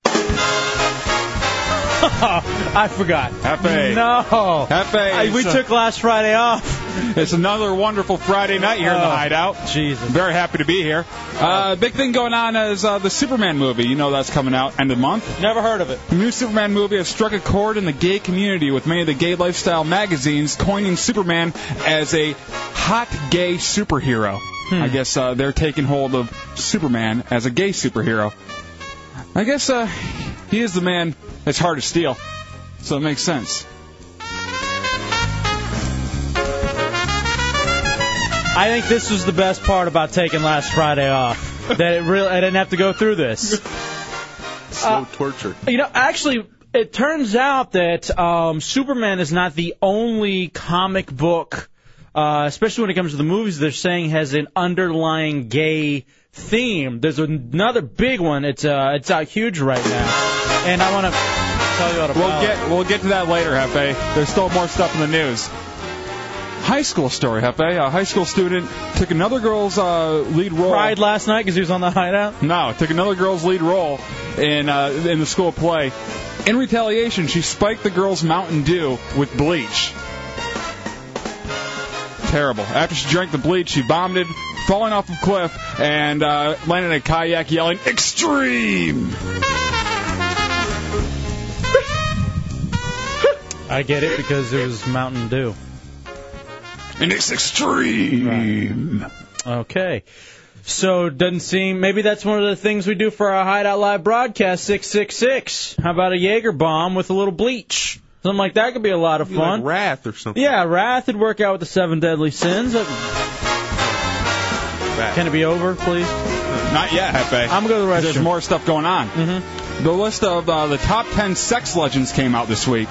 I forgot. Hefe. No. Hefe. I- we It's a- took last Friday off. It's another wonderful Friday night here in the Oh, Hideout. Jesus. Very happy to be here. Uh, big thing going on is uh, the Superman movie. You know that's coming out end of the month. Never heard of it. The new Superman movie has struck a chord in the gay community with many of the gay lifestyle magazines coining Superman as a hot gay superhero. I guess uh, they're taking hold of Superman as a gay superhero. I guess uh, he is the man that's hard to steal, so it makes sense. I think this was the best part about taking last Friday off. that it really, I didn't have to go through this. Slow Uh, torture. You know, actually, it turns out that um, Superman is not the only comic book, uh, especially when it comes to the movies, they're saying has an underlying gay theme. There's another big one. It's uh, it's out huge right now, and I want to tell you what about. We'll get we'll get to that later, Hefe. There's still more stuff in the news. High school story, Hefe. A high school student took another girl's uh, lead role. Cried last night because he was on the hideout. No, took another girl's lead role in uh, in the school play. In retaliation, she spiked the girl's Mountain Dew with bleach. Terrible. After she drank the bleach, she vomited, falling off a cliff, and uh, landed in a kayak, yelling "Extreme!" I get it because it was Mountain Dew. And it's extreme. Okay. So doesn't seem maybe that's one of the things we do for our Hideout Live broadcast six six six. How about a Jaeger bomb with a little bleach? Something like that could be a lot of Be like fun. Wrath or something. yeah, Wrath would work out with the seven deadly sins. Uh, Wrath. Can it be over, please? Not yet, Hefe. I'm gonna go to the restroom. There's more stuff going on. Mm-hmm. The list of uh, the top 10 sex legends came out this week.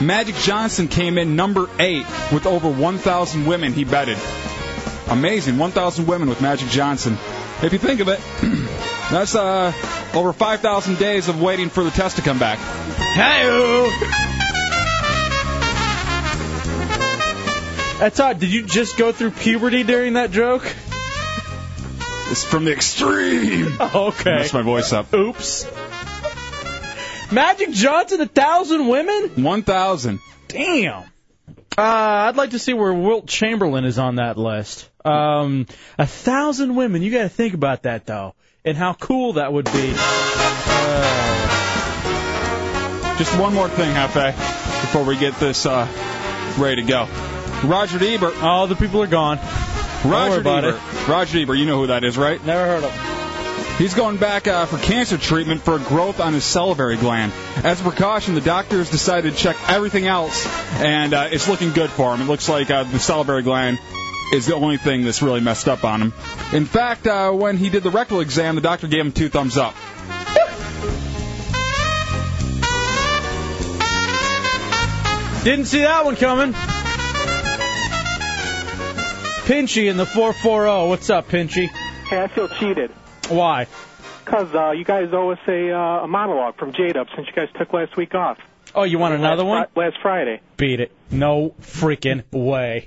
Magic Johnson came in number 8 with over 1,000 women he betted. Amazing, 1,000 women with Magic Johnson. If you think of it, that's uh, over 5,000 days of waiting for the test to come back. Hey. That's odd. Did you just go through puberty during that joke? It's from the extreme. Oh, okay. Messed my voice up. Oops. Magic Johnson, a thousand women? 1,000. Damn. Uh, I'd like to see where Wilt Chamberlain is on that list. Um, a thousand women. You got to think about that though, and how cool that would be. Uh, Just one more thing, Hefe, before we get this uh, ready to go. Roger Ebert All the people are gone. Roger Don't worry about Ebert. Roger Ebert, you know who that is, right? Never heard of. Them. He's going back uh, for cancer treatment for a growth on his salivary gland. As a precaution, the doctors decided to check everything else, and uh, it's looking good for him. It looks like uh, the salivary gland is the only thing that's really messed up on him. In fact, uh, when he did the rectal exam, the doctor gave him two thumbs up. Didn't see that one coming. Pinchy in the 440. What's up, Pinchy? Hey, I feel cheated Why? because uh, you guys owe us a, uh, a monologue from J-Dub since you guys took last week off. Oh, you want another Last one? Fri- last Friday. Beat it. No freaking way.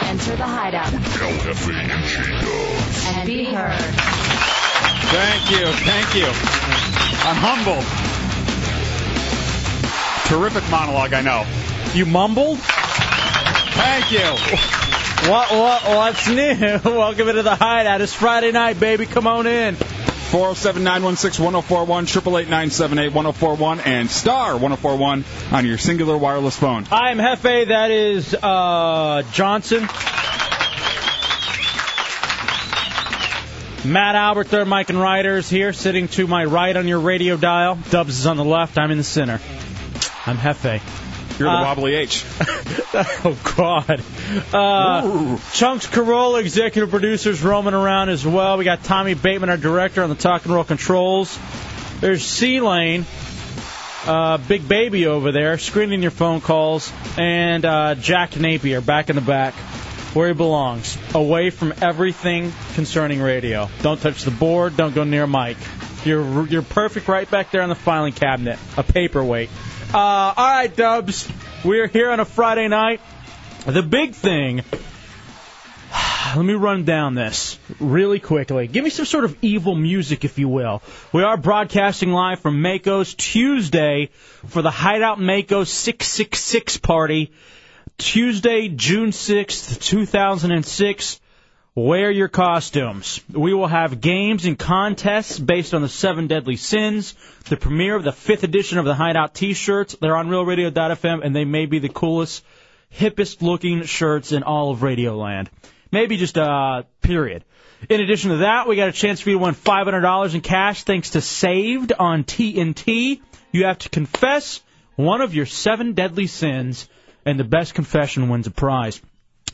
Enter the hideout and be heard. Thank you, thank you. I'm humbled. Terrific monologue, I know. You mumbled? Thank you. What, what, what's new? Welcome into the hideout. It's Friday night, baby. Come on in. 407 916 1041, 888 978 1041, and star 1041 on your singular wireless phone. I am Hefe. That is uh, Johnson. Matt Albert, Third Mike and Ryder is here, sitting to my right on your radio dial. Dubs is on the left. I'm in the center. I'm Hefe. You're the Uh, wobbly H. oh God. Uh, Chunks Corolla, executive producers roaming around as well. We got Tommy Bateman, our director on the Talk and Roll controls. There's C Lane, uh, Big Baby over there, screening your phone calls, and uh, Jack Napier back in the back, where he belongs, away from everything concerning radio. Don't touch the board. Don't go near Mike. You're you're perfect right back there on the filing cabinet, a paperweight. Uh, all right, Dubs, we're here on a Friday night. The big thing let me run down this really quickly. Give me some sort of evil music, if you will. We are broadcasting live from Mako's Tuesday for the Hideout Mako 666 party. Tuesday, June 6th, 2006. Wear your costumes. We will have games and contests based on the seven deadly sins, the premiere of the fifth edition of the Hideout t shirts. They're on RealRadio.fm, and they may be the coolest, hippest looking shirts in all of Radioland maybe just a uh, period. In addition to that, we got a chance for you to win $500 in cash thanks to Saved on TNT. You have to confess one of your seven deadly sins, and the best confession wins a prize.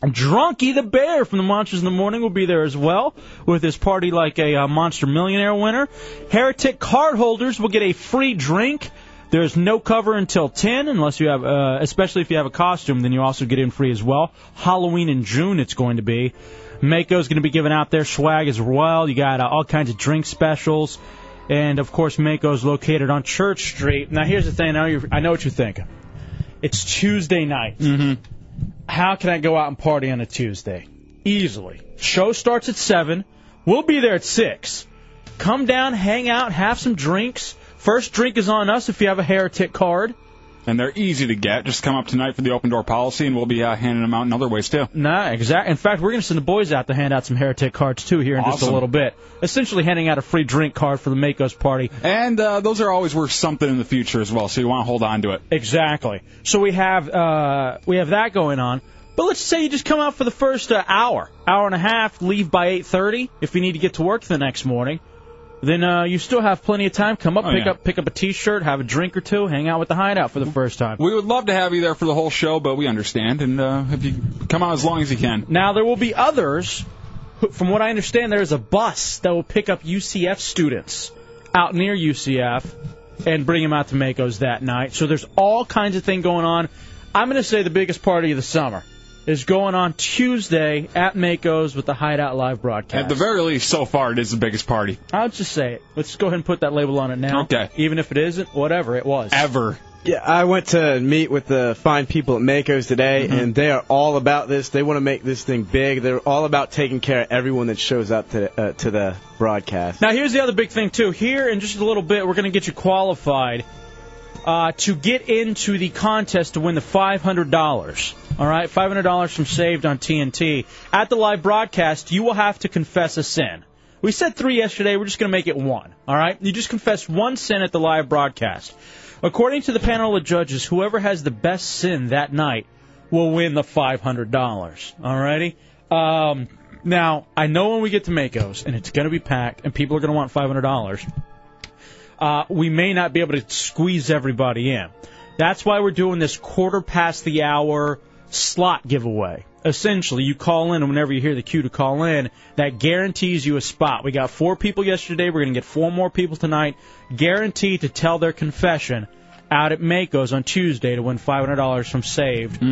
Drunky the Bear from the Monsters in the Morning will be there as well with his party like a uh, Monster Millionaire winner. Heretic cardholders will get a free drink. There's no cover until 10, unless you have, uh, especially if you have a costume, then you also get in free as well. Halloween in June, it's going to be. Mako's going to be giving out their swag as well. You got uh, all kinds of drink specials. And of course, Mako's located on Church Street. Now, here's the thing. I know, you're, I know what you're thinking. It's Tuesday night. Mm-hmm. How can I go out and party on a Tuesday? Easily. Show starts at 7. We'll be there at 6. Come down, hang out, have some drinks. First drink is on us if you have a heretic card. And they're easy to get. Just come up tonight for the open door policy, and we'll be uh, handing them out in other ways too. Nah, exactly. In fact, we're going to send the boys out to hand out some heretic cards too here in just a Awesome. little bit. Essentially, handing out a free drink card for the Mako's party. And uh, those are always worth something in the future as well, so you want to hold on to it. Exactly. So we have uh, we have that going on. But let's say you just come out for the first uh, hour, hour and a half, leave by 8:30 if you need to get to work the next morning. Then uh, you still have plenty of time. Come up, Oh, pick yeah. Mm-hmm. up, pick up a T-shirt, have a drink or two, hang out with the hideout for the first time. We would love to have you there for the whole show, but we understand. And uh, if you come out as long as you can. Now there will be others. who- From what I understand, there is a bus that will pick up UCF students out near UCF and bring them out to Mako's that night. So there's all kinds of thing going on. I'm going to say the biggest party of the summer is going on Tuesday at Mako's with the Hideout live broadcast. At the very least, so far it is the biggest party I'll just say it. Let's go ahead and put that label on it now. Okay. Even if it isn't, whatever it was. ever. Yeah, I went to meet with the fine people at Mako's today, and they are all about this. They want to make this thing big. They're all about taking care of everyone that shows up to uh, to the broadcast. Now, here's the other big thing, too. Here, in just a little bit, we're going to get you qualified uh, to get into the contest to win the $500. All right, $500 from Saved on TNT. At the live broadcast, you will have to confess a sin. We said three yesterday. We're just going to make it one. All right? You just confess one sin at the live broadcast. According to the panel of judges, whoever has the best sin that night will win the $500. All righty? Um, now, I know when we get to Mako's, and it's going to be packed, and people are going to want $500 uh, we may not be able to squeeze everybody in. That's why we're doing this quarter past the hour slot giveaway. Essentially, you call in, and whenever you hear the cue to call in, that guarantees you a spot. We got four people yesterday. We're going to get four more people tonight, guaranteed to tell their confession out at Mako's on Tuesday to win $500 from Saved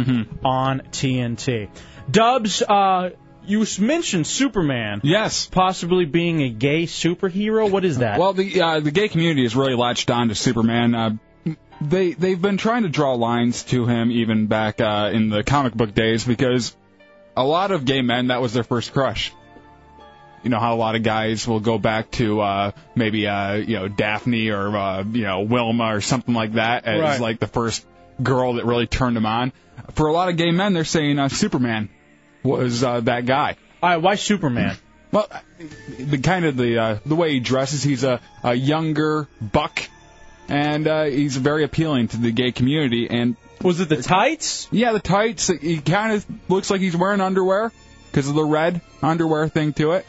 on TNT. Dubs, uh, you s- mentioned Superman Yes. possibly being a gay superhero. What is that? Well, the uh, the gay community has really latched on to Superman. Uh, they they've been trying to draw lines to him even back uh, in the comic book days because a lot of gay men that was their first crush. You know how a lot of guys will go back to uh, maybe uh, you know Daphne or uh, you know Wilma or something like that as Right. like the first girl that really turned them on. For a lot of gay men, they're saying uh, Superman was uh, that guy. All right, why Superman? Well, the kind of the uh, the way he dresses, he's a, a younger buck, and uh, he's very appealing to the gay community. And Was it the tights? yeah, the tights, he kind of looks like he's wearing underwear because of the red underwear thing to it.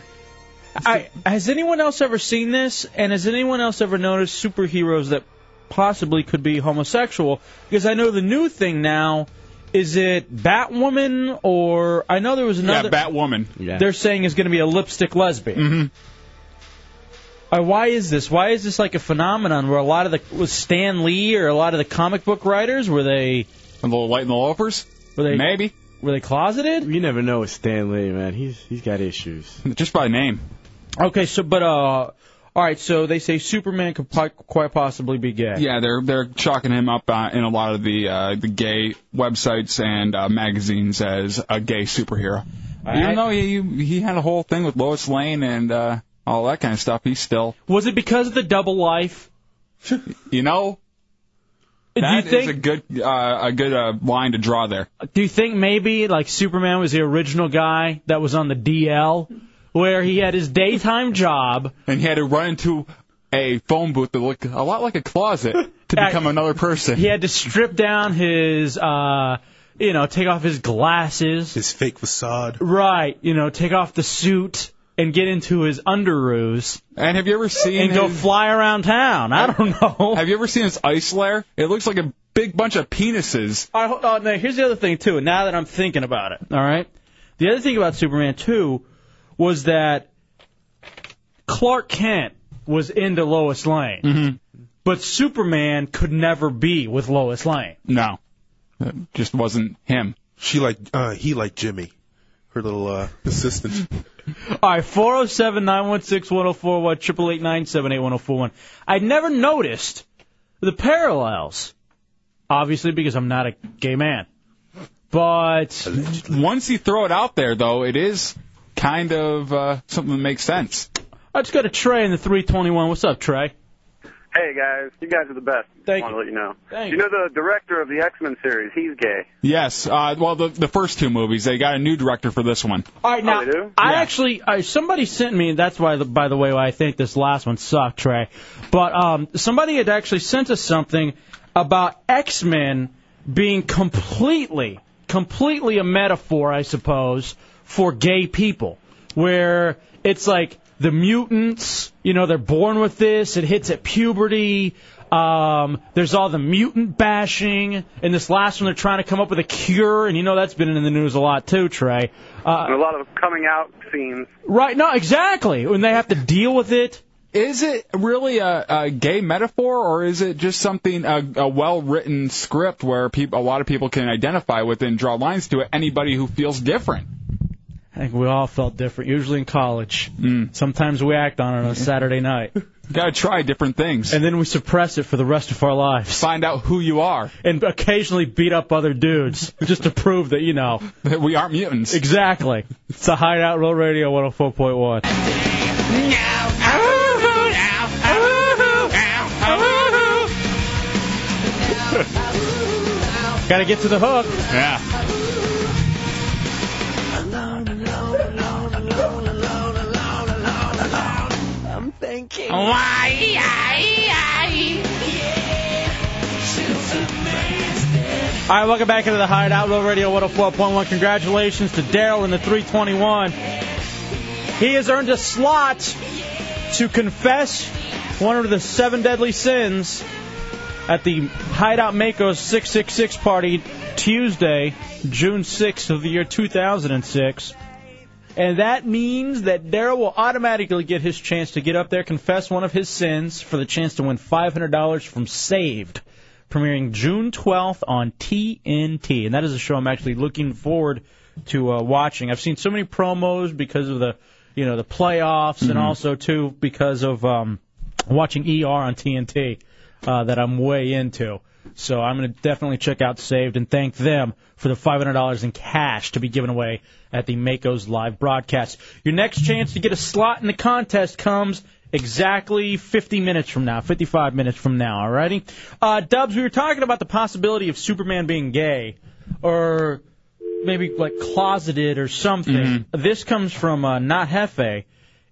I, has anyone else ever seen this? And has anyone else ever noticed superheroes that possibly could be homosexual? Because I know the new thing now is it Batwoman or I know there was another yeah, Batwoman. Yeah. they're saying is going to be a lipstick lesbian. Mm-hmm. Uh, why is this? Why is this like a phenomenon where a lot of the was Stan Lee or a lot of the comic book writers were they a little light in the loafers? Were they maybe? Were they closeted? You never know with Stan Lee, man. He's he's got issues. Just by name. Okay, so but uh, all right, so they say Superman could po- quite possibly be gay. Yeah, they're they're chalking him up uh, in a lot of the uh, the gay websites and uh, magazines as a gay superhero. I- Even though he he had a whole thing with Lois Lane and uh, all that kind of stuff, he's still Was it because of the double life? you know you that is think- a good uh, a good uh, line to draw there. Do you think maybe like Superman was the original guy that was on the DL, where he had his daytime job? And he had to run into a phone booth that looked a lot like a closet to Yeah. become another person. He had to strip down his, uh, you know, take off his glasses. His fake facade. Right, you know, take off the suit and get into his underoos And have you ever seen and go his- fly around town. I don't know. Have you ever seen his ice lair? It looks like a big bunch of penises. All right, hold on. Now, here's the other thing too. Now that I'm thinking about it, all right. The other thing about Superman 2 was that Clark Kent was into Lois Lane, but Superman could never be with Lois Lane. No, it just wasn't him. She like uh he like Jimmy. Her little uh assistant. All right, 407 916 1041, 888 978 1041. I never noticed the parallels, obviously, because I'm not a gay man. But Once you throw it out there, though, it is kind of uh, something that makes sense. let's go to Trey in the 321. What's up, Trey? Hey guys, you guys are the best. Thank Want you. to let you know. Thank you know the director of the X Men series, he's gay. Yes. Uh, well, the, the first two movies, they got a new director for this one. All right, now Oh, they do? I actually I, somebody sent me. That's why, the, by the way, why I think this last one sucked, Trey. But um, somebody had actually sent us something about X Men being completely, completely a metaphor, I suppose, for gay people, where it's like the mutants. You know, they're born with this. It hits at puberty. Um, there's all the mutant bashing, and this last one they're trying to come up with a cure, and you know that's been in the news a lot too, Trey. Uh, And a lot of coming out scenes. Right, no, exactly. When they have to deal with it. Is it really a, a gay metaphor, or is it just something a, a well-written script where peop a lot of people can identify with and draw lines to it? Anybody who feels different. I think we all felt different, usually in college. Mm. Sometimes we act on it on a Saturday night, Gotta try different things. and then we suppress it for the rest of our lives, Find out who you are. and occasionally beat up other dudes just to prove that, you know, That we aren't mutants. exactly. It's a Hideout Roll Radio 104.1. Gotta get to the hook. Yeah. All right, welcome back into the Hideout Row Radio 104.1. Congratulations to Daryl in the 321. He has earned a slot to confess one of the seven deadly sins at the Hideout Mako's 666 party Tuesday, June 6th of the year 2006. And that means that Daryl will automatically get his chance to get up there, confess one of his sins for the chance to win $500 from Saved premiering June 12th on TNT, and that is a show I'm actually looking forward to uh, watching. I've seen so many promos because of the, you know, the playoffs, and also too because of um, watching ER on TNT uh, that I'm way into. So I'm going to definitely check out Saved and thank them for the $500 in cash to be given away at the Mako's live broadcast. Your next chance to get a slot in the contest comes exactly 50 minutes from now, 55 minutes from now, alrighty? Uh, Dubs, we were talking about the possibility of Superman being gay or maybe like closeted or something. Mm-hmm. This comes from uh, Not Hefe.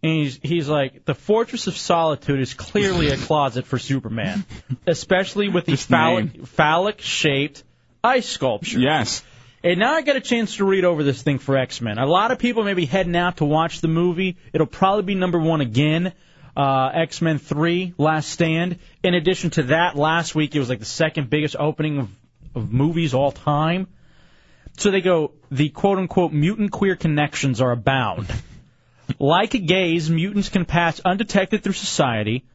And he's, he's like, the Fortress of Solitude is clearly a closet for Superman, especially with the Just phallic, phallic shaped ice sculpture. Yes. And now I got a chance to read over this thing for X Men. A lot of people may be heading out to watch the movie. It'll probably be number one again. Uh, X Men 3, Last Stand. In addition to that, last week it was like the second biggest opening of, of movies all time. So they go, the quote unquote mutant queer connections are abound. Like gays, mutants can pass undetected through society.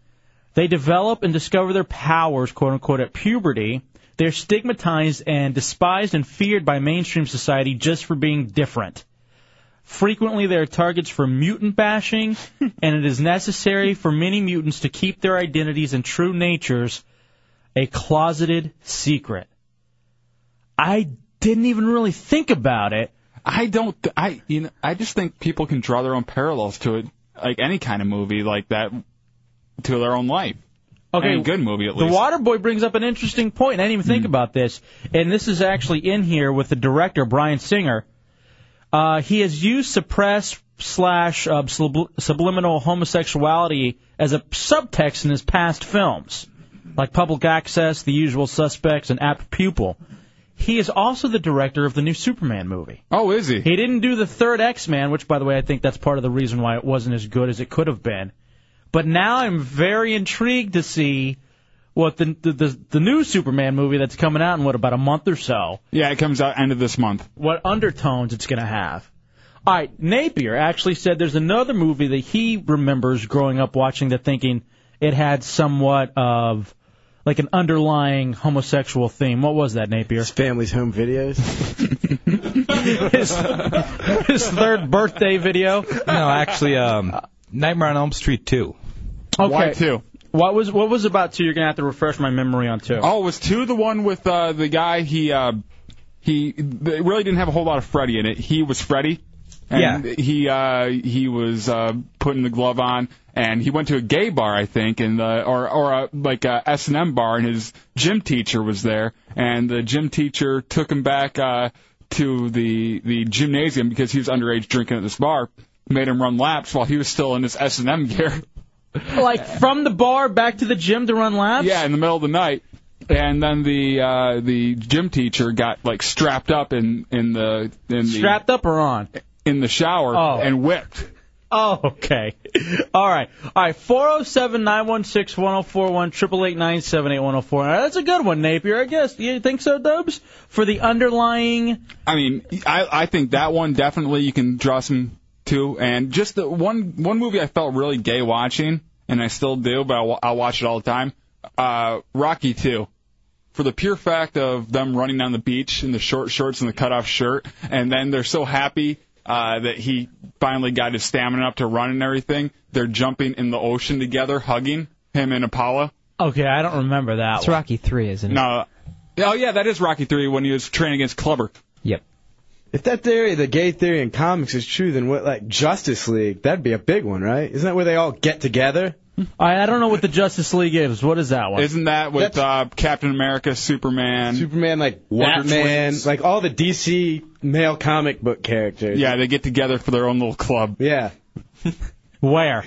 They develop and discover their powers, quote unquote, at puberty. They're stigmatized and despised and feared by mainstream society just for being different. Frequently, they are targets for mutant bashing, and it is necessary for many mutants to keep their identities and true natures a closeted secret. I didn't even really think about it. I don't. th- I you know. I just think people can draw their own parallels to it, like any kind of movie like that, to their own life. Okay, Any good movie at The least. Hmm. Waterboy brings up an interesting point. I didn't even think about this, and this is actually in here with the director Brian Singer. Uh, he has used suppressed slash uh, sublim- subliminal homosexuality as a subtext in his past films, like Public Access, The Usual Suspects, and Apt Pupil. He is also the director of the new Superman movie. Oh, is he? He didn't do the third X Man, which, by the way, I think that's part of the reason why it wasn't as good as it could have been. But now I'm very intrigued to see what the the, the, the new Superman movie that's coming out in what about a month or so, Yeah, it comes out end of this month. what undertones it's going to have. All right, Napier actually said there's another movie that he remembers growing up watching that thinking it had somewhat of like an underlying homosexual theme. What was that, Napier? His family's home videos. his, his third birthday video. No, actually, um, Nightmare on Elm Street 2. Okay. Why two? What was what was about two? You're gonna have to refresh my memory on two. Oh, was two the one with uh, the guy? He uh, he they really didn't have a whole lot of Freddy in it. He was Freddy, and Yeah. he uh, he was uh, putting the glove on, and he went to a gay bar, I think, and the or or uh like a S and M bar, and his gym teacher was there, and the gym teacher took him back uh, to the the gymnasium because he was underage drinking at this bar, made him run laps while he was still in his S and M gear. Like from the bar back to the gym to run laps. Yeah, in the middle of the night. And then the uh, the gym teacher got like strapped up in in the in the Strapped up or on? in the shower Oh. and whipped. Oh, okay. All right. All right. Four zero seven nine one six one zero four one triple eight nine seven eight one zero four. That's a good one, Napier. I guess you think so, Dubs? For the underlying. I mean, I I think that one definitely you can draw some to. And just the one one movie I felt really gay watching, and I still do, but I, wa- I watch it all the time. Uh, Rocky two. For the pure fact of them running down the beach in the short shorts and the cutoff shirt, and then they're so happy uh, that he finally got his stamina up to run and everything, they're jumping in the ocean together, hugging him and Apollo. Okay, I don't remember that. It's one. Rocky 3, isn't it? No, oh yeah, that is Rocky three when he was training against Clubber. Yep. If that theory, the gay theory in comics is true, then what, like Justice League, that'd be a big one, right? Isn't that where they all get together? All right. I don't know what the Justice League is. What is that one? Isn't that with uh, Captain America, Superman? Superman, like That's Wonder Man, what- like all the DC male comic book characters. Yeah, they get together for their own little club. Yeah. Where?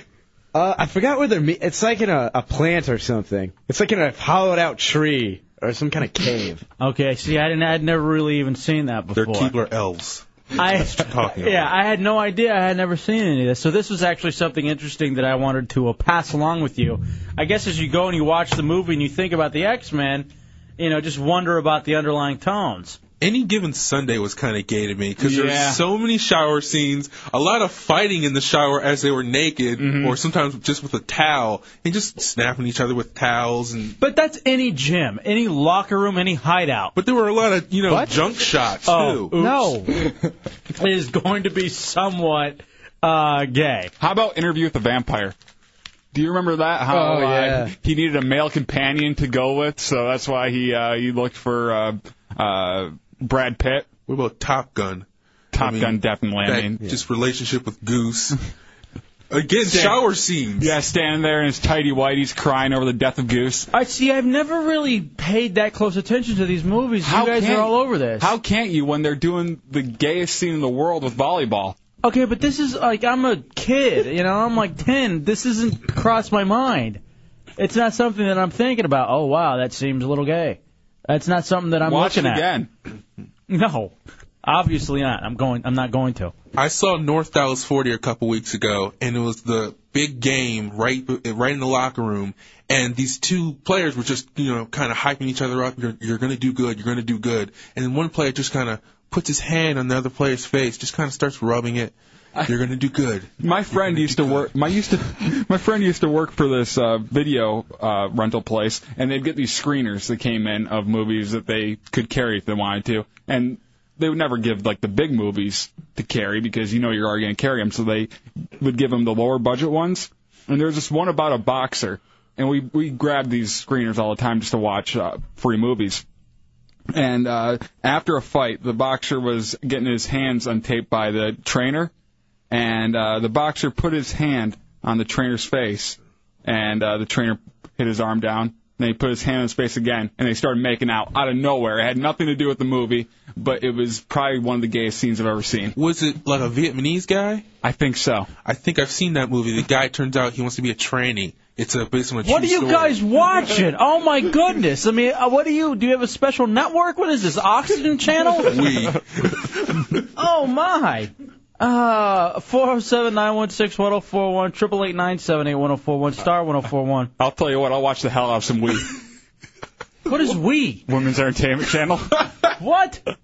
Uh, I forgot where they're. Me- it's like in a, a plant or something. It's like in a hollowed out tree or some kind of cave. Okay. See, I didn't. I'd never really even seen that They're before. Keebler elves. I, talking yeah, about. I had no idea. I had never seen any of this. So this was actually something interesting that I wanted to uh, pass along with you. I guess as you go and you watch the movie and you think about the X Men, you know, just wonder about the underlying tones. Any given Sunday was kind of gay to me because there Yeah. were so many shower scenes, a lot of fighting in the shower as they were naked, Mm-hmm. or sometimes just with a towel and just snapping each other with towels. And But that's any gym, any locker room, any hideout. but there were a lot of you know What? junk shots Oh, too. no, it is going to be somewhat uh, gay. How about Interview with the Vampire? Do you remember that? How Oh, yeah. uh, he needed a male companion to go with, so that's why he uh, he looked for uh, uh, Brad Pitt. What about Top Gun? Top I mean, Gun definitely. That I mean, just relationship with Goose. Again, shower scenes. yeah, standing there in his tidy whities crying over the death of Goose. I see. I've never really paid that close attention to these movies. How you guys can- are all over this. How can't you when they're doing the gayest scene in the world with volleyball? Okay, but this is like I'm a kid, you know, I'm like 10. This isn't crossed my mind. It's not something that I'm thinking about. Oh wow, that seems a little gay. That's not something that I'm Watch it looking at. again. No. Obviously not. I'm going I'm not going to. I saw North Dallas 40 a couple weeks ago, and it was the big game right right in the locker room, and these two players were just you know kind of hyping each other up. You're you're gonna do good. You're gonna do good. And then one player just kind of puts his hand on the other player's face, just kind of starts rubbing it, You're gonna do good. My friend used to work. My used to. My friend used to work for this uh, video uh, rental place, and they'd get these screeners that came in of movies that they could carry if they wanted to, and they would never give like the big movies to carry because you know you're already going to carry them. So they would give them the lower budget ones, and there was this one about a boxer, and we we grabbed these screeners all the time just to watch uh, free movies. And uh, after a fight, the boxer was getting his hands untaped by the trainer, and uh, the boxer put his hand on the trainer's face, and uh, the trainer hit his arm down. And he put his hand on his face again, and they started making out out of nowhere. It had nothing to do with the movie, but it was probably one of the gayest scenes I've ever seen. Was it like a Vietnamese guy? I think so. I think I've seen that movie. The guy turns out he wants to be a tranny. It's a based on a What are true you story. guys watching? Oh my goodness! I mean, uh, what do you do? You have a special network? What is this? Oxygen Channel? We. Oh my. Uh, four zero seven nine one six one zero four one triple eight nine seven eight one zero four one star one zero four one. I'll tell you what, I'll watch the hell out of some Wii. What is we? Women's Entertainment Channel. What?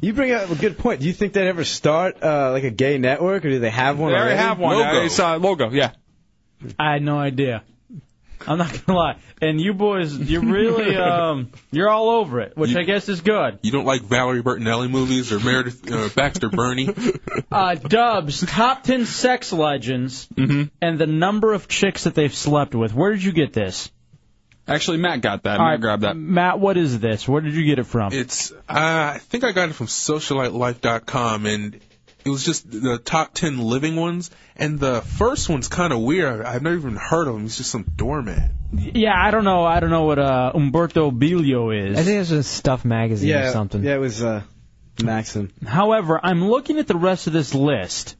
You bring up a good point. Do you think that ever start uh, like a gay network, or do they have one They already already? have one. Logo. It's uh, logo, yeah. I had no idea. I'm not gonna lie. And you boys, you're really um, you're all over it, which I guess is good. You don't like Valerie Bertinelli movies or Meredith uh, Baxter Bernie? Uh, Dubs top ten sex legends Mm-hmm. and the number of chicks that they've slept with. Where did you get this? Actually, Matt got that. All Matt right, grabbed that. Matt, what is this? Where did you get it from? It's uh, I think I got it from socialitelife.com and it was just the top 10 living ones and the first one's kind of weird. I- I've never even heard of him. He's just some doorman. yeah, I don't know. I don't know what uh, Umberto Bilio is. I think it was in Stuff magazine Yeah, or something. yeah, it was uh, Maxim. However, I'm looking at the rest of this list,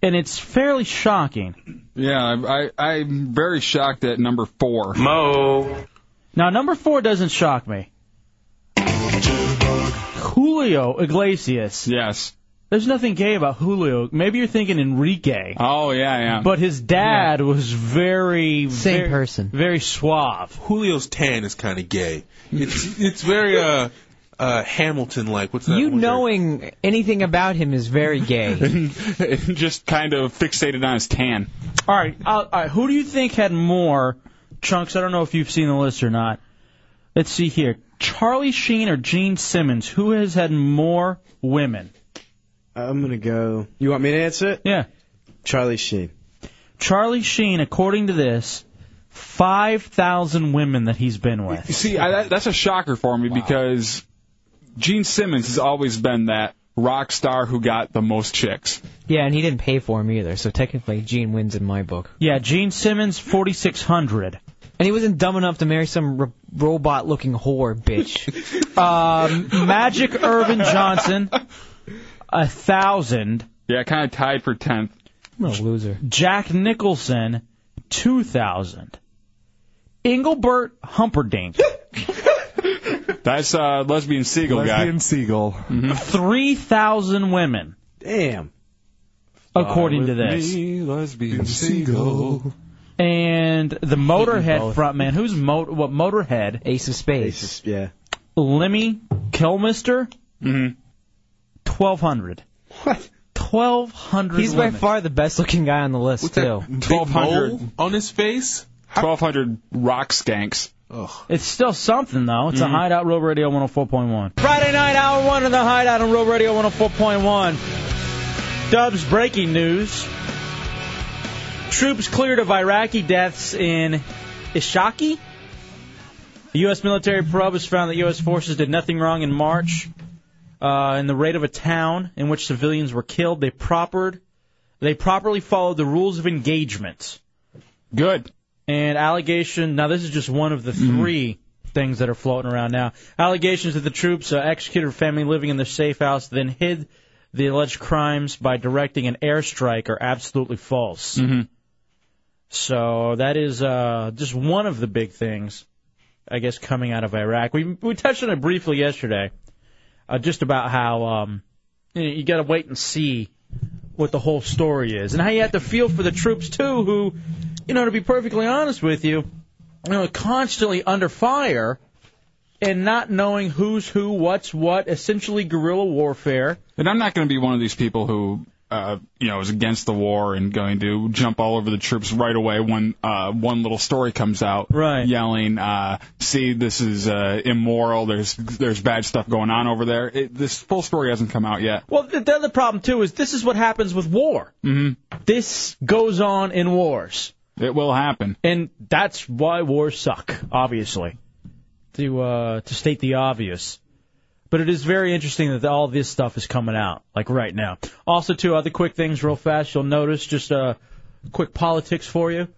and it's fairly shocking. Yeah, I, I, I'm very shocked at number four. Mo. Now, number four doesn't shock me. Julio Iglesias. Yes. There's nothing gay about Julio. Maybe you're thinking Enrique, Oh, yeah, yeah. but his dad was very Same very, person. very suave. Julio's tan is kind of gay. It's it's very uh uh Hamilton like. What's that? You one there? knowing anything about him is very gay. just kind of fixated on his tan. All right, I'll, all right. Who do you think had more chunks? I don't know if you've seen the list or not. Let's see here. Charlie Sheen or Gene Simmons? Who has had more women? I'm gonna go. You want me to answer it? Yeah. Charlie Sheen. Charlie Sheen, according to this, 5,000 women that he's been You with. see, I, that, that's a shocker for me because Gene Simmons has always been that rock star who got the most chicks. yeah, and he didn't pay for him either, so technically Gene wins in my book. Yeah, Gene Simmons, 4,600. And he wasn't dumb enough to marry some ro- robot-looking whore bitch. Um, Magic Irvin Johnson, a 1,000. Yeah, kind of tied for 10th. what a loser. Jack Nicholson, 2,000. Engelbert Humperdinck, That's uh, Lesbian Siegel Lesbian guy. Siegel. 3,000 women, Damn. Uh, according to this. Me, lesbian Siegel. And the Motorhead frontman, who's Mo- what Motorhead? Ace of Spades. It's- yeah. Lemmy Kilmister, Mhm. Mm-hmm. 1,200. What? 1,200 He's by women. far the best-looking guy on the list, What's too. that? Big 1200. mole on his face. 1,200 rock skanks. Mm-hmm. It's still something, though. It's a Hideout Road Radio 104.1. Friday night, hour one of the Hideout on Road Radio 104.1. Dubs breaking news. Troops cleared of Iraqi deaths in Ishaki. The U.S. military probe has found that U.S. forces did nothing wrong in March uh, in the raid of a town in which civilians were killed. They propered, they properly followed the rules of engagement Good. and allegation. Now, this is just one of the three things that are floating around now. Allegations that the troops uh, executed a family living in their safe house, then hid the alleged crimes by directing an airstrike are absolutely false. Mhm. So that is uh, just one of the big things, I guess, coming out of Iraq. We we touched on it briefly yesterday, uh, just about how um, you, know, you got to wait and see what the whole story is, and how you have to feel for the troops too, who, you know, to be perfectly honest with you, you know, constantly under fire. And not knowing who's who, what's what, essentially guerrilla warfare. And I'm not going to be one of these people who uh, you know, is against the war and going to jump all over the troops right away when uh, one little story comes out, right? Yelling, uh, "See, this is uh, immoral. There's there's bad stuff going on over there." It, this full story hasn't come out yet. Well, the, the other problem too is this is what happens with war. Mm-hmm. This goes on in wars. It will happen, and that's why wars suck. Obviously, to uh, to state the obvious. But it is very interesting that all this stuff is coming out, like right now. Also, two other quick things, real fast. You'll notice just uh, quick politics for you.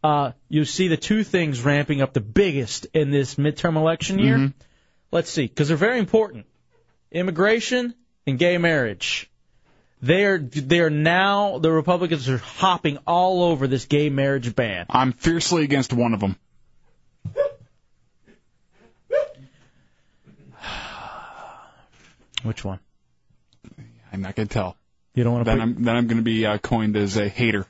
Uh, you see the two things ramping up the biggest in this midterm election year. Mm-hmm. Let's see, because they're very important: immigration and gay marriage. They are they are now the Republicans are hopping all over this gay marriage ban. I'm fiercely against one of them. Which one? I'm not gonna tell. You don't want to. Then I'm then I'm gonna be uh, coined as a hater.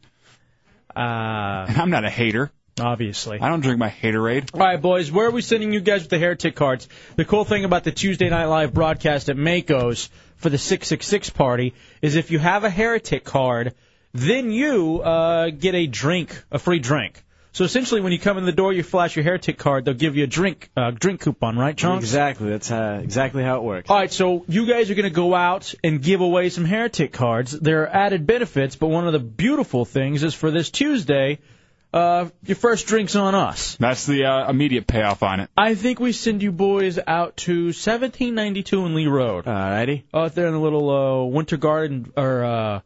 Uh, and I'm not a hater. Obviously. I don't drink my haterade. All right, boys, where are we sending you guys with the heretic cards? The cool thing about the Tuesday Night Live broadcast at Mako's for the 666 party is if you have a heretic card, then you uh, get a drink, a free drink. So essentially, when you come in the door, you flash your heretic card. They'll give you a drink, uh, drink coupon, right, Chunks? Exactly. That's uh, exactly how it works. All right, so you guys are going to go out and give away some heretic cards. There are added benefits, but one of the beautiful things is for this Tuesday, uh, your first drink's on us. That's the uh, immediate payoff on it. I think we send you boys out to 1792 in Lee Road. Alrighty. Out there in the little uh, Winter Garden or uh,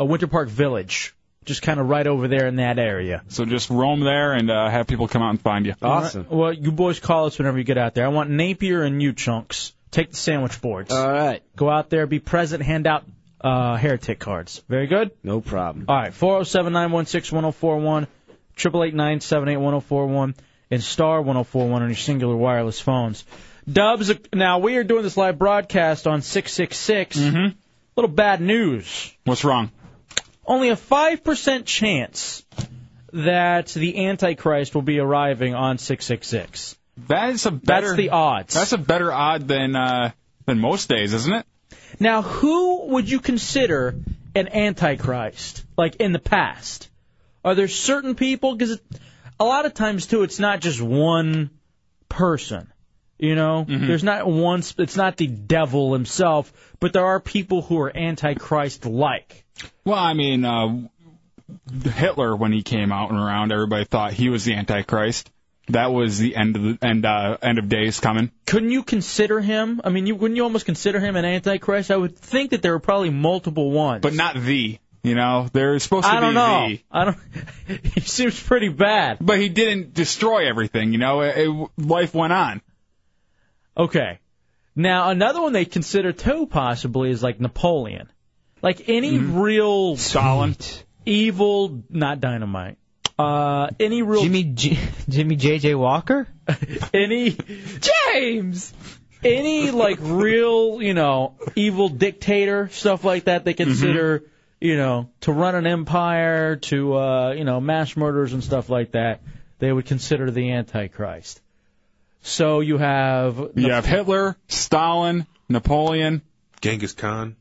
uh, Winter Park Village, just kind of right over there in that area. So just roam there and uh, have people come out and find you. All right. Well, you boys call us whenever you get out there. I want Napier and you chunks. Take the sandwich boards. All right. Go out there, be present, hand out uh, heretic cards. Very good. No problem. All right. Four zero seven nine one six one zero four one, triple eight nine seven eight one zero four one, and star one zero four one on your singular wireless phones. Dubs. Now we are doing this live broadcast on six six six. Little bad news. Mm-hmm. What's wrong? Only a five percent chance that the Antichrist will be arriving on six six six. That is a better. That's the odds. That's a better odd than uh, than most days, isn't it? Now, who would you consider an antichrist? Like in the past, are there certain people? Because a lot of times too, it's not just one person. You know, there's not one. sp- It's not the devil himself, but there are people who are antichrist like. Well, I mean, uh, Hitler when he came out and around, everybody thought he was the Antichrist. That was the end of the end uh, end of days coming. Couldn't you consider him? I mean, you wouldn't you almost consider him an antichrist? I would think that there were probably multiple ones. But not the. You know, there's supposed to I don't be know. the. I don't. he seems pretty bad. But he didn't destroy everything. You know, it, it- life went on. Okay. Now another one they consider too possibly is like Napoleon, like any Mm-hmm. real Stalin, evil, not dynamite. Uh, any real Jimmy J- Jimmy J.J. Walker? any James. Any like real, you know, evil dictator stuff like that Mm-hmm. they consider, you know, to run an empire, to uh, you know, mass murders and stuff like that, they would consider the antichrist. So you have You have Hitler, Stalin, Napoleon, Genghis Khan.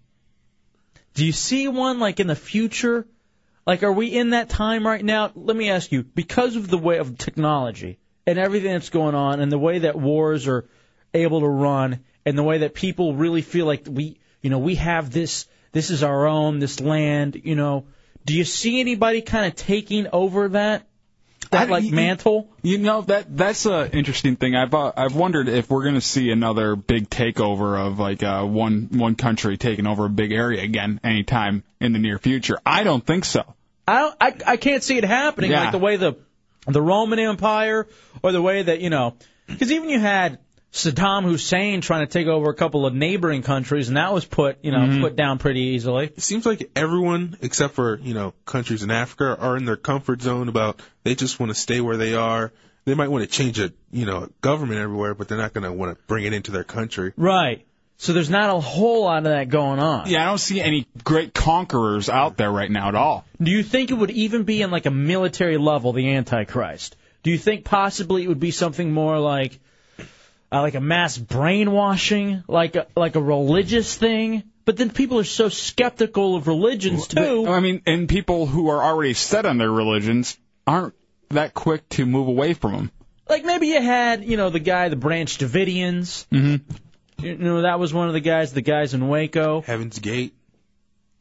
Do you see one like in the future? Like, are we in that time right now? Let me ask you, because of the way of technology and everything that's going on, and the way that wars are able to run, and the way that people really feel like we, you know, we have this, this is our own, this land, you know. Do you see anybody kind of taking over that, that like mantle? You know that that's a interesting thing. I've uh, I've wondered if we're going to see another big takeover of like uh, one one country taking over a big area again anytime in the near future. I don't think so. I don't, I, I can't see it happening Yeah. like the way the the Roman Empire or the way that you know because even you had Saddam Hussein trying to take over a couple of neighboring countries and that was put you know put down pretty easily. Mm-hmm. It seems like everyone, except for you know countries in Africa, are in their comfort zone about they just want to stay where they are. They might want to change a you know government everywhere, but they're not going to want to bring it into their country. Right. So there's not a whole lot of that going on. Yeah, I don't see any great conquerors out there right now at all. Do you think it would even be in like a military level the Antichrist? Do you think possibly it would be something more like uh, like a mass brainwashing, like a, like a religious thing. But then people are so skeptical of religions too. I mean, and people who are already set on their religions aren't that quick to move away from them. Like maybe you had, you know, the guy, the Branch Davidians. Mm-hmm. You know, that was one of the guys, the guys in Waco. Heaven's Gate.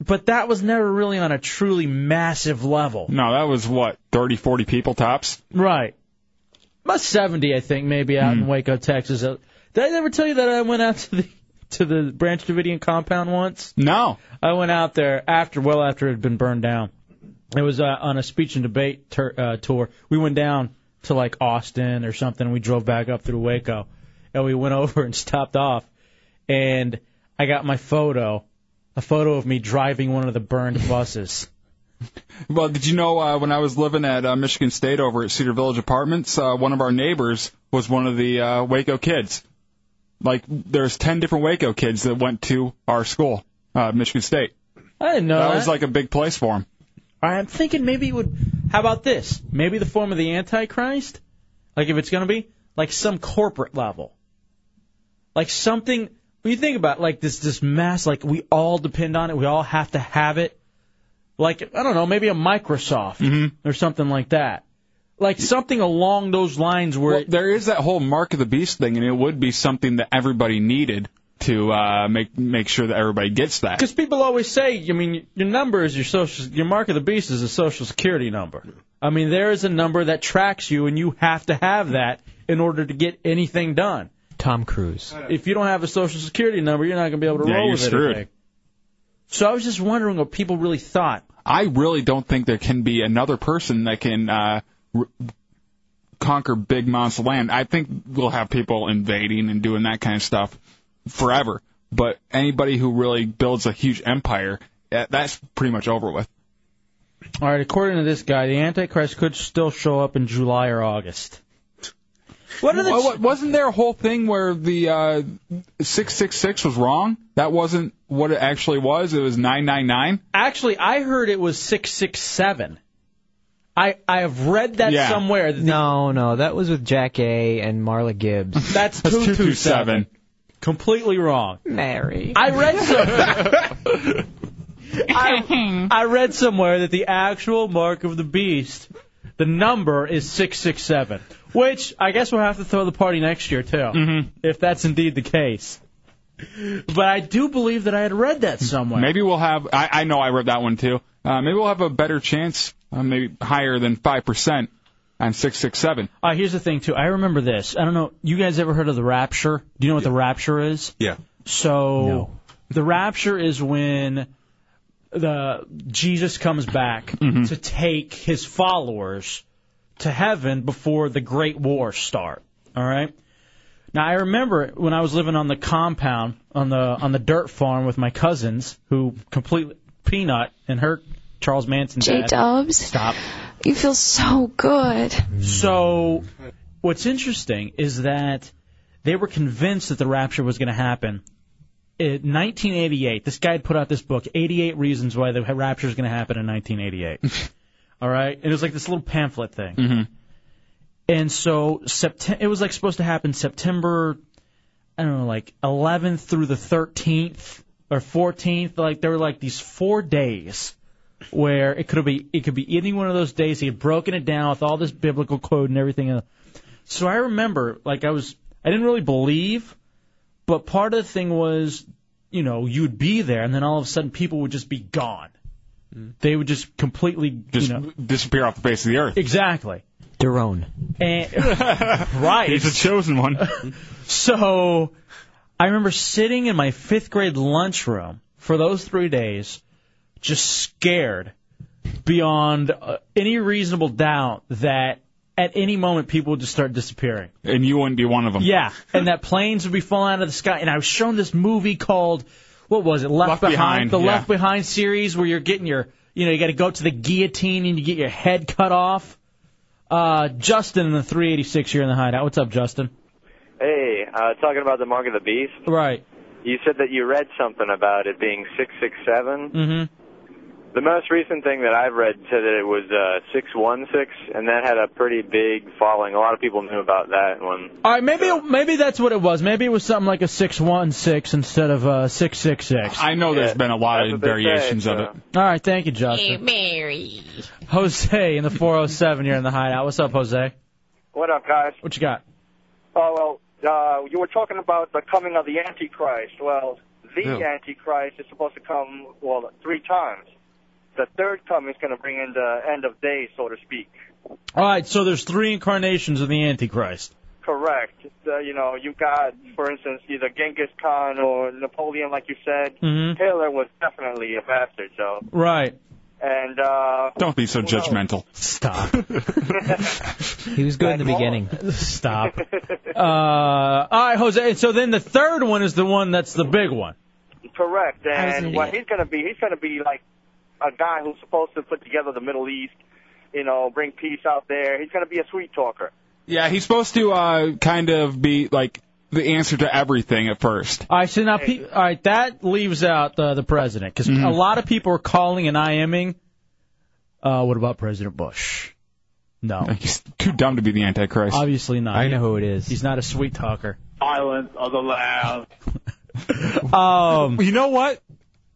But that was never really on a truly massive level. No, that was what thirty, forty people tops. Right. About 70, I think, maybe out in Waco, Texas. Uh, Did I ever tell you that I went out to the to the Branch Davidian compound once? No. I went out there after, well after it had been burned down. It was uh, on a speech and debate tur uh, tour. We went down to like Austin or something. And we drove back up through Waco, and we went over and stopped off. And I got my photo, a photo of me driving one of the burned buses. Well, did you know uh, when I was living at uh, Michigan State over at Cedar Village Apartments, uh, one of our neighbors was one of the uh, Waco kids. Like there's ten different Waco kids that went to our school, uh, Michigan State. I didn't know that, that. was like a big place for him. All right, I'm thinking maybe it would. How about this? Maybe the form of the Antichrist? Like, if it's going to be, like, some corporate level. Like, something. When you think about, like, this, this mass, like, we all depend on it, we all have to have it. Like, I don't know, maybe a Microsoft or something like that. Like, something along those lines where. Well, there is that whole mark of the beast thing, and it would be something that everybody needed to uh, make make sure that everybody gets that. Because people always say, I mean, your number is your social, your mark of the beast is a social security number. I mean, there is a number that tracks you, and you have to have that in order to get anything done. Tom Cruise. If you don't have a social security number, you're not going to be able to Yeah, roll you're with screwed. anything. So I was just wondering what people really thought. I really don't think there can be another person that can uh, r- conquer big amounts of land. I think we'll have people invading and doing that kind of stuff forever. But anybody who really builds a huge empire, that- that's pretty much over with. All right, according to this guy, the Antichrist could still show up in July or August. What are the Well, what- wasn't there a whole thing where the uh, 666 was wrong? That wasn't what it actually was. It was 999. Actually, I heard it was six six seven. I I have read that Yeah. somewhere. that the- No, no, that was with Jack A. and Marla Gibbs. That's two two seven. Completely wrong. Mary. I read somewhere. I, I read somewhere that the actual mark of the beast, the number is six six seven, which I guess we'll have to throw the party next year too, if that's indeed the case. But I do believe that I had read that somewhere. Maybe we'll have. I, I know I read that one too. Uh, maybe we'll have a better chance, uh, maybe higher than five percent on six six seven. Uh, here's the thing, too. I remember this. I don't know. You guys ever heard of the rapture? Do you know what the rapture is? Yeah. So the rapture is when the Jesus comes back Mm-hmm. to take his followers to heaven before the great war start. All right. Now I remember when I was living on the compound on the on the dirt farm with my cousins, who completely peanut and her Charles Manson. J dad. Dubs. Stop. You feel so good. So, what's interesting is that they were convinced that the rapture was going to happen. In 1988, this guy had put out this book, 88 Reasons Why the Rapture is Going to Happen in 1988. All right? And it was like this little pamphlet thing. And so September, it was like supposed to happen September, I don't know, like 11th through the 13th or 14th. Like there were like these four days where it could be it could be any one of those days. He had broken it down with all this biblical code and everything. So I remember, like I was, I didn't really believe, but part of the thing was, you know, you'd be there, and then all of a sudden people would just be gone. They would just completely, Just you know, disappear off the face of the earth. exactly. Derone. And, right. He's the chosen one. So I remember sitting in my fifth grade lunchroom for those three days, just scared beyond uh, any reasonable doubt that at any moment people would just start disappearing. and you wouldn't be one of them. Yeah, and that planes would be falling out of the sky. And I was shown this movie called what was it? Left, Left Behind, the yeah. Left Behind series, where you're getting your you know you got to go to the guillotine and you get your head cut off. Uh, Justin in the 386 here in the hideout. What's up, Justin? Hey, uh, talking about the Mark of the Beast, Right. you said that you read something about it being 667. Mm-hmm. The most recent thing that I've read said that it was uh, 616, and that had a pretty big following. A lot of people knew about that one. All right, maybe maybe that's what it was. Maybe it was something like a six one six instead of a six six six. I know there's been a lot of variations of it. All right, thank you, Justin. Mary. Jose in the 407. You're in the hideout. What's up, Jose? What up, guys? What you got? Oh, well, uh, you were talking about the coming of the Antichrist. Well, the Yeah. Antichrist is supposed to come, well, three times. The third coming is going to bring in the end of days, so to speak. All right, so there's three incarnations of the Antichrist. Correct. Uh, you know, you got, for instance, either Genghis Khan or Napoleon, like you said. Mhm. Hitler was definitely a bastard, so. Right. And, uh, Don't be so judgmental. Stop. He was good in the beginning. Stop. Uh, all right, Jose. So then the third one is the one that's the big one. Correct. was an And what idiot. he's going to be, he's going to be like a guy who's supposed to put together the Middle East, you know, bring peace out there. He's going to be a sweet talker. Yeah, he's supposed to uh, kind of be like the answer to everything at first. All right, so now, pe- all right, that leaves out the the president because Mm-hmm. a lot of people are calling and IMing. Uh, what about President Bush? No, he's too dumb to be the Antichrist. Obviously not. I know who it is. He's not a sweet talker. Silence of the Lambs. Um, you know what?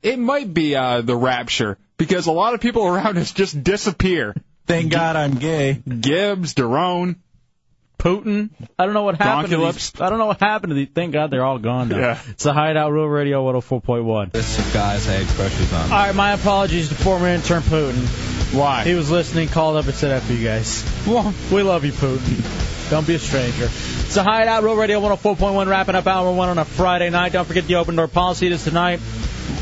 It might be uh, the rapture because a lot of people around us just disappear. Thank God I'm gay. Gibbs, Derone, Putin. I don't know what happened. To these, I don't know what happened to these. Thank God they're all gone now. Yeah. It's the Hideout Real Radio 104.1. This guy's had crushes on. All right, my apologies to former intern Putin. Why? He was listening, called up, and said after you guys. we love you, Putin. Don't be a stranger. It's a hideout, Real Radio 104.1, wrapping up hour one on a Friday night. Don't forget the open door policy it is tonight.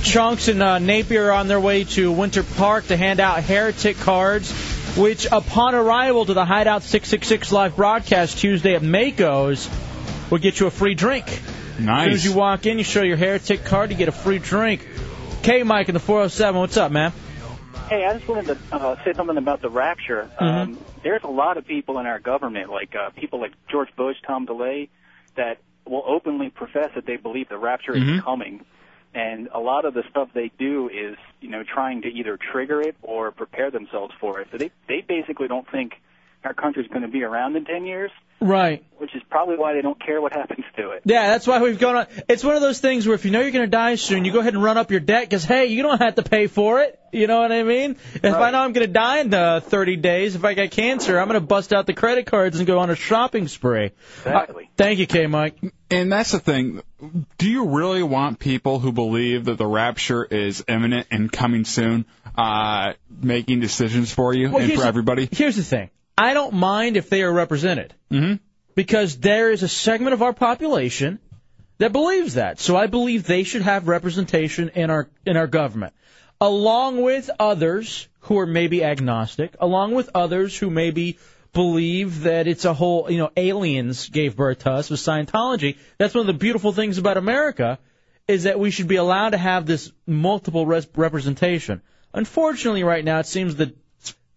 Chunks and uh, Napier are on their way to Winter Park to hand out heretic cards, which upon arrival to the Hideout 666 live broadcast Tuesday at Mako's will get you a free drink. As soon as Nice. you walk in, you show your heretic card, you get a free drink. K Mike in the 407, what's up, man? Hey, I just wanted to uh, say something about the rapture. Mm-hmm. Um, there's a lot of people in our government, like uh, people like George Bush, Tom DeLay, that will openly profess that they believe the rapture is Mhm. coming. And a lot of the stuff they do is, you know, trying to either trigger it or prepare themselves for it. So they they basically don't think our country's going to be around in 10 years, Right. which is probably why they don't care what happens to it. Yeah, that's why we've gone on. It's one of those things where if you know you're going to die soon, you go ahead and run up your debt because, hey, you don't have to pay for it. You know what I mean? If I know I'm going to die in uh, 30 days, if I got cancer, I'm going to bust out the credit cards and go on a shopping spree. Exactly. thank you, K Mike. And that's the thing. Do you really want people who believe that the rapture is imminent and coming soon uh, making decisions for you Well, and here's for the- everybody? here's the thing. I don't mind if they are represented. Mm-hmm. Because there is a segment of our population that believes that. So I believe they should have representation in our in our government. Along with others who are maybe agnostic, along with others who maybe believe that it's a whole you know, aliens gave birth to us with Scientology. That's one of the beautiful things about America is that we should be allowed to have this multiple res- representation. Unfortunately, right now it seems that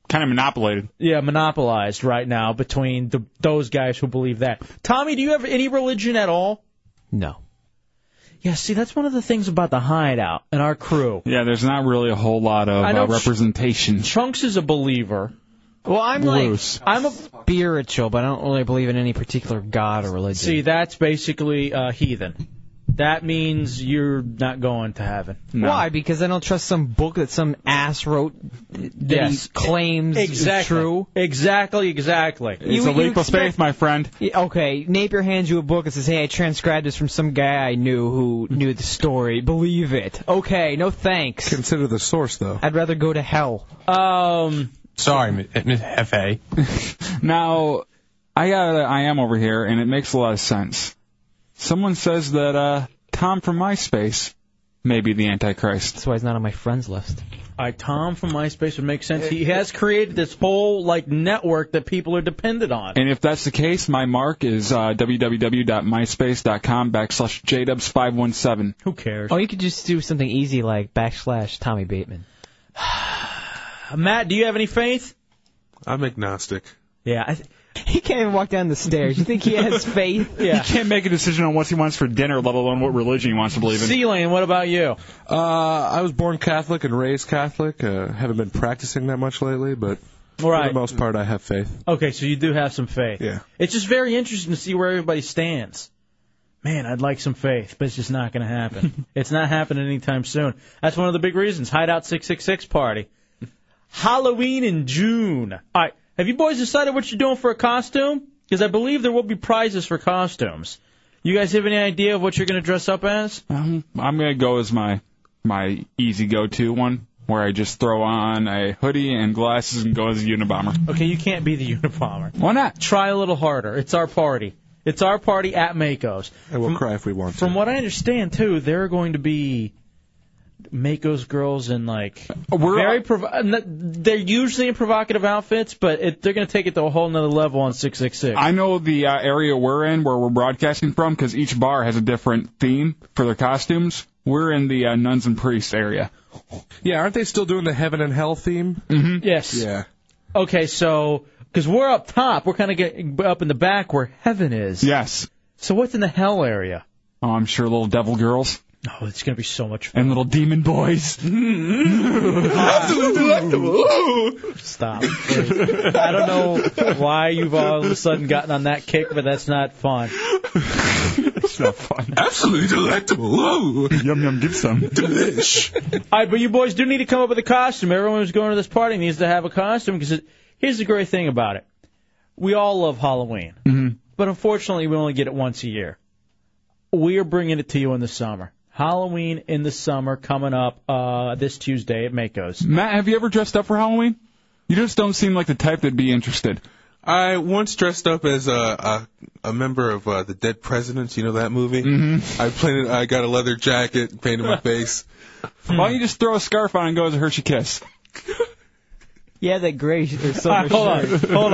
kind of monopolized. Yeah, monopolized right now between the, those guys who believe that. Tommy, do you have any religion at all? No. Yeah, see, that's one of the things about the hideout and our crew. Yeah, there's not really a whole lot of I know uh, representation. Chunks is a believer. Well, I'm Bruce. like I'm a spiritual, but I don't really believe in any particular god or religion. See, that's basically uh, heathen. That means you're not going to heaven. Why? Because I don't trust some book that some ass wrote that Yes. he claims is Exactly. true. Exactly, exactly. You- you expect- my friend. Yeah, Okay, Napier hands you a book and says, "Hey, I transcribed this from some guy I knew who knew the story. Believe it." Okay, no thanks. Consider the source, though. I'd rather go to hell. Um. Sorry, FA. Now, I got I am over here, and it makes a lot of sense. Someone says that uh, Tom from MySpace may be the Antichrist. That's why he's not on my friends list. All right, Tom from MySpace would make sense. He has created this whole like network that people are dependent on. And if that's the case, my mark is uh, www.myspace.com backslash jdubs517. Who cares? Or Oh, you could just do something easy like backslash Tommy Bateman. Matt, do you have any faith? I'm agnostic. Yeah, I, th- He can't even walk down the stairs. You think he has faith? He can't make a decision on what he wants for dinner, let alone what religion he wants to believe in. Lane, what about you? Uh, I was born Catholic and raised Catholic. Uh, haven't been practicing that much lately, but for Right. the most part, I have faith. Okay, so you do have some faith. Yeah. It's just very interesting to see where everybody stands. Man, I'd like some faith, but it's just not going to happen. it's not happening anytime soon. That's one of the big reasons. Hideout 666 party. Halloween in June. All right. Have you boys decided what you're doing for a costume? Because I believe there will be prizes for costumes. You guys have any idea of what you're going to dress up as? Um, I'm gonna go as my my easy go-to one, where I just throw on a hoodie and glasses and go as a Unabomber. Okay, you can't be the Unabomber. Why not? Try a little harder. It's our party. It's our party at Mako's. And we'll cry if we want to. From what I understand, too, there are going to be Mako's girls in like Mm-hmm. very prov- n- they're usually in provocative outfits, but it, they're going to take it to a whole nother level on six six six. I know the uh, area we're in, where we're broadcasting from, because each bar has a different theme for their costumes. We're in the uh, nuns and priests area. Yeah, aren't they still doing the heaven and hell theme? Mm-hmm. Yes. Yeah. Okay, so because we're up top, we're kind of getting up in the back where heaven is. Yes. So what's in the hell area? Oh, I'm sure little devil girls. Oh, it's gonna be so much fun. And little demon boys. Stop. please. I don't know why you've all of a sudden gotten on that kick, but that's not fun. it's not fun. Absolutely delectable. Whoa. yum yum, give some. Delish. All right, but you boys do need to come up with a costume. Everyone who's going to this party needs to have a costume because here's the great thing about it: we all love Halloween, Mm-hmm. but unfortunately, we only get it once a year. We are bringing it to you in the summer. Halloween in the summer coming up uh, this Tuesday at Mako's. Matt, have you ever dressed up for Halloween? You just don't seem like the type that'd be interested. I once dressed up as a a, a member of uh, the Dead Presidents. You know that movie? Mm-hmm. I painted. I got a leather jacket, painted my face. Why don't you just throw a scarf on and go as a Hershey Kiss? Yeah, that gray sh- or All right, silver hold on, shirt. hold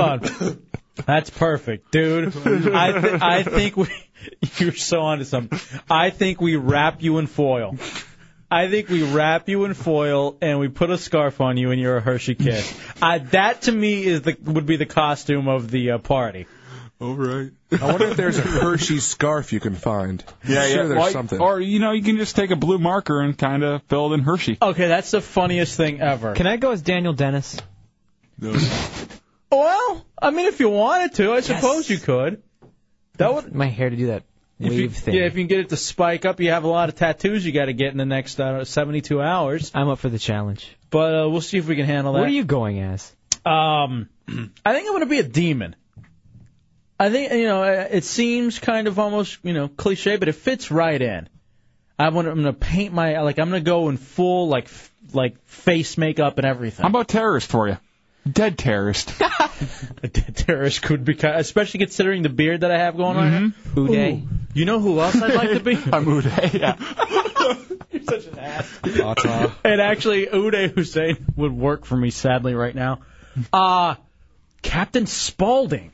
on. That's perfect, dude. I th- I think we you're so onto something. I think we wrap you in foil. I think we wrap you in foil and we put a scarf on you and you're a Hershey kid. I, that to me is the would be the costume of the uh, party. All right. I wonder if there's a Hershey scarf you can find. Sure, there's Why- something. Or you know, you can just take a blue marker and kind of fill it in Hershey. Okay, that's the funniest thing ever. Can I go as Daniel Dennis? Well, I mean, if you wanted to, I suppose you could. That would my hair to do that If wave you, thing. Yeah, if you can get it to spike up, you have a lot of tattoos you got to get in the next uh, 72 hours. I'm up for the challenge. But uh, we'll see if we can handle that. What are you going as? Um, I think I'm going to be a demon. I think you know uh, it seems kind of almost you know cliche, but it fits right in. I want I'm going to paint my like I'm going to go in full like f- like face makeup and everything. How about terrorist for you? Dead terrorist. a dead terrorist could be, kind especially considering the beard that I have going on. Uday. Ooh. Mm-hmm. You know who else I'd like to be? I'm Uday. Yeah. and actually, Uday Hussein would work for me, sadly, right now. Uh, Captain Spaulding.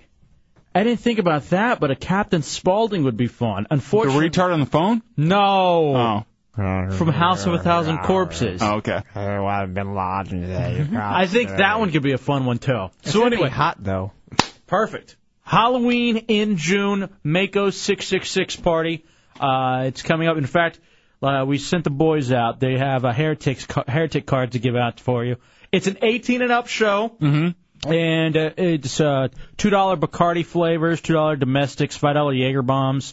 I didn't think about that, but a Captain Spaulding would be fun. Unfortunately, the retard on the phone? No. Oh. From House of a Thousand Corpses. Oh, okay. I think that one could be a fun one too. so anyway, hot though. Perfect. Halloween in June, Mako 666 party. Uh, it's coming up. In fact, uh, we sent the boys out. They have a heretics heretic card to give out for you. It's an 18 and up show. Mm-hmm. And uh, it's uh, two dollar Bacardi flavors, two dollar domestics, five dollar Jaeger bombs,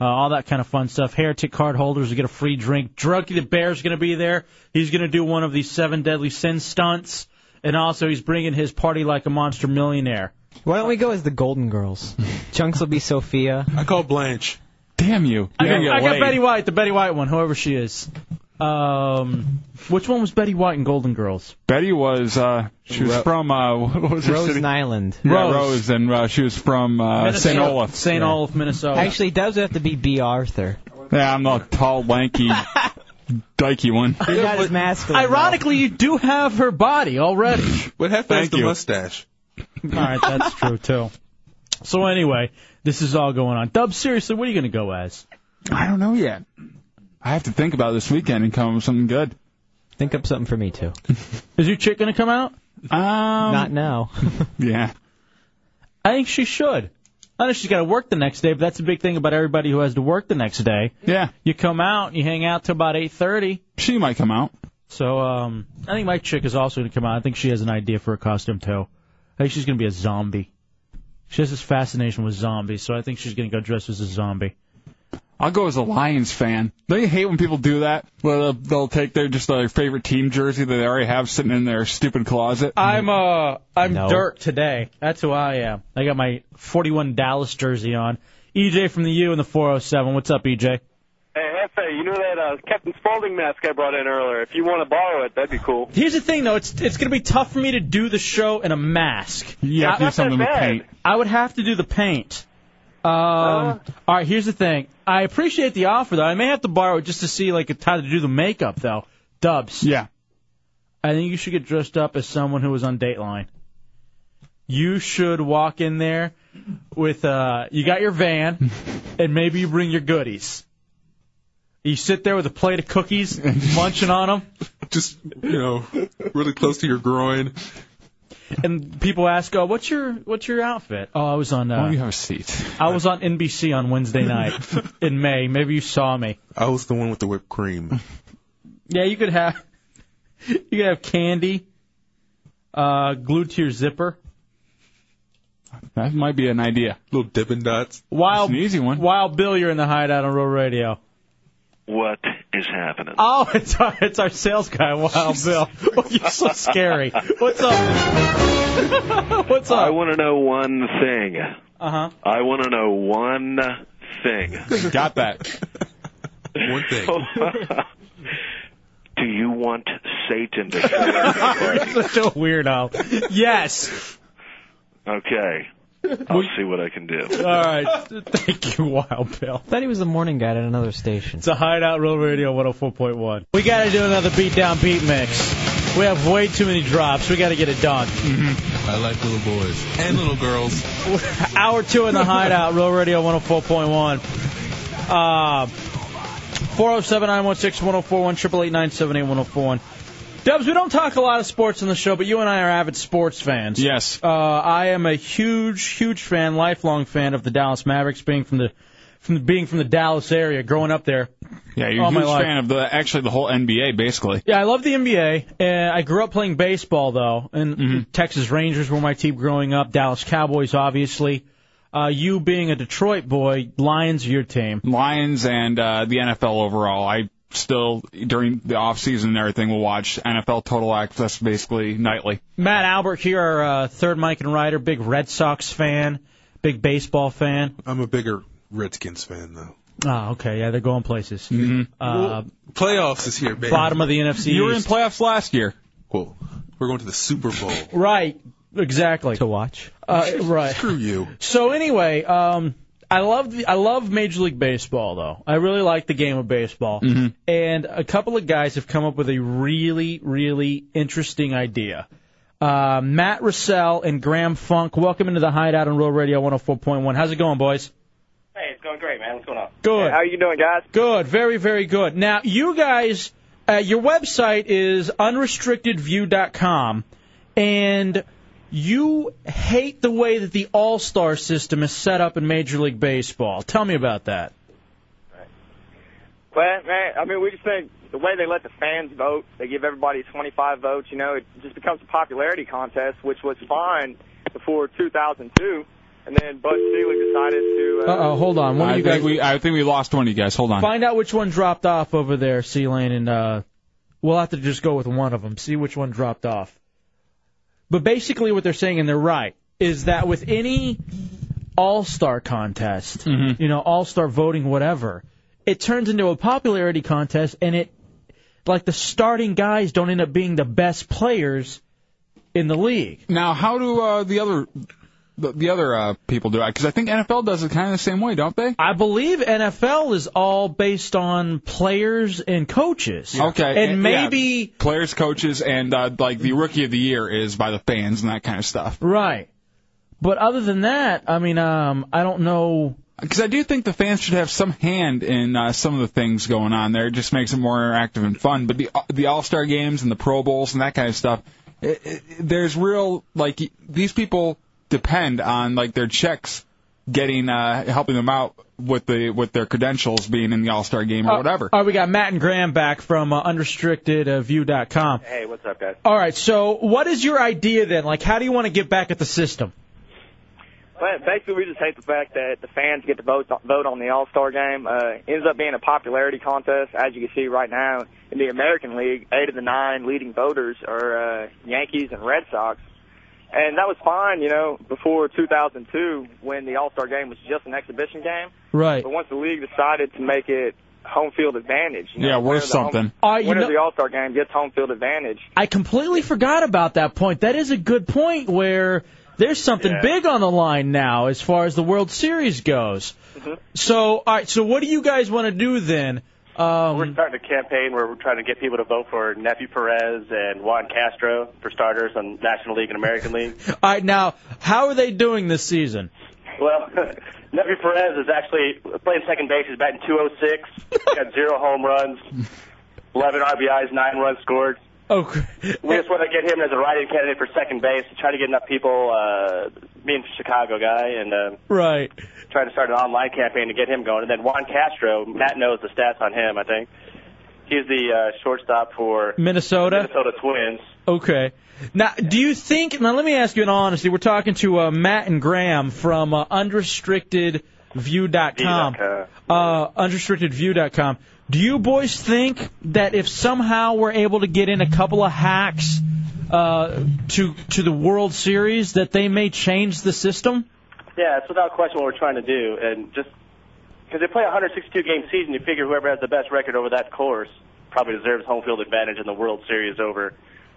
uh, all that kind of fun stuff. Heretic card holders will get a free drink. Drunky the Bear's going to be there. He's going to do one of these seven deadly sin stunts, and also he's bringing his party like a monster millionaire. Why don't we go as the Golden Girls? Chunks will be Sophia. I call Blanche. Damn you. I got, I got Betty White, the Betty White one, whoever she is. Um, which one was Betty White in Golden Girls? Betty was uh, she was Ro- from uh, what was her Rose city? Island. Yeah, Rose. Rose. and uh, she was from uh, St. Olaf. St. Yeah. Olaf, Minnesota. Actually, it does have to be B. Arthur. Yeah, I'm the tall, lanky, dykey one. You're not as masculine. Ironically, you do have her body already. What happened Thank to the you. mustache? all right, that's true too. So anyway, this is all going on. Dub, seriously, what are you going to go as? I don't know yet. I have to think about it this weekend and come up with something good. Think up something for me too. Is your chick going to come out? Um, Not now. yeah. I think she should. I know she's got to work the next day, but that's the big thing about everybody who has to work the next day. Yeah. You come out, you hang out till about 8:30. She might come out. So um, I think my chick is also going to come out. I think she has an idea for a costume too. I think she's going to be a zombie. She has this fascination with zombies, so I think she's going to go dressed as a zombie. I'll go as a Lions fan. Don't you hate when people do that? Where they'll, they'll take their just their favorite team jersey that they already have sitting in their stupid closet. I'm uh I'm No. Dirk today. That's who I am. I got my 41 Dallas jersey on. EJ from the U in the 407. What's up, E EJ? Hey, Hefe, you know that uh, Captain Spaulding mask I brought in earlier? If you want to borrow it, that'd be cool. Here's the thing, though. It's it's going to be tough for me to do the show in a mask. You have to do I- something with paint. Uh-huh. I would have to do the paint. Um, all right, here's the thing. I appreciate the offer, though. I may have to borrow it just to see like how to do the makeup, though. Dubs. Yeah. I think you should get dressed up as someone who was on Dateline. You should walk in there with uh, you got your van, and maybe you bring your goodies. You sit there with a plate of cookies, munching on them. Just you know, really close to your groin. and people ask, "Oh, what's your what's your outfit?" Oh, I was on. Uh, Why don't you have a seat? I was on NBC on Wednesday night in May. Maybe you saw me. I was the one with the whipped cream. Yeah, you could have you could have candy uh, glued to your zipper. That might be an idea. Little Dippin' Dots. Wild, an easy one. Wild Bill, you're in the hideout on Real Radio. What is happening? Oh, it's our it's our sales guy, Wild Bill. you're so scary. What's up? What's up? I want to know one thing. Uh huh. I want to know one thing. Got that. one thing. Do you want Satan to show up? Such a weirdo. Yes. Okay. I'll see what I can do. All right. Thank you, Wild Bill. thought he was a morning guy at another station. It's a hideout, Real Radio 104.1. We got to do another beatdown beat mix. We have way too many drops. We got to get it done. Mm-hmm. I like little boys and little girls. Hour two in the hideout, Real Radio 104.1. Uh, 407 916 1041, 888 oh Dubs, we don't talk a lot of sports on the show, but you and I are avid sports fans. Yes. Uh, I am a huge, huge fan, lifelong fan of the Dallas Mavericks, being from the from being from the Dallas area, growing up there. Yeah, you're a all my huge life. fan of the actually the whole NBA basically. Yeah, I love the NBA. Uh, I grew up playing baseball though, and Texas Rangers were my team growing up. Dallas Cowboys, obviously. Uh, you being a Detroit boy, Lions are your team. Lions and uh, the NFL overall. I still during the off season and everything will watch NFL Total Access basically nightly. Matt Albert here, our uh, third Mike and Ryder, big Red Sox fan, big baseball fan. I'm a bigger Redskins fan though. Oh, okay, yeah, they're going places. Uh, Playoffs is here, baby. Bottom of the NFC You were in East. playoffs last year. Cool. We're going to the Super Bowl. right, exactly. To watch. Uh, right. Screw you. So anyway, um, I love the, I love Major League Baseball though. I really like the game of baseball, Mm-hmm. Mhm. and a couple of guys have come up with a really really interesting idea. Uh, Matt Russell and Graham Funk, welcome into the Hideout on Real Radio 104.1. How's it going, boys? Hey, it's going great, man. What's going on? Good. how you doing, guys? Good, very very good. Now you guys, uh, your website is unrestrictedview.com, and you hate the way that the All Star system is set up in Major League Baseball. Tell me about that. Well, man, I mean, we just think the way they let the fans vote, they give everybody 25 votes, you know, it just becomes a popularity contest, which was fine before 2002. And then Bud Selig decided to. Uh, Uh-oh, hold on. One of I you think guys- we I think we lost one of you guys. Hold on. Find out which one dropped off over there, C Lane, and uh, we'll have to just go with one of them. See which one dropped off. But basically, what they're saying, and they're right, is that with any All Star contest, Mm-hmm. you know, All Star voting, whatever, it turns into a popularity contest, and it like the starting guys don't end up being the best players in the league. Now, how do uh, the other the, the other uh, people do it? Because I think NFL does it kind of the same way, don't they? I believe NFL is all based on players and coaches. Okay, And yeah, maybe players, coaches, and uh, like the rookie of the year is by the fans and that kind of stuff. Right. But other than that, I mean, um, I don't know. Because I do think the fans should have some hand in uh, some of the things going on there. It just makes it more interactive and fun. But the the All Star games and the Pro Bowls and that kind of stuff, it, it, there's real like y- these people depend on like their checks getting uh, helping them out with the with their credentials being in the All Star Uh, game or whatever. All right, Uh, we got Matt and Graham back from uh, unrestrictedview.com. Hey, what's up, guys? All right, so what is your idea then? Like, how do you want to get back at the system? But basically, we just hate the fact that the fans get to vote vote on the All Star game. Uh, ends up being a popularity contest, as you can see right now in the American League. Eight of the nine leading voters are uh, Yankees and Red Sox, and that was fine, you know, before 2002 when the All Star game was just an exhibition game. Right. But once the league decided to make it home field advantage, you know, Yeah, winner worth of the home- something. Uh, you winner know- of the All Star game gets home field advantage. I completely forgot about that point. That is a good point where there's something big on the line now as far as the World Series goes. Mm-hmm. So, all right, so what do you guys want to do then? Um, We're starting a campaign where we're trying to get people to vote for Nephew Perez and Juan Castro for starters on National League and American League. all right, now, how are they doing this season? Well, Nephew Perez is actually playing second base. He's batting 206. He's got zero home runs, 11 RBIs, nine runs scored. Oh, Okay. We just want to get him as a writing candidate for second base to try to get enough people, uh, being a Chicago guy, and uh, Right. try to start an online campaign to get him going. And then Juan Castro, Matt knows the stats on him, I think. He's the uh, shortstop for Minnesota? Minnesota Twins. Okay. Now, do you think? Now, let me ask you in all honesty. We're talking to uh, Matt and Graham from uh, unrestrictedview.com. Uh, unrestrictedview.com. Do you boys think that if somehow we're able to get in a couple of hacks uh, to to the World Series, that they may change the system? Yeah, it's without question what we're trying to do, and just because they play a 162 game season, you figure whoever has the best record over that course probably deserves home field advantage in the World Series over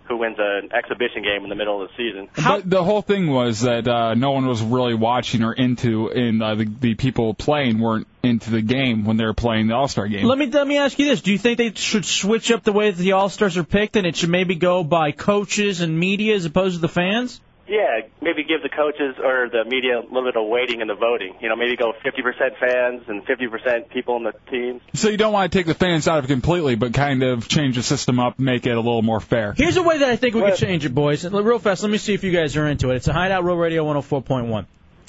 who wins an exhibition game in the middle of the season. but the whole thing was that uh, no one was really watching or into, and uh, the, the people playing weren't into the game when they were playing the All Star game. Let me let me ask you this: Do you think they should switch up the way that the All Stars are picked, and it should maybe go by coaches and media as opposed to the fans? Yeah, maybe give the coaches or the media a little bit of weighting in the voting. You know, maybe go 50% fans and 50% people in the teams. So you don't want to take the fans out of it completely, but kind of change the system up, make it a little more fair. Here's a way that I think we could change it, boys. And Real fast, let me see if you guys are into it. It's a Hideout Row Radio 104.1.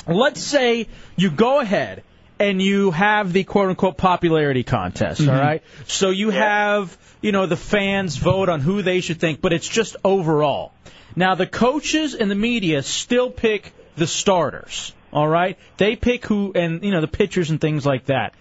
Let's say you go ahead and you have the quote unquote popularity contest, all right? So you have, you know, the fans vote on who they should think, but it's just overall. Now, the coaches and the media still pick the starters, all right? They pick who, and, you know, the pitchers and things like that.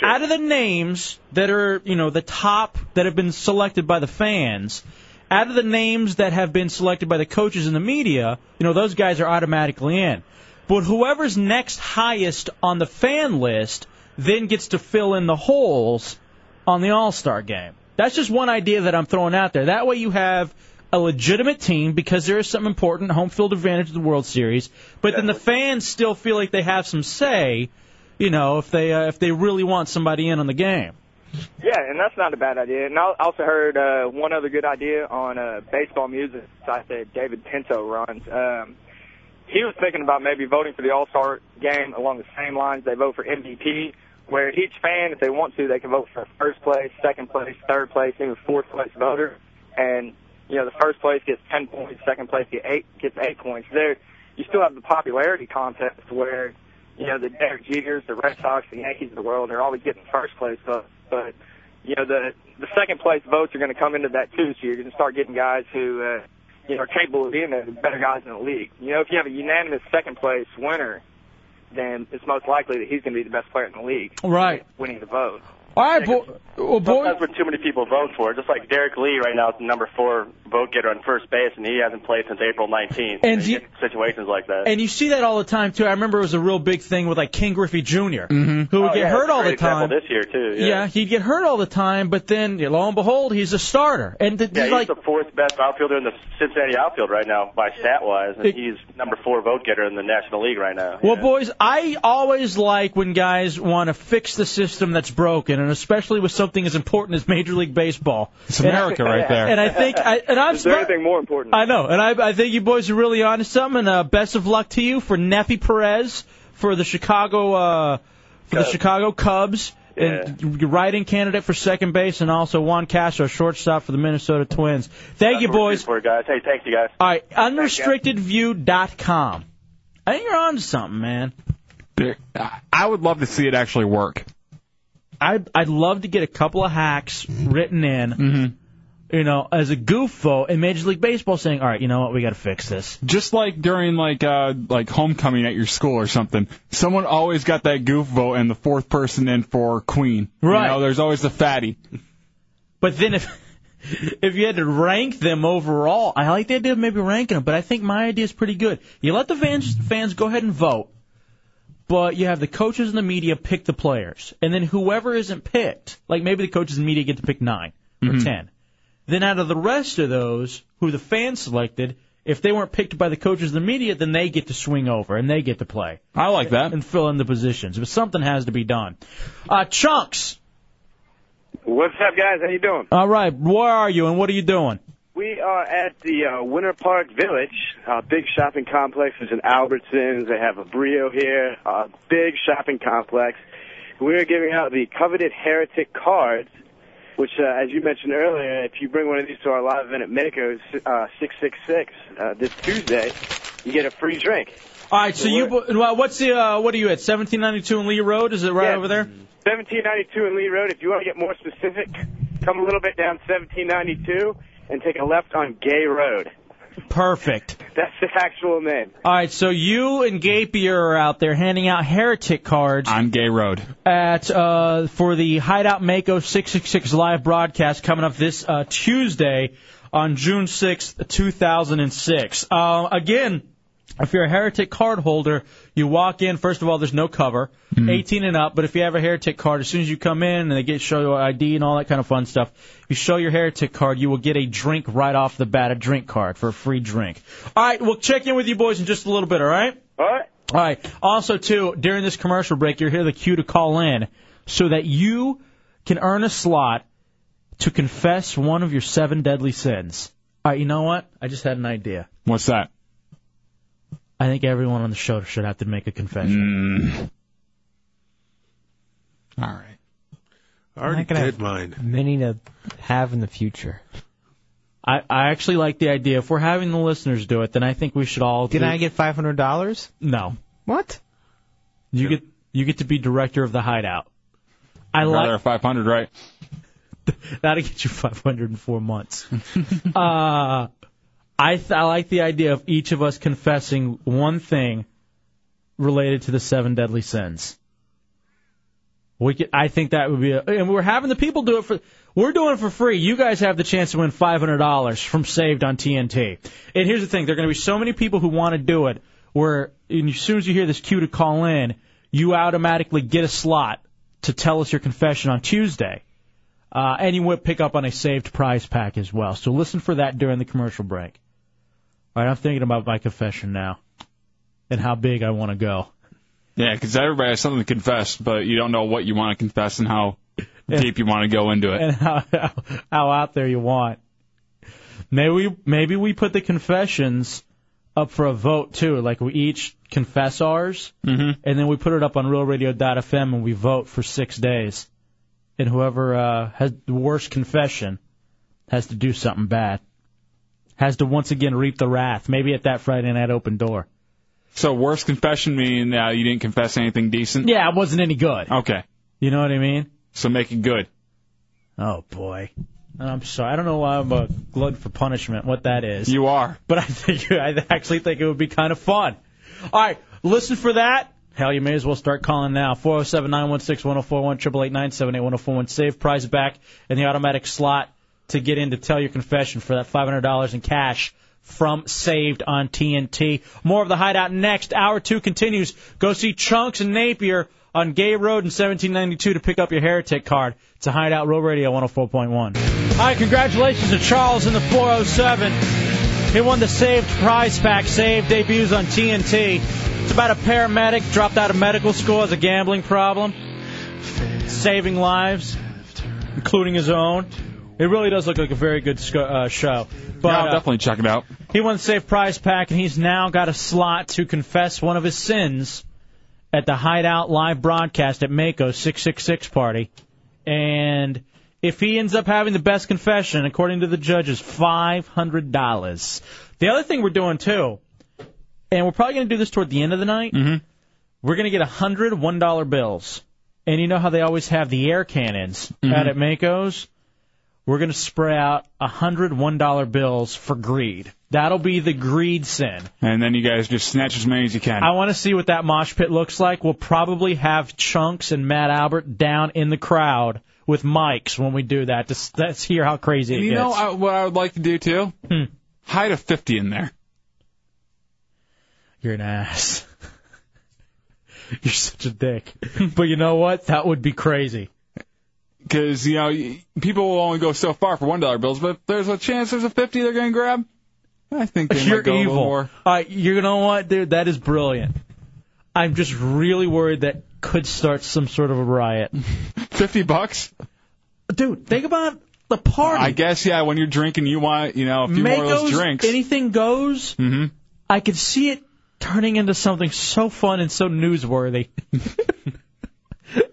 Out of the names that are, you know, the top that have been selected by the fans, out of the names that have been selected by the coaches and the media, you know, those guys are automatically in. But whoever's next highest on the fan list then gets to fill in the holes on the All Star game. That's just one idea that I'm throwing out there. That way you have a legitimate team because there is some important home field advantage of the World Series, but then the fans still feel like they have some say, you know, if they uh, if they really want somebody in on the game. Yeah, and that's not a bad idea. And I also heard uh, one other good idea on uh, baseball music site that David Pinto runs. Um, he was thinking about maybe voting for the All Star game along the same lines they vote for MVP, where each fan, if they want to, they can vote for first place, second place, third place, even fourth place voter. And you know, the first place gets ten points, second place get eight gets eight points. There, you still have the popularity contest where you know, the Derek Jeters, the Red Sox, the Yankees of the world are always getting first place votes. But, you know, the the second place votes are going to come into that too. So you're going to start getting guys who, uh, you know, are capable of being the better guys in the league. You know, if you have a unanimous second place winner, then it's most likely that he's going to be the best player in the league, Right. winning the vote. All right, bo- well, boy. Sometimes when too many people vote for it, just like Derek Lee right now is the number four vote getter on first base, and he hasn't played since April 19th. And You get situations like that. And you see that all the time too. I remember it was a real big thing with like King Griffey junior Mm-hmm. who would Oh, get yeah, hurt that's a all the great example time. This year too. yeah. he'd get hurt all the time, but then yeah, lo and behold, he's a starter. And th- Yeah, he's he's like, the fourth best outfielder in the Cincinnati outfield right now by stat wise, and he's number four vote getter in the National League right now. Well, boys, I always like when guys want to fix the system that's broken, and especially with something as important as Major League Baseball. It's And I- America right there. And I think, I, and I'm Is there spe- anything more important? I know, and I, I think you boys are really on to something. And uh, best of luck to you for Neffy Perez for the Chicago uh, for the Chicago Cubs. And your writing candidate for second base, and also Juan Castro, shortstop for the Minnesota Twins. Thank you, That's what we're boys. shooting For guys, hey, thank you guys. All right, unrestrictedview.com. I think you're on to something, man. There, I- I would love to see it actually work. I'd I'd love to get a couple of hacks written in, Mm-hmm. you know, as a goofo in Major League Baseball, saying, "All right, you know what, we got to fix this." Just like during like uh like homecoming at your school or something, someone always got that goof vote and the fourth person in for queen. Right. You know, there's always the fatty. But then if if you had to rank them overall, I like the idea of maybe ranking them, but I think my idea is pretty good. You let the fans fans go ahead and vote, but you have the coaches and the media pick the players, and then whoever isn't picked, like maybe the coaches and media get to pick 9 Mm-hmm. or ten. Then out of the rest of those who the fans selected, if they weren't picked by the coaches and the media, then they get to swing over and they get to play. I like that. And fill in the positions. But something has to be done. Uh, Chunks, What's up, guys? How you doing? all right, where are you and what are you doing? We are at the uh, Winter Park Village, uh, big shopping complex. There's an Albertsons. They have a Brio here, uh, big shopping complex. We're giving out the coveted Heretic cards, which, uh, as you mentioned earlier, if you bring one of these to our live event at Medico's uh, 666 uh, this Tuesday, you get a free drink. All right, so you well, what's the uh, what are you at? 1792 and Lee Road? Is it right Yeah. over there? 1792 in Lee Road. If you want to get more specific, come a little bit down 1792 and take a left on Gay Road. Perfect. That's the actual name. All right, so you and Gapier are out there handing out heretic cards on Gay Road at uh, for the Hideout Mako 666 live broadcast coming up this uh, Tuesday on June 6th, 2006. Uh, again, if you're a heretic card holder, you walk in. First of all, there's no cover, Mm-hmm. 18 and up. But if you have a heretic card, as soon as you come in and they get show your ID and all that kind of fun stuff, you show your heretic card, you will get a drink right off the bat, a drink card for a free drink. All right, we'll check in with you boys in just a little bit. All right. All right. All right. Also, too, during this commercial break, you'll hear the cue to call in so that you can earn a slot to confess one of your seven deadly sins. All right, you know what? I just had an idea. What's that? I think everyone on the show should have to make a confession. All right. I already did mine. Many to have in the future. I, I actually like the idea. If we're having the listeners do it, then I think we should all. Did do- I get five hundred dollars? No. What? You get you get to be director of the hideout. I Rather like 500, right? that'll get you 504 months. uh, I th- I like the idea of each of us confessing one thing related to the seven deadly sins. We could, I think that would be, a, and we're having the people do it for. We're doing it for free. You guys have the chance to win five hundred dollars from Saved on TNT. And here's the thing: there are going to be so many people who want to do it. Where and as soon as you hear this cue to call in, you automatically get a slot to tell us your confession on Tuesday. Uh, and you would pick up on a saved prize pack as well. So listen for that during the commercial break. All right, I'm thinking about my confession now and how big I want to go. Yeah, 'cause everybody has something to confess, but you don't know what you want to confess and how deep you want to go into it. and how, how how out there you want. Maybe we, maybe we put the confessions up for a vote too. Like we each confess ours, and then we put it up on RealRadio.fm and we vote for six days. And whoever uh, has the worst confession has to do something bad. Has to once again reap the wrath. Maybe at that Friday night open door. So, worst confession mean uh, you didn't confess anything decent? Yeah, it wasn't any good. Okay. You know what I mean? So make it good. Oh boy. I'm sorry. I don't know why I'm a glutton for punishment. What that is. You are. But I think I actually think it would be kind of fun. All right, listen for that. Hell, you may as well start calling now. 407 916 1041 Save prize back and the automatic slot to get in to tell your confession for that $500 in cash from Saved on TNT. More of the Hideout next. Hour two continues. Go see Chunks and Napier on Gay Road in 1792 to pick up your Heretic card. It's a Hideout Row Radio 104.1. All right, congratulations to Charles in the 407. He won the Saved Prize Pack. Saved debuts on TNT. It's about a paramedic dropped out of medical school as a gambling problem, saving lives, including his own. It really does look like a very good sc- uh, show. But Yeah, I'll uh, definitely check it out. he won the Safe Prize Pack, and he's now got a slot to confess one of his sins at the Hideout live broadcast at Mako's 666 party. And if he ends up having the best confession, according to the judges, $500. The other thing we're doing, too, and we're probably going to do this toward the end of the night. Mm-hmm. We're going to get a hundred one dollar bills, and you know how they always have the air cannons Mm-hmm. out at Mako's. We're going to spray out a hundred one dollar bills for greed. That'll be the greed sin. And then you guys just snatch as many as you can. I want to see what that mosh pit looks like. We'll probably have Chunks and Matt Albert down in the crowd with mics when we do that. Just, let's hear how crazy it you know gets. I, what I would like to do too? Hmm. Hide a fifty in there. You're an ass. You're such a dick. but you know what? That would be crazy. Because you know y- people will only go so far for one dollar bills, but if there's a chance there's a fifty they're gonna grab. I think they You're might go a little evil. more. All right, you know what, dude? That is brilliant. I'm just really worried that could start some sort of a riot. Fifty bucks, dude. Think about the party. I guess yeah. When you're drinking, you want you know a few more of those Mako's, drinks. Anything goes. hmm I could see it turning into something so fun and so newsworthy.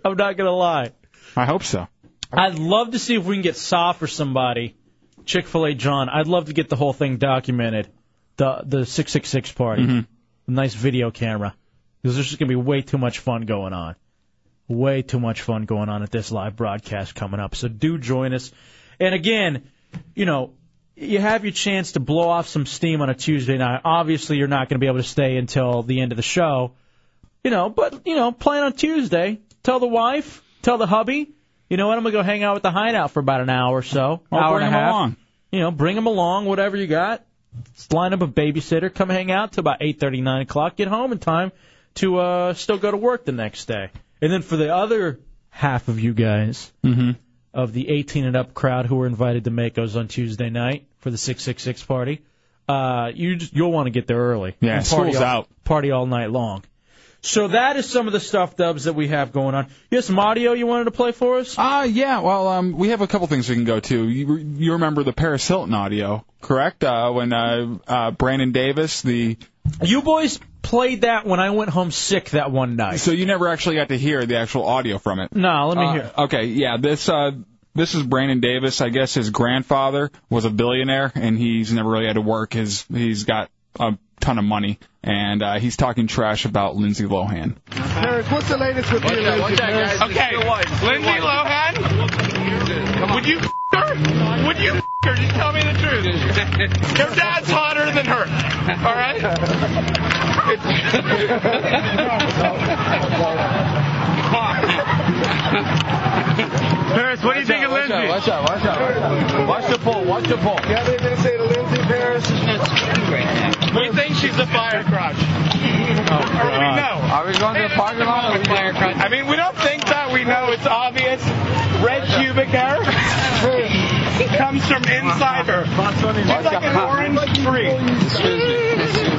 I'm not gonna lie. I hope so. I'd love to see if we can get Saw for somebody. Chick Fil A John. I'd love to get the whole thing documented. The the six six six party. A nice video camera. Because there's just gonna be way too much fun going on. Way too much fun going on at this live broadcast coming up. So do join us. And again, you know, you have your chance to blow off some steam on a Tuesday night. Obviously, you're not going to be able to stay until the end of the show. You know, but you know, plan on Tuesday. Tell the wife, tell the hubby. You know what? I'm gonna go hang out with the hideout for about an hour or so, Or hour bring and a 'em half. along. You know, bring them along, whatever you got. Just line up a babysitter, come hang out till about eight thirty, nine o'clock. Get home in time to uh still go to work the next day. And then for the other half of you guys Mm-hmm. of the 18 and up crowd who were invited to Mako's on Tuesday night for the 666 party, uh, you just, you'll want to get there early. Yeah, And party school's all, out. Party all night long. So that is some of the stuff dubs that we have going on. You have some audio you wanted to play for us? Ah, yeah. Well, um, we have a couple things we can go to. You, re- you remember the Paris Hilton audio, correct? Uh, when uh, uh, Brandon Davis, the you boys played that when I went home sick that one night. So you never actually got to hear the actual audio from it. No, let me Uh, hear. Okay, yeah. This uh, this is Brandon Davis. I guess his grandfather was a billionaire, and he's never really had to work. His he's got a ton of money, and uh, he's talking trash about Lindsay Lohan. Eric, what's the latest with you? Okay, Lindsay Lohan, would you f- her? Would you f- her? Just tell me the truth. Your dad's hotter than her. All right. Paris, what do you think of Lindsay? watch out, watch out. Watch the poll, watch the poll. Yeah, they didn't say to Lindsay Paris. We think she's a fire crotch. Oh, or we know. Are we going to the parking lot? fire crotch? I mean, we don't think that. We know it's obvious. Red pubic hair comes from inside her. She's like an orange tree.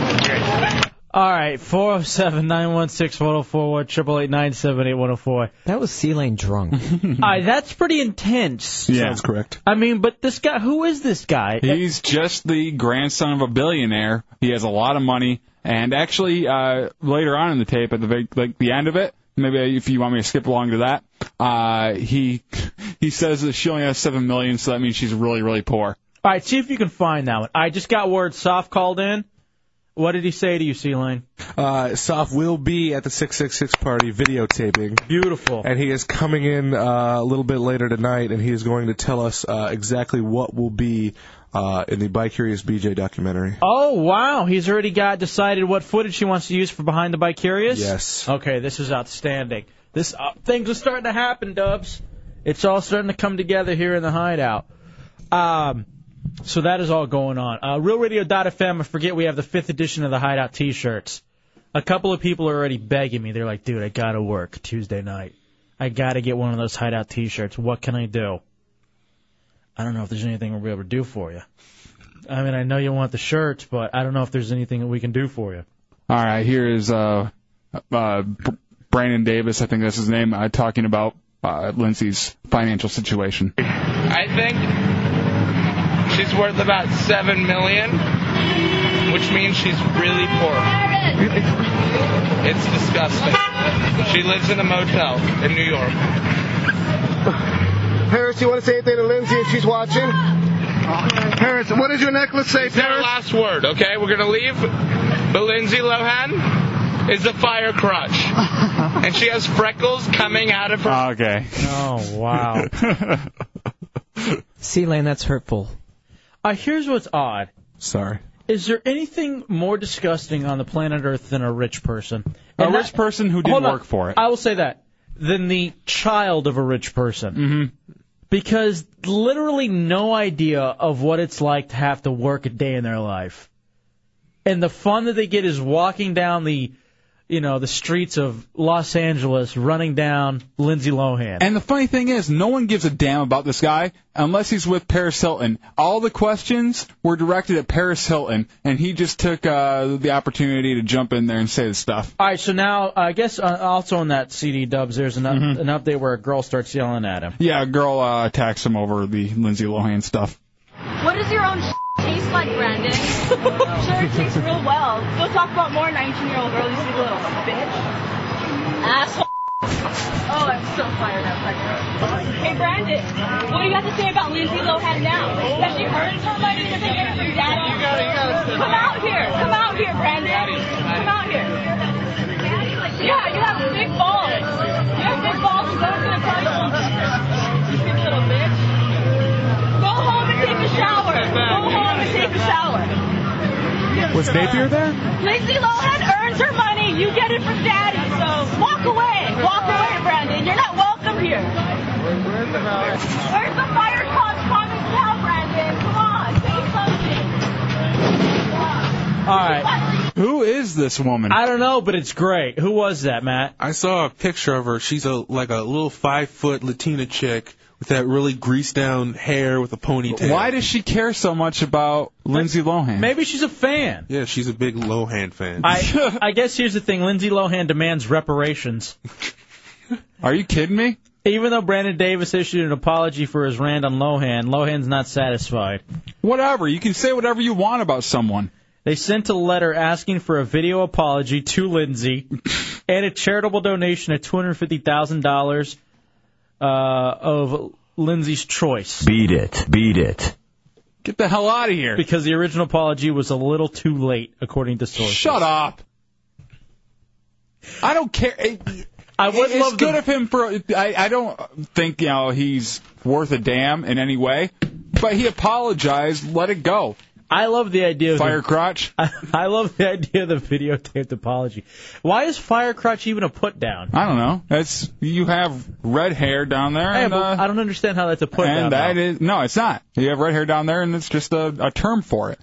All right, 407 916 1041, 888 978 1041. That was Sea Lane drunk. that's pretty intense. Yeah. Sounds correct. I mean, but this guy, who is this guy? He's just the grandson of a billionaire. He has a lot of money, and actually, uh, later on in the tape, at the very- like the end of it, maybe if you want me to skip along to that, uh, he he says that she only has seven million, so that means she's really really poor. All right, see if you can find that one. I just got word Soft called in. What did he say to you, C Lane? Uh, Soph will be at the 666 party videotaping. Beautiful. And he is coming in uh, a little bit later tonight, and he is going to tell us uh, exactly what will be uh, in the By Curious BJ documentary. Oh wow, he's already got decided what footage he wants to use for Behind the Bicurious. Yes. Okay, this is outstanding. This uh, things are starting to happen, Dubs. It's all starting to come together here in the hideout. Um, so that is all going on. Uh, RealRadio.fm. I forget we have the fifth edition of the Hideout T-shirts. A couple of people are already begging me. They're like, "Dude, I gotta work Tuesday night. I gotta get one of those Hideout T-shirts. What can I do?" I don't know if there's anything we'll be able to do for you. I mean, I know you want the shirts, but I don't know if there's anything that we can do for you. All right, here is uh, uh, Br- Brandon Davis, I think that's his name, uh, talking about uh, Lindsay's financial situation. I think she's worth about seven million, which means she's really poor. It's disgusting. She lives in a motel in New York. Paris, you want to say anything to Lindsay if she's watching? Paris, what does your necklace say, It's our Paris? last word, okay? We're gonna leave But Lindsay Lohan is a fire crotch. and she has freckles coming out of her. Ah, Okay. Oh, wow. See, Lane, that's hurtful. Uh, here's what's odd. Sorry. Is there anything more disgusting on the planet Earth than a rich person? A And rich person who didn't Hold on. work for it. I will say that. Than the child of a rich person. Mm-hmm. Because literally no idea of what it's like to have to work a day in their life. And the fun that they get is walking down the, you know, the streets of Los Angeles, running down Lindsay Lohan. And the funny thing is, no one gives a damn about this guy unless he's with Paris Hilton. All the questions were directed at Paris Hilton, and he just took uh, the opportunity to jump in there and say the stuff. All right, so now I guess uh, also on that CD dubs, there's an, Mm-hmm. an update where a girl starts yelling at him. Yeah, a girl uh, attacks him over the Lindsay Lohan stuff. What does your own taste like, Brandon? sure, it tastes real well. Go talk about more 19-year-old girls, you little bitch. Asshole. Oh, I'm so fired up right now. Hey, Brandon, what do you have to say about Lindsay Lohan now? Has she earned somebody to take it from dad? You gotta, you gotta Come out here. Come out here, Brandon. Come out here. Yeah, you have big balls. You have big balls, and someone's gonna tell you. You big little bitch. Go home and take a shower. Go home and take a shower. Was Napier there? Lindsay Lohan earns her money. You get it from daddy. So walk away. Walk away, Brandon. You're not welcome here. Where's the fire cops coming down, Brandon? Come on, say something. All right. Who is this woman? I don't know, but it's great. Who was that, Matt? I saw a picture of her. She's a like a little five foot Latina chick with that really greased down hair with a ponytail. Why does she care so much about Lindsay Lohan? Maybe she's a fan. Yeah, she's a big Lohan fan. I I guess here's the thing: Lindsay Lohan demands reparations. Are you kidding me? Even though Brandon Davis issued an apology for his rant on Lohan, Lohan's not satisfied. Whatever. You can say whatever you want about someone. They sent a letter asking for a video apology to Lindsay and a charitable donation of two hundred fifty thousand uh, dollars uh, of Lindsay's choice. Beat it. Beat it. Get the hell out of here. Because the original apology was a little too late, according to sources. Shut up. I don't care. It- I would it's love good the- of him for. I, I don't think you know he's worth a damn in any way, but he apologized. Let it go. I love the idea. of Fire crotch. I, I love the idea of the videotaped apology. Why is fire crotch even a put down? I don't know. That's you have red hair down there, Hey, and, but uh, I don't understand how that's a put down. and that though. is no, it's not. You have red hair down there, and it's just a, a term for it.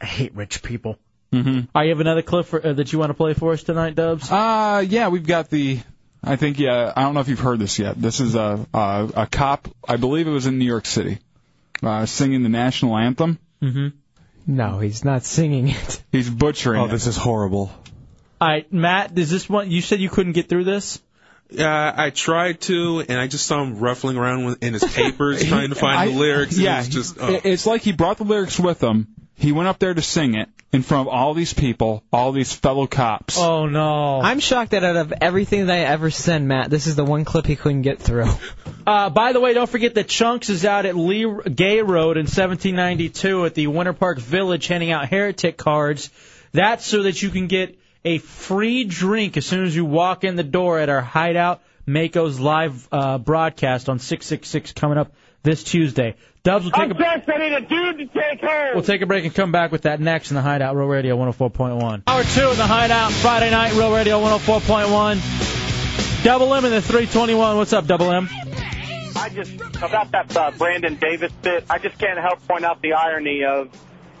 I hate rich people. Mm-hmm. All right, you have another clip for, uh, that you want to play for us tonight, Dubs? Uh, yeah, we've got the. I think yeah. I don't know if you've heard this yet. This is a a, a cop. I believe it was in New York City, uh, singing the national anthem. Mm-hmm. No, he's not singing it. He's butchering. Oh, this is horrible. All right, Matt, is this one? You said you couldn't get through this. Yeah, Uh, I tried to, and I just saw him ruffling around with- in his papers He- trying to find I- the lyrics. Yeah, it was he- just oh. it- it's like he brought the lyrics with him. He went up there to sing it in front of all these people, all these fellow cops. Oh no! I'm shocked that out of everything that I ever send Matt, this is the one clip he couldn't get through. Uh, by the way, don't forget that Chunks is out at Lee Gay Road in 1792 at the Winter Park Village handing out heretic cards. That's so that you can get a free drink as soon as you walk in the door at our hideout, Mako's live uh, broadcast on 666 coming up this Tuesday. Dubs will take a Obsessed, I need a dude to take her. We'll take a break and come back with that next in the Hideout Real Radio 104.1. Hour two in the Hideout Friday night Real Radio 104.1. Double M in the 321. What's up, Double M? I just about that uh, Brandon Davis bit. I just can't help point out the irony of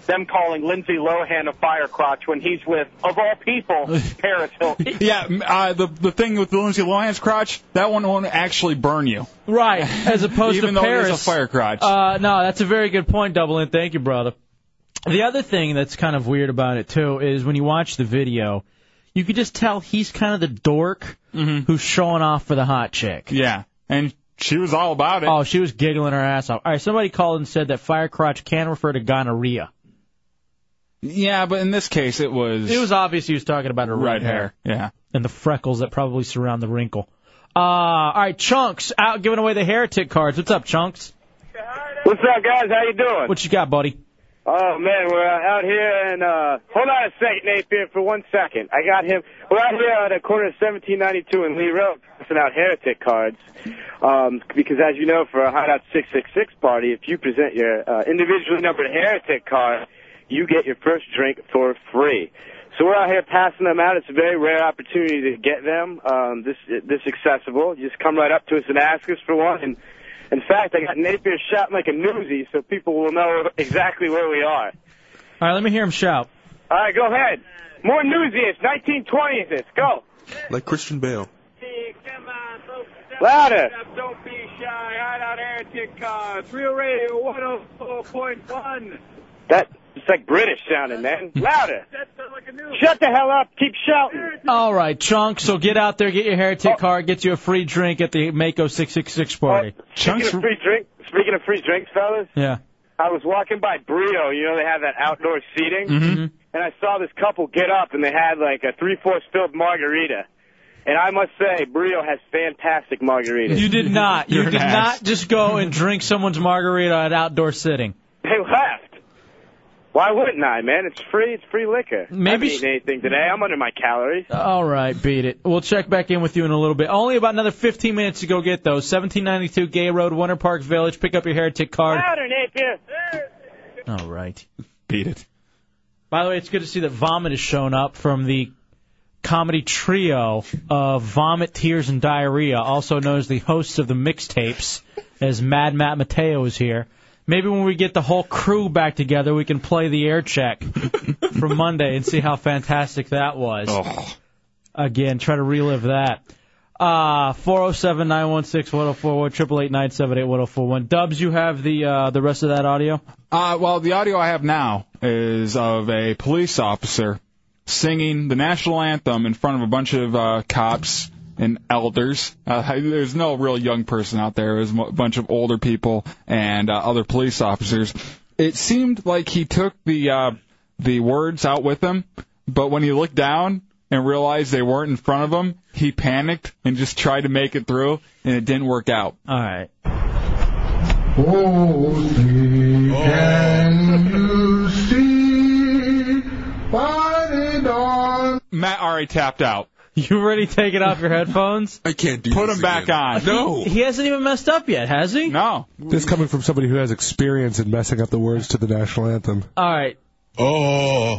them calling Lindsay Lohan a fire crotch when he's with, of all people, Paris Hilton. Yeah, m- uh, the the thing with Lindsay Lohan's crotch, that one won't actually burn you. Right, as opposed Even to though Paris. it is a fire crotch. Uh, no, that's a very good point, Double N. Thank you, brother. The other thing that's kind of weird about it too is when you watch the video, you could just tell he's kind of the dork Mm-hmm. who's showing off for the hot chick. Yeah, and she was all about it. Oh, she was giggling her ass off. All right, somebody called and said that fire crotch can refer to gonorrhea. yeah, but in this case, it was It was obvious he was talking about her red red hair. Yeah. and the freckles that probably surround the wrinkle. Uh, all right, Chunks out giving away the heretic cards. What's up, Chunks? What's up, guys? How you doing? What you got, buddy? Oh man, we're out here in uh hold on a second, Napier, for one second. I got him. We're out here at the corner of 1792 and Lee Road, passing out heretic cards. Um, because as you know, for a Hideout 666 party, if you present your uh, individually numbered heretic card, you get your first drink for free. So we're out here passing them out. It's a very rare opportunity to get them. Um, this this accessible. You just come right up to us and ask us for one. And in fact, I got Napier shot like a newsie, so people will know exactly where we are. All right, let me hear him shout. All right, go ahead. More newsiest, 1920s. This go Like Christian Bale. louder. Don't be shy. Hideout Heretic Cards. Real Radio 104.1. That it's like British sounding, man. Louder. That sounds like a new. Shut the hell up. Keep shouting. Oh. All right, Chunk. So get out there, get your heretic card, get you a free drink at the Mako 666 party. Oh, Speaking of free drink, speaking of free drinks, fellas, Yeah. I was walking by Brio. You know they have that outdoor seating, Mm-hmm. and I saw this couple get up, and they had like a three-fourths filled margarita. And I must say, Brio has fantastic margaritas. You did not. You You're an did ass. not just go and drink someone's margarita at outdoor sitting. They left. Why wouldn't I, man? It's free. It's free liquor. I haven't Maybe Uh, eaten anything today. I'm under my calories. All right, beat it. We'll check back in with you in a little bit. Only about another 15 minutes to go get those. 1792 Gay Road, Winter Park Village. Pick up your heretic card. Louder, Napier. All right. Beat it. By the way, it's good to see that Vomit has shown up from the comedy trio of Vomit, Tears, and Diarrhea, also known as the hosts of the mixtapes, as Mad Matt Mateo is here. Maybe when we get the whole crew back together, we can play the air check from Monday and see how fantastic that was. Oh. Again, try to relive that. Uh, 407 916 1041, 888 978 1041. Dubs, you have the, uh, the rest of that audio? Uh, well, the audio I have now is of a police officer singing the national anthem in front of a bunch of uh, cops and elders. Uh, there's no real young person out there. It was a bunch of older people and uh, other police officers. It seemed like he took the uh, the words out with him, but when he looked down and realized they weren't in front of him, he panicked and just tried to make it through, and it didn't work out. All right. Oh, see, can you see what it on? Matt already tapped out. You already taken off your headphones? I can't do Put this him back again. on. No. He hasn't even messed up yet, has he? No. This is coming from somebody who has experience in messing up the words to the national anthem. All right. Oh.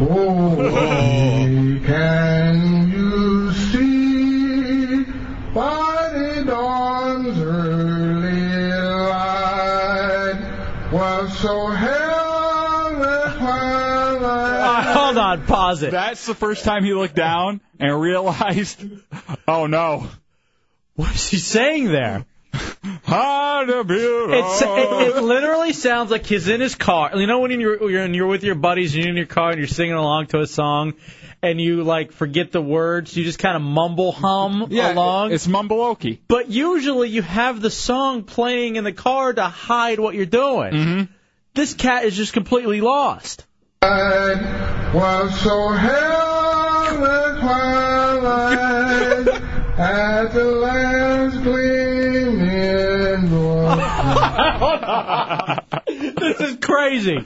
Oh, Can you see what it dawn's early light was so hellish when I... hold on, pause it. That's the first time he looked down and realized, oh no. What is he saying there? How to It's, it, it literally sounds like he's in his car. You know when you're you're, you're with your buddies and you're in your car and you're singing along to a song, and you like forget the words, you just kind of mumble hum Yeah, along. it's mumbleokey. But usually you have the song playing in the car to hide what you're doing. Mm-hmm. This cat is just completely lost. Uh, was so hellish twilight at the last gleaming dawn. this is crazy.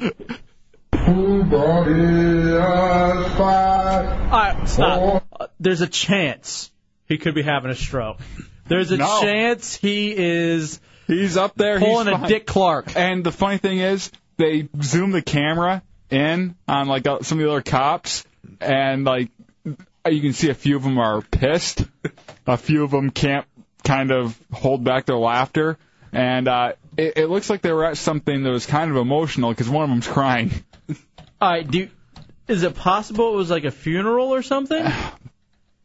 Who brought us fire? All right, stop. Uh, There's a chance he could be having a stroke. There's a No. chance he is. He's up there. Pulling he's a fine. Dick Clark. And the funny thing is, they zoom the camera in on like uh, some of the other cops, and like uh, you can see a few of them are pissed. A few of them can't kind of hold back their laughter, and uh, it, it looks like they were at something that was kind of emotional because one of them's crying. All right, do. Is it possible it was like a funeral or something?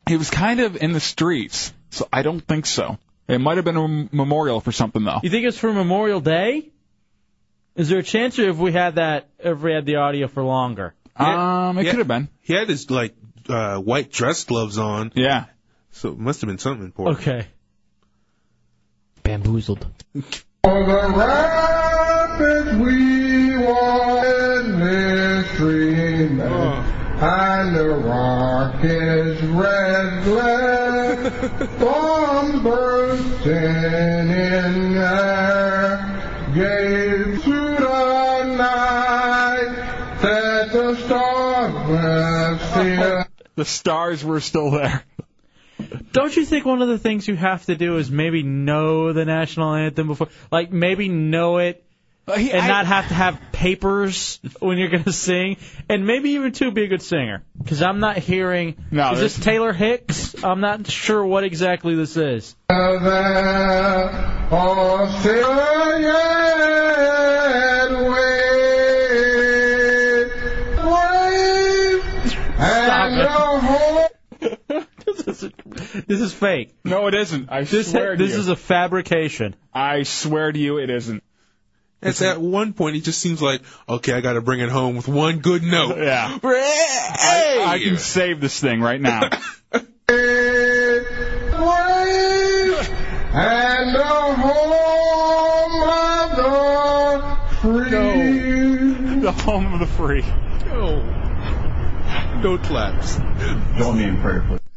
It was kind of in the streets, so I don't think so. It might have been a m- memorial for something though. You think it's for Memorial Day? Is there a chance or if we had that if we had the audio for longer? Um, it could have been. He had his like uh, white dress gloves on. Yeah. So it must have been something Oh. important. Okay. Bamboozled. For the rapids we walked in this dream, and the rock is red glare, bombs bursting in air, gave to the night. the stars were still there. Don't you think one of the things you have to do is maybe know the national anthem before, like maybe know it and not have to have papers when you're going to sing, and maybe even too be a good singer? Because I'm not hearing. No, is this Taylor Hicks? I'm not sure what exactly this is. This is fake. No, it isn't. I This- swear to this you. is a fabrication. I swear to you, it isn't. It's at one point, it just seems like, okay, I got to bring it home with one good note. Yeah. I, I can save this thing right now. And the home of the free. The home of the free. No. No claps. Join me in prayer, please.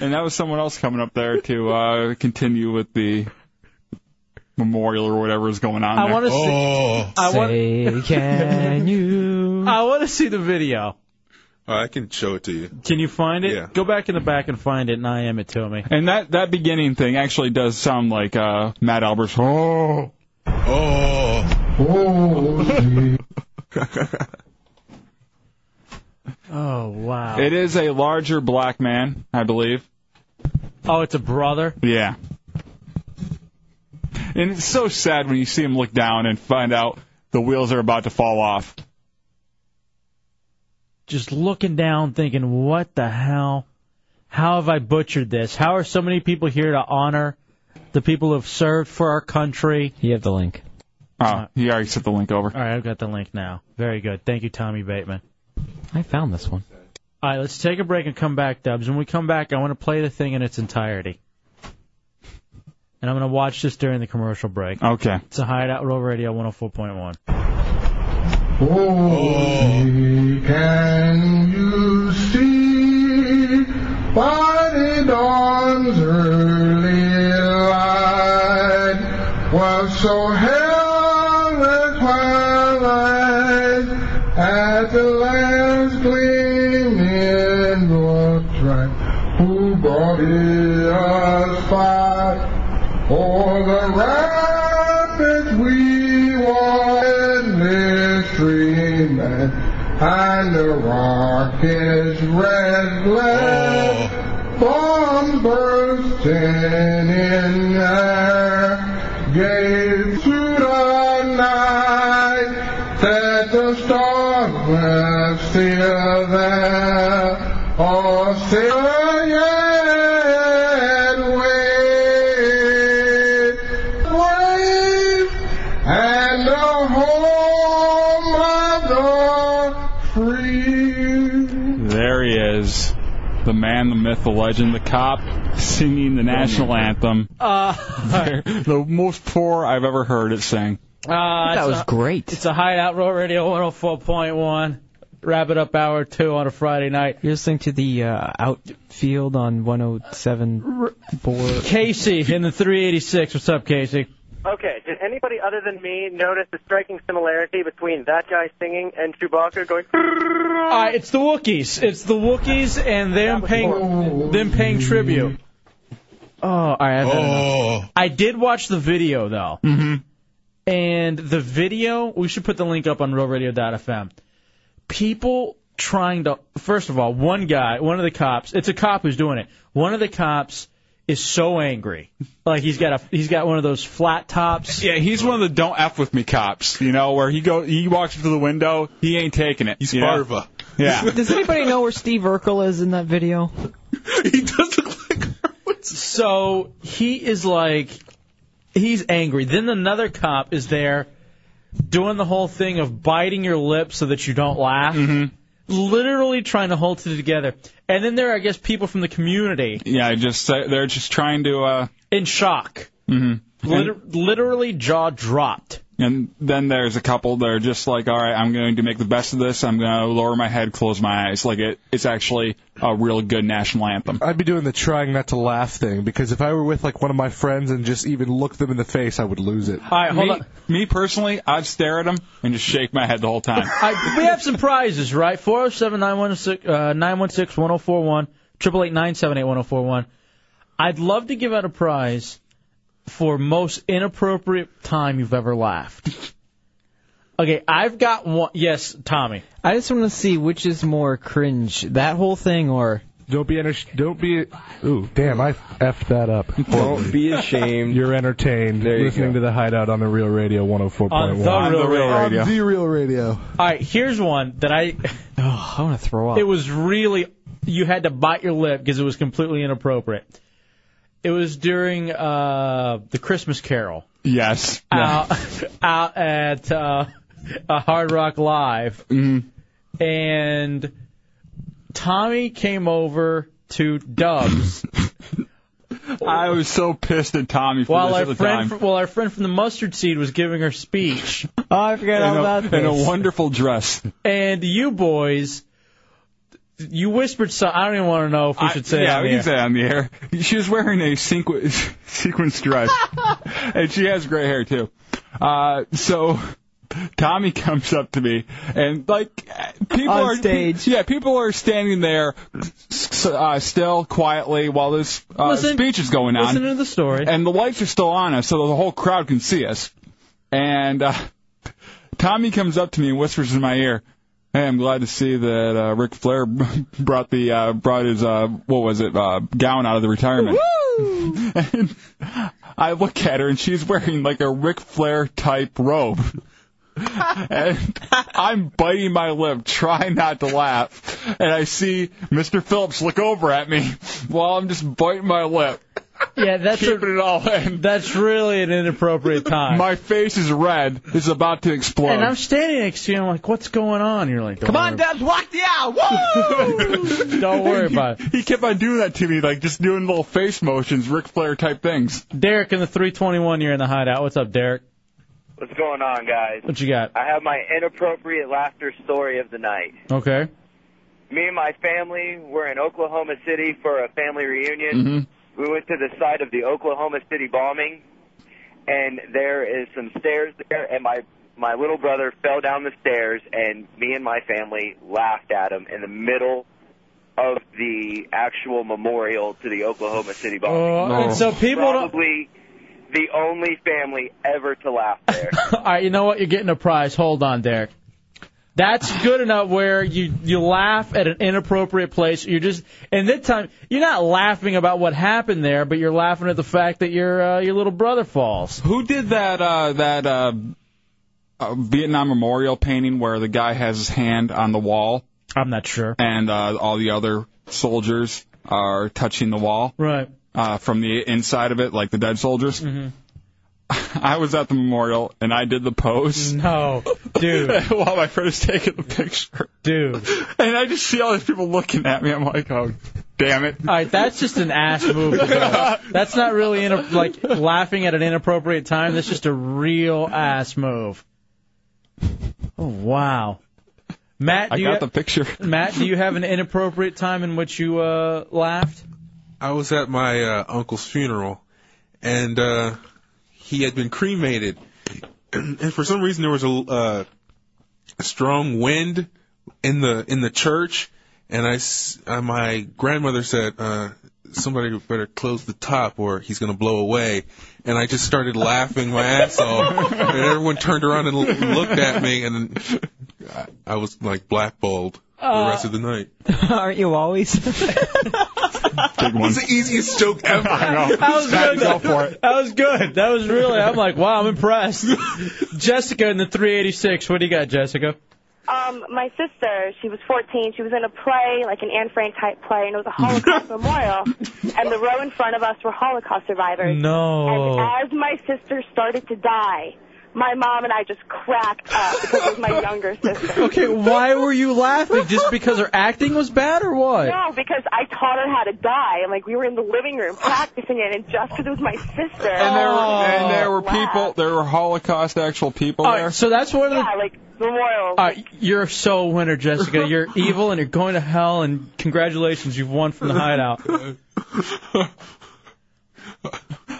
And that was someone else coming up there to uh, continue with the memorial or whatever is going on. I want to Oh. there. see. Oh. I want. you? I want to see the video. I can show it to you. Can you find it? Go back in the back and find it, and I am it to me. And that that beginning thing actually does sound like uh, Matt Albert's. Oh. Oh. Oh wow. It is a larger black man, I believe. Oh, it's a brother. Yeah. And it's so sad when you see him look down and find out the wheels are about to fall off. Just looking down, thinking, what the hell? How have I butchered this? How are so many people here to honor the people who've served for our country? You have the link. Oh, he already sent the link over. All right, I've got the link now. Very good. Thank you, Tommy Bateman. I found this one. All right, let's take a break and come back, Dubs. When we come back, I want to play the thing in its entirety. And I'm going to watch this during the commercial break. Okay. It's a Hideout Roll Radio 104.1. Oh. Can you see what it dawn's early light was so helpless twilight at the last gleam in your track? Who brought us fight o'er the rapids we wanted mystery man and the rocket's red glare bombs bursting in air gave to the night that the stars were still there or still yet wave, wave, and the home of the free. There he is. The man, the myth, the legend, the cop singing the national anthem. Uh, the most poor I've ever heard it sing. Uh, That it's was a- great. It's a Hideout Road Radio 104.1. Wrap it up hour two on a Friday night. You're listening to the uh, outfield on 107.4. Casey in the 386. What's up, Casey? Okay, did anybody other than me notice the striking similarity between that guy singing and Chewbacca going? Uh, it's the Wookiees. It's the Wookiees and them paying them paying tribute. Oh, all right. I've had enough. I did watch the video though, mm-hmm. and the video we should put the link up on RealRadio.fm. People trying to first of all, one guy, one of the cops. It's a cop who's doing it. One of the cops is so angry, like he's got a he's got one of those flat tops. Yeah, he's one of the don't f with me cops. You know, where he go, he walks up to the window, he ain't taking it. He's Farva. Yeah. Does anybody know where Steve Urkel is in that video? So he is like, he's angry. Then another cop is there doing the whole thing of biting your lip so that you don't laugh. Literally trying to hold it together. And then there are, I guess, people from the community Yeah, just they're just trying to. uh in shock. mhm. Liter- literally jaw dropped. And then there's a couple that are just like, all right, I'm going to make the best of this. I'm going to lower my head, close my eyes. Like it, it's actually a real good national anthem. I'd be doing the trying not to laugh thing because if I were with like one of my friends and just even looked them in the face, I would lose it. All right, hold me, on. Me personally, I'd stare at them and just shake my head the whole time. I, we have some prizes, right? 407 uh, 916 1041, 888 oh I'd love to give out a prize for most inappropriate time you've ever laughed. Okay, I've got one. Yes, Tommy. I just want to see which is more cringe, that whole thing or. Don't be enter- don't be ooh damn I effed that up. Don't be ashamed. You're entertained you listening to the Hideout on the Real Radio 104.1. On The On The Real Real Radio. Radio. On the Real Radio. All right, here's one that I. Oh, I want to throw up. It was really you had to bite your lip because it was completely inappropriate. It was during uh, the Christmas Carol Yes. out out at uh, a Hard Rock Live, Mm-hmm. and Tommy came over to Dubs I was so pissed at Tommy for while this our at the friend time. fr- while our friend from the mustard seed was giving her speech. oh, I forgot in, a, in a wonderful dress. And you boys, you whispered some. I don't even want to know if we should say. it yeah, on we the can say it air. on the air. She was wearing a sequ- sequence dress, and she has gray hair too. Uh, so Tommy comes up to me, and like people On are stage. yeah, people are standing there s- uh, still quietly while this uh, Listen- speech is going on. listen to the story. And the lights are still on us, so the whole crowd can see us. And uh, Tommy comes up to me and whispers in my ear, "Hey, I'm glad to see that uh, Ric Flair brought the uh, brought his uh, what was it uh, gown out of the retirement." and I look at her and she's wearing like a Ric Flair type robe. and I'm biting my lip, trying not to laugh, and I see Mr. Phillips look over at me while I'm just biting my lip. Yeah, that's keeping it all in. That's really an inappropriate time. My face is red. It's about to explode. And I'm standing next to you. I'm like, what's going on? You're like, Come on, Dubs, walk the out. Woo! Don't worry about it. He kept on doing that to me, like just doing little face motions, Ric Flair type things. Derek in the 321. You're in the hideout. What's up, Derek? What's going on, guys? What you got? I have my inappropriate laughter story of the night. Okay. Me and my family were in Oklahoma City for a family Mm-hmm. reunion. We went to the site of the Oklahoma City bombing, and there is some stairs there, and my my little brother fell down the stairs, and me and my family laughed at him in the middle of the actual memorial to the Oklahoma City bombing. Oh, and so people don't- probably the only family ever to laugh there. All right, you know what? You're getting a prize. Hold on, Derek. That's good enough where you you laugh at an inappropriate place. You're just and this time you're not laughing about what happened there, but you're laughing at the fact that your uh, your little brother falls. Who did that? Uh, that uh, uh, Vietnam memorial painting where the guy has his hand on the wall. I'm not sure. And uh, all the other soldiers are touching the wall. Right. Mm-hmm. Uh, from the inside of it, like the dead soldiers. I was at the memorial and I did the pose. No, dude. While my friend was taking the picture, dude. And I just see all these people looking at me. I'm like, oh, damn it. All right, that's just an ass move. to do. That's not really in like laughing at an inappropriate time. That's just a real ass move. Oh wow, Matt. Do I you got ha- the picture. Matt, do you have an inappropriate time in which you uh, laughed? I was at my uh, uncle's funeral, and uh, he had been cremated, and for some reason there was a, uh, a strong wind in the in the church, and I s- uh, my grandmother said. Uh, Somebody better close the top, or he's gonna blow away. And I just started laughing my ass off, and everyone turned around and l- looked at me, and then I I was like blackballed for the rest of the night. Aren't you always? Uh, Big one. It's the easiest joke ever. That was good. That was good. That was really. I'm like, wow, I'm impressed. Jessica in the 386. What do you got, Jessica? Um, my sister, she was 14. She was in a play, like an Anne Frank type play, and it was a Holocaust memorial. And the row in front of us were Holocaust survivors. No. And as my sister started to die, My mom and I just cracked up because it was my younger sister. Okay, why were you laughing? Just because her acting was bad or what? No, because I taught her how to die, and like we were in the living room practicing it, and just because it was my sister. And there were, and there were Wow. people, there were Holocaust actual people Oh, All there. right, so that's one of the. Yeah, like memorial. All right, Uh, you're so a winner, Jessica. You're evil and you're going to hell, and congratulations, you've won from the hideout.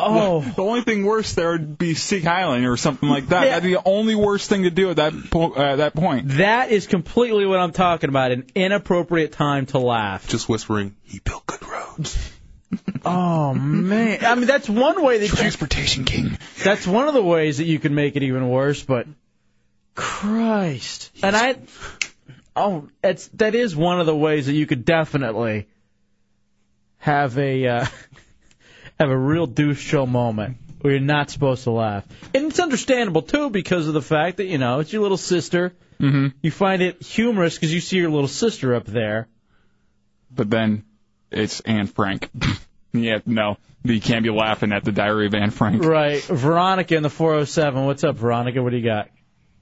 Oh. The only thing worse there would be Sieg Highland or something like that. That'd be the only worst thing to do at that po- uh, that point. That is completely what I'm talking about an inappropriate time to laugh. Just whispering, he built good roads. oh, man. I mean, that's one way that Transportation king. That's one of the ways that you can make it even worse, but Christ. And I Oh, that's that is one of the ways that you could definitely have a uh, have a real douche show moment where you're not supposed to laugh. And it's understandable too because of the fact that, you know, it's your little sister. Mm-hmm. You find it humorous because you see your little sister up there. But then it's Anne Frank. yeah, no, you can't be laughing at the Diary of Anne Frank. Right. Veronica in the 407. What's up, Veronica? What do you got?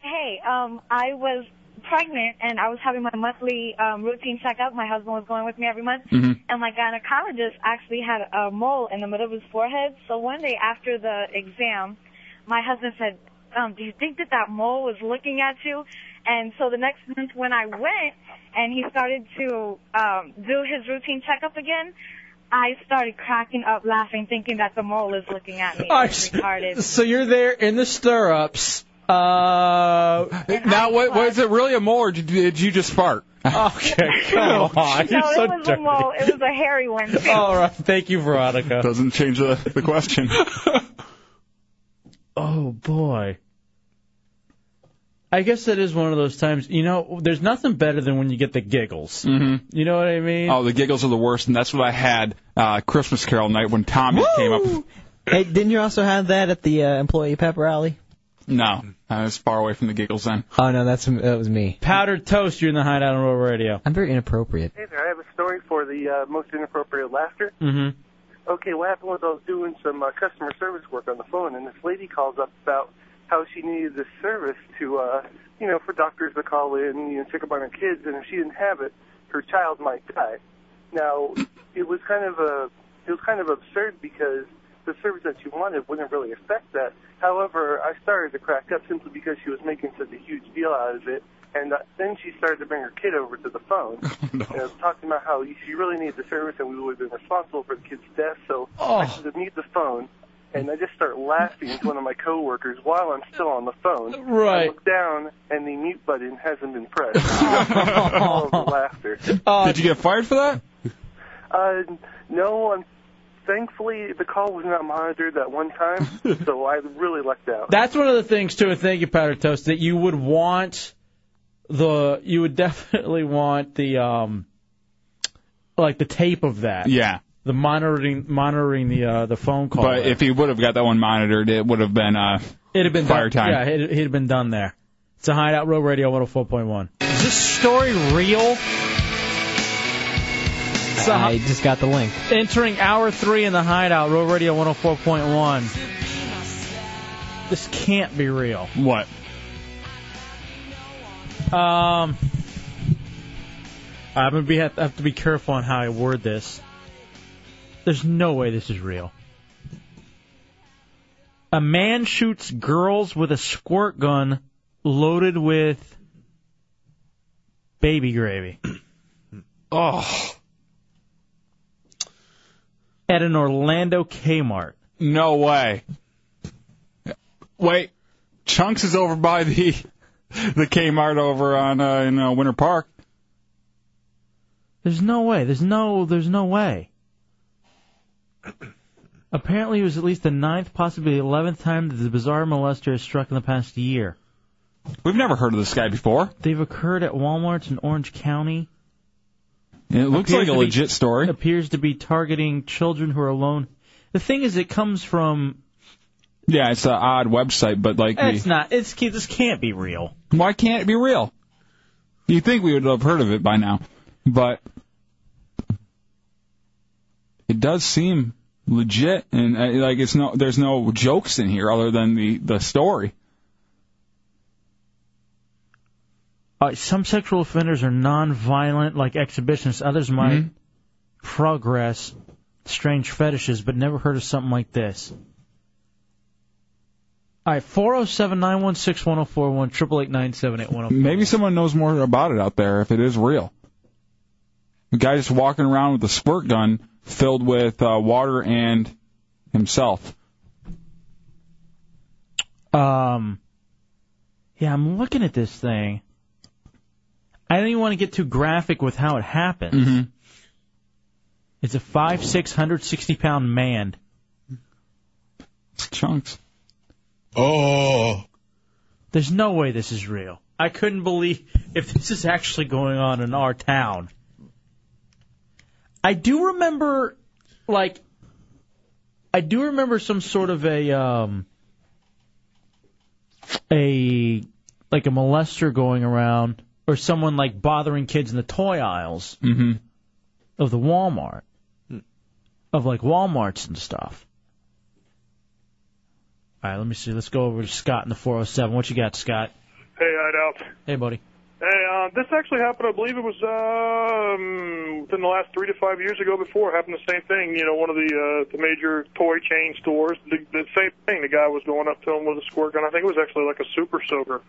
Hey, um, I was pregnant and I was having my monthly um, routine checkup. My husband was going with me every month, Mhm. and my gynecologist actually had a mole in the middle of his forehead. So one day after the exam, my husband said, um, "Do you think that that mole was looking at you?" And so the next month when I went and he started to um, do his routine checkup again. I started cracking up laughing, thinking that the mole is looking at me. It was retarded. So you're there in the stirrups. Uh, now, what, was it really a mole, or did, did you just fart? Okay, come on. no, You're so it was dirty. a mole. It was a hairy one. All right. Thank you, Veronica. Doesn't change the, the question. Oh boy. I guess that is one of those times. You know, there's nothing better than when you get the giggles. hmm You know what I mean? Oh, the giggles are the worst, and that's what I had uh, Christmas Carol night when Tommy came up. Hey, didn't you also have that at the uh, employee pep rally? No, I was far away from the giggles then. Oh no, that's that was me. Powdered toast. You're in the hideout on Roll Radio. I'm very inappropriate. Hey there, I have a story for the uh, most inappropriate laughter. Mm-hmm. Okay, what happened was I was doing some uh, customer service work on the phone, and this lady calls up about how she needed this service to, uh, you know, for doctors to call in, you know, check up on her kids, and if she didn't have it, her child might die. Now, it was kind of a, it was kind of absurd because the service that she wanted wouldn't really affect that. However, I started to crack up simply because she was making such a huge deal out of it. And uh, then she started to bring her kid over to the phone and I was talking about how she really needed the service and we would have been responsible for the kid's death. So Oh. I should have muted the phone. And I just start laughing to one of my coworkers while I'm still on the phone. Right. I look down and the mute button hasn't been pressed. All of the laughter. Oh, Did you get fired for that? Uh, no, i thankfully the call was not monitored that one time, so I really lucked out. That's one of the things too. And thank you, Powdered Toast. That you would want the you would definitely want the um like the tape of that. Yeah. The monitoring monitoring the uh, the phone call. but if he would have got that one monitored, it would have been uh, It'd have been fire done, time. Yeah, it would have been done there. It's a Hideout Road Radio 104.1. Is this story real? So, I just got the link. entering hour three in the Hideout Road Radio 104.1. This can't be real. What? Um, I'm gonna be have, have to be careful on how I word this. There's no way this is real. A man shoots girls with a squirt gun loaded with baby gravy. oh. At an Orlando Kmart. No way. Wait, Chunks is over by the the Kmart over on uh, in uh, Winter Park. There's no way. There's no. There's no way. Apparently, it was at least the ninth, possibly the eleventh time that the bizarre molester has struck in the past year. We've never heard of this guy before. They've occurred at Walmarts in Orange County. It looks Appears like a to be- legit story. Appears to be targeting children who are alone. The thing is, it comes from. Yeah, it's an odd website, but like the- It's not. It's this can't be real. Why can't it be real? You think we would have heard of it by now, but it does seem legit, and uh, like it's no, there's no jokes in here other than the the story. uh, some sexual offenders are non-violent, like exhibitionists. Others might Mm-hmm. progress strange fetishes, but never heard of something like this. All right, four zero seven nine one six one zero four one triple eight nine seven eight one zero. Maybe someone knows more about it out there if it is real. The guy just walking around with a squirt gun filled with uh, water and himself. Um, yeah, I'm looking at this thing. I don't even want to get too graphic with how it happens. Mm-hmm. It's a five six hundred sixty pound man. It's chunks. Oh. There's no way this is real. I couldn't believe if this is actually going on in our town. I do remember, like, I do remember some sort of a, um, a, like a molester going around or someone like bothering kids in the toy aisles Mm-hmm. of the Walmart, of like Walmarts and stuff. All right, let me see. Let's go over to Scott in the 407. What you got, Scott? Hey, Hideout. Hey, buddy. Hey, uh, this actually happened. I believe it was um, within the last three to five years ago. Before it happened the same thing. You know, one of the uh, the major toy chain stores. The, the same thing. The guy was going up to him with a squirt gun. I think it was actually like a super soaker.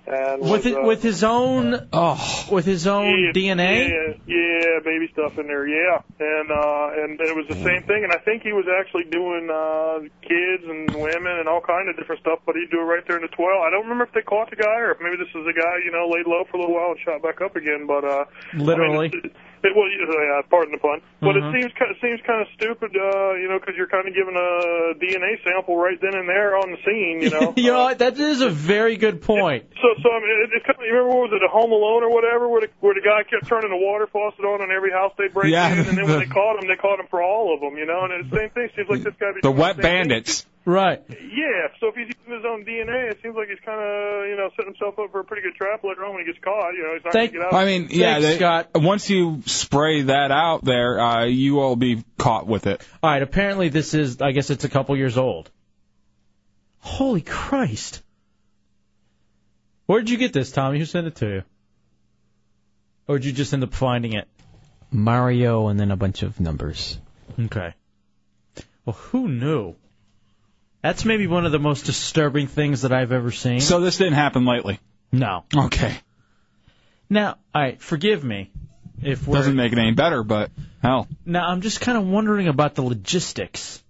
And was, With his, uh, with his own oh, with his own DNA. Yeah, yeah, baby stuff in there. Yeah, and uh, and it was the same thing. And I think he was actually doing uh, kids and women and all kind of different stuff. But he'd do it right there in the twelve. I don't remember if they caught the guy or if maybe this is the guy you know laid low for a little while and shot back up again. But uh, Literally. I mean, it, it was yeah, pardon the pun. But Mhm. it seems kind of seems kind of stupid, uh, you know, because you're kind of giving a DNA sample right then and there on the scene, you know. you know what? that is a very good point. So, so I mean, it, it's kind of, you remember what was it, a Home Alone or whatever, where the, where the guy kept turning the water faucet on in every house they break Yeah, in, and then when the- they caught him, they caught him for all of them, you know. And it's the same thing seems like this guy. be The doing wet same thing. bandits. Right. Yeah. So if he's using his own DNA, it seems like he's kind of you know setting himself up for a pretty good trap later on when he gets caught. You know, he's not gonna get out. I mean, yeah, they, once you spray that out there, uh, you will be caught with it. All right. Apparently, this is. I guess it's a couple years old. Holy Christ! Where did you get this, Tommy? Who sent it to you? Or did you just end up finding it? Mario and then a bunch of numbers. Okay. Well, who knew? That's maybe one of the most disturbing things that I've ever seen. So this didn't happen lately. No. Okay. Now, all right, forgive me if we're Doesn't make it any better, but hell. Now, I'm just kind of wondering about the logistics.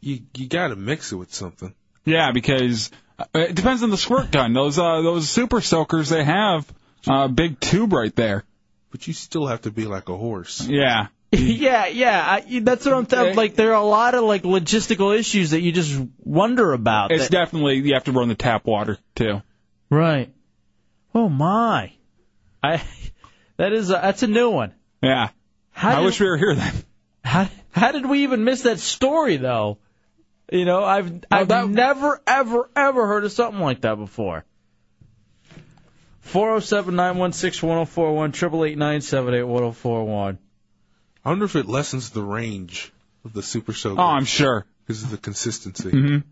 You you gotta mix it with something. Yeah, because uh, it depends on the squirt gun. Those uh, those super soakers they have uh, big tube right there. But you still have to be like a horse. Yeah. yeah, yeah, I, that's what I'm telling. Like, there are a lot of like logistical issues that you just wonder about. It's that- definitely you have to run the tap water too. right. Oh my, I that is a, that's a new one. Yeah. How I did- wish we were here then. How how did we even miss that story though? You know, I've I've never ever ever heard of something like that before. Four zero seven nine one six one zero four one triple eight nine seven eight one zero four one. I wonder if it lessens the range of the super soaker. Oh, I'm sure. Because of the consistency.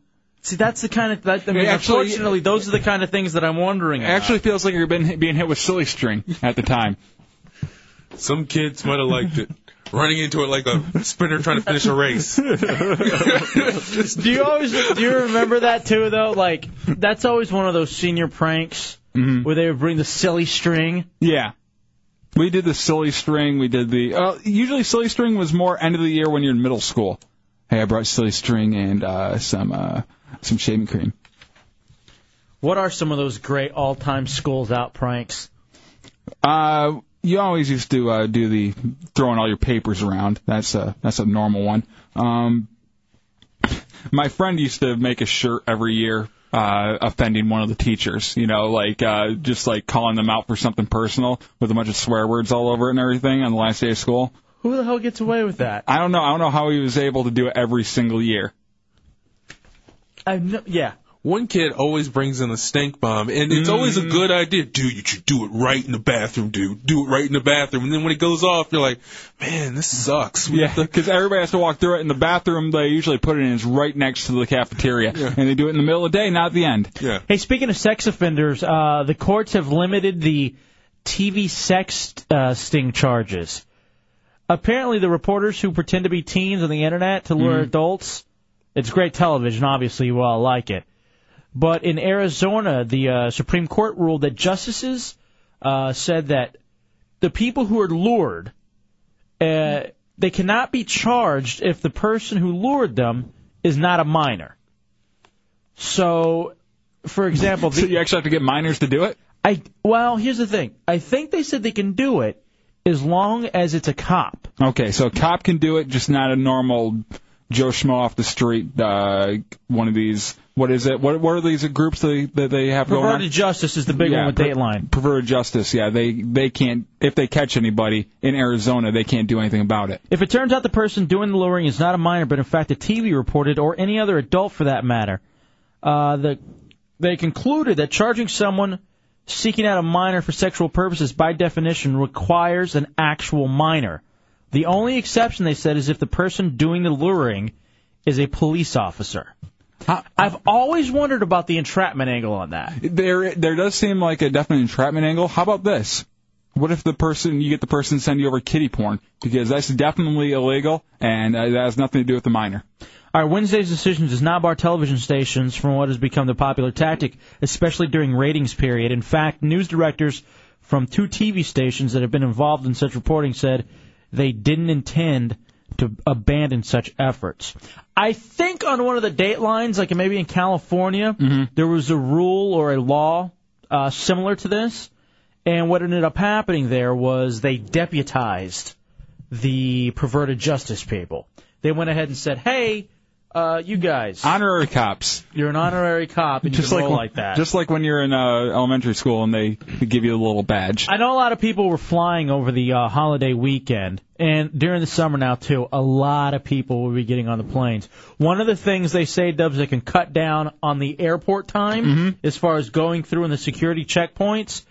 See, that's the kind of that. I mean, It actually- unfortunately, those are the kind of things that I'm wondering. It About. actually feels like you're been being hit with silly string at the time. Some kids might have liked it. Running into it like a sprinter trying to finish a race. do you always do you remember that too though? Like that's always one of those senior pranks Mm-hmm. where they would bring the silly string. Yeah. We did the silly string. We did the uh, usually silly string was more end of the year when you're in middle school. Hey, I brought silly string and uh, some uh, some shaving cream. What are some of those great all-time schools out pranks? Uh, you always used to uh, do the throwing all your papers around. That's a that's a normal one. Um, my friend used to make a shirt every year uh, offending one of the teachers. You know, like uh, just like calling them out for something personal with a bunch of swear words all over it and everything on the last day of school. Who the hell gets away with that? I don't know. I don't know how he was able to do it every single year. I no, yeah. One kid always brings in a stink bomb, and it's always a Mm. good idea. Dude, you should do it right in the bathroom, dude. Do it right in the bathroom. And then when it goes off, you're like, man, this sucks. Yeah, because everybody has to walk through it. In the bathroom, they usually put it in. It's right next to the cafeteria, and they do it in the middle of the day, not at the end. Yeah. Hey, speaking of sex offenders, uh, the courts have limited the TV sex uh, sting charges. Apparently, the reporters who pretend to be teens on the internet to lure adults, it's great television. Obviously, you all like it. But in Arizona, the uh, Supreme Court ruled that justices uh, said that the people who are lured, uh, they cannot be charged if the person who lured them is not a minor. So, for example, so you actually have to get minors to do it. I well, here's the thing. I think they said they can do it as long as it's a cop. Okay, so a cop can do it, just not a normal Joe Schmo off the street. Uh, one of these. What is it? What, what are these groups they, that they have going on? Perverted justice is the big one with per- Dateline. Perverted justice. Yeah, they they can't if they catch anybody in Arizona, they can't do anything about it. If it turns out the person doing the luring is not a minor, but in fact a TV reported or any other adult for that matter, uh, the, they concluded that charging someone seeking out a minor for sexual purposes by definition requires an actual minor. The only exception they said is if the person doing the luring is a police officer. I've always wondered about the entrapment angle on that. There there does seem like a definite entrapment angle. How about this? What if the person you get the person to send you over kitty porn because that's definitely illegal and uh, that has nothing to do with the minor. All right, Wednesday's decision does not bar television stations from what has become the popular tactic, especially during ratings period. In fact, news directors from two TV stations that have been involved in such reporting said they didn't intend to abandon such efforts. I think on one of the datelines, like maybe in California, there was a rule or a law uh, similar to this, and what ended up happening there was they deputized the perverted justice people. They went ahead and said, "Hey, uh, you guys, Honorary cops. you're an honorary cop, and you can roll when- like that." Just like when you're in uh, elementary school and they give you a little badge. I know a lot of people were flying over the uh, holiday weekend, and during the summer now too, a lot of people will be getting on the planes. One of the things they say, Dubs, that can cut down on the airport time as far as going through and the security checkpoints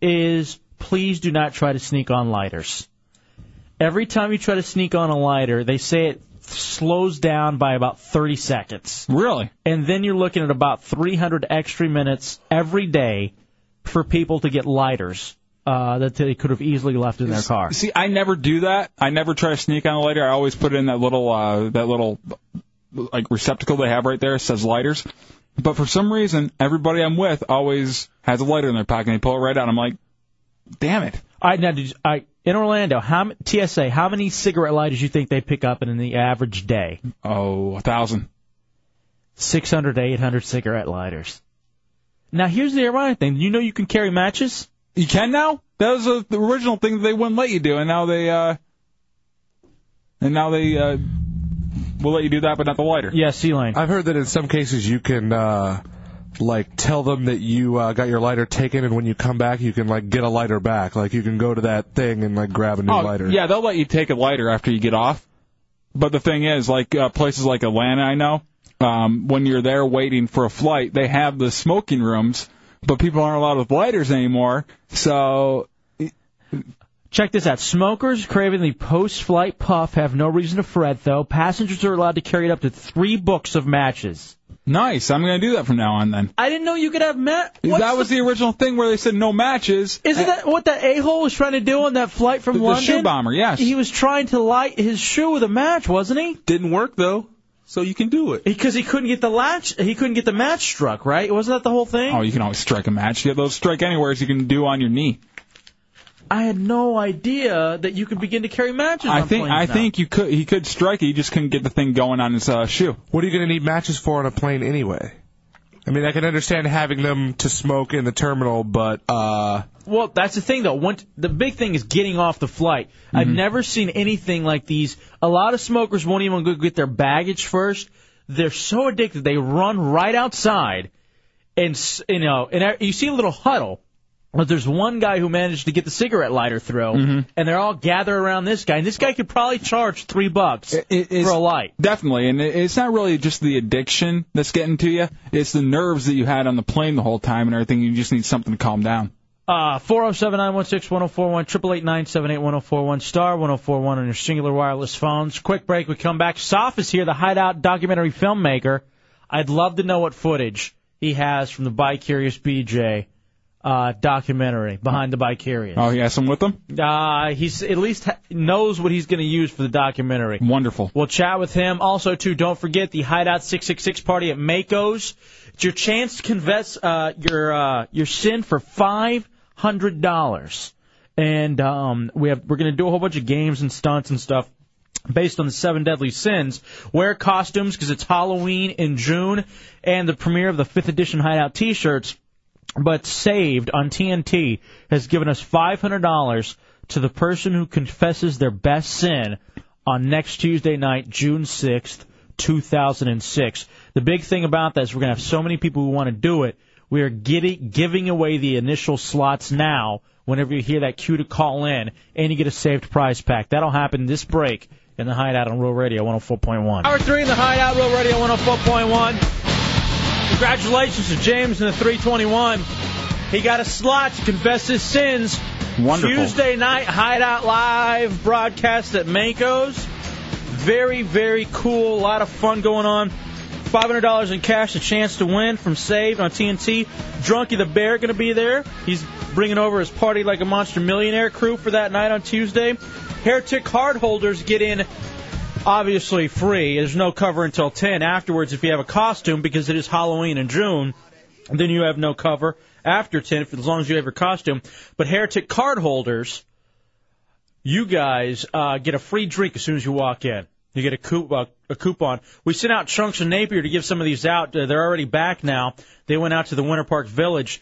is please do not try to sneak on lighters. Every time you try to sneak on a lighter, they say it slows down by about 30 seconds. Really? And then you're looking at about 300 extra minutes every day for people to get lighters uh, that they could have easily left in their car. See, I never do that. I never try to sneak on a lighter. I always put it in that little uh, that little like receptacle they have right there. It says lighters. But for some reason, everybody I'm with always has a lighter in their pocket and they pull it right out. I'm like, damn it. I now did you, I in Orlando, how m- TSA, how many cigarette lighters you think they pick up in the average day? Oh, a thousand. Six hundred to eight hundred cigarette lighters. Now here's the ironic thing. You know you can carry matches. You can now. That was a, the original thing that they wouldn't let you do, and now they uh, and now they uh, will let you do that, but not the lighter. Yeah, sea lane. I've heard that in some cases you can uh, like tell them that you uh, got your lighter taken, and when you come back, you can like get a lighter back. Like you can go to that thing and like grab a new oh, lighter. Yeah, they'll let you take a lighter after you get off. But the thing is, like uh, places like Atlanta, I know, um, when you're there waiting for a flight, they have the smoking rooms, but people aren't allowed with lighters anymore. So Check this out. Smokers craving the post-flight puff have no reason to fret, though. Passengers are allowed to carry up to three books of matches. nice, I'm gonna do that from now on. Then I didn't know you could have mat. what's that was the original thing where they said no matches. Isn't that what that a hole was trying to do on that flight from The- the London? shoe bomber, yes. He was trying to light his shoe with a match, wasn't he? Didn't work though, so you can do it. Because he couldn't get the latch. He couldn't get the match struck, right? Wasn't that the whole thing? Oh, you can always strike a match. Yeah, those strike anywheres you can do on your knee. I had no idea that you could begin to carry matches. I on think planes I now. think you could he could strike it. He just couldn't get the thing going on his uh, shoe. What are you going to need matches for on a plane anyway? I mean, I can understand having them to smoke in the terminal, but uh, Well, that's the thing though. One, the big thing is getting off the flight. I've never seen anything like these. A lot of smokers won't even go get their baggage first. They're so addicted they run right outside, and s you know, and I- you see a little huddle, But there's one guy who managed to get the cigarette lighter through, and they're all gathered around this guy. And this guy could probably charge three bucks for a light. Definitely, and it- it's not really just the addiction that's getting to you. It's the nerves that you had on the plane the whole time and everything. You just need something to calm down. Uh, 407-916-1041, 888 oh star 1041 on your singular wireless phones. Quick break, we come back. Soph is here, the hideout documentary filmmaker. I'd love to know what footage he has from the Bicurious BJ uh, documentary, Behind the Bicurious. Oh, he has some with him. Uh, he's at least ha- knows what he's going to use for the documentary. Wonderful. We'll chat with him. Also, too, don't forget the Hideout 666 party at Mako's. It's your chance to confess uh, your uh, your sin for five hundred dollars, and um, we have we're going to do a whole bunch of games and stunts and stuff based on the seven deadly sins. Wear costumes because it's Halloween in June, and the premiere of the fifth edition Hideout T-shirts but saved on TNT has given us $500 to the person who confesses their best sin on next Tuesday night, June 6th, 2006. The big thing about that is we're going to have so many people who want to do it. We are getting, giving away the initial slots now whenever you hear that cue to call in, and you get a saved prize pack. That'll happen this break in the Hideout on Real Radio 104.1. Hour three in the Hideout, Real Radio 104.1. Congratulations to James in the 321. He got a slot to confess his sins. Wonderful. Tuesday night, Hideout Live broadcast at Mako's. Very, very cool. A lot of fun going on. $500 in cash, a chance to win from Saved on TNT. Drunky the Bear going to be there. He's bringing over his Party Like a Monster Millionaire crew for that night on Tuesday. Heretic cardholders get in obviously free. There's no cover until 10. Afterwards, if you have a costume, because it is Halloween in June, then you have no cover after 10 if, as long as you have your costume. But Heretic card holders, you guys uh, get a free drink as soon as you walk in. You get a, coup- uh, a coupon. We sent out Chunks and Napier to give some of these out. Uh, they're already back now. They went out to the Winter Park Village.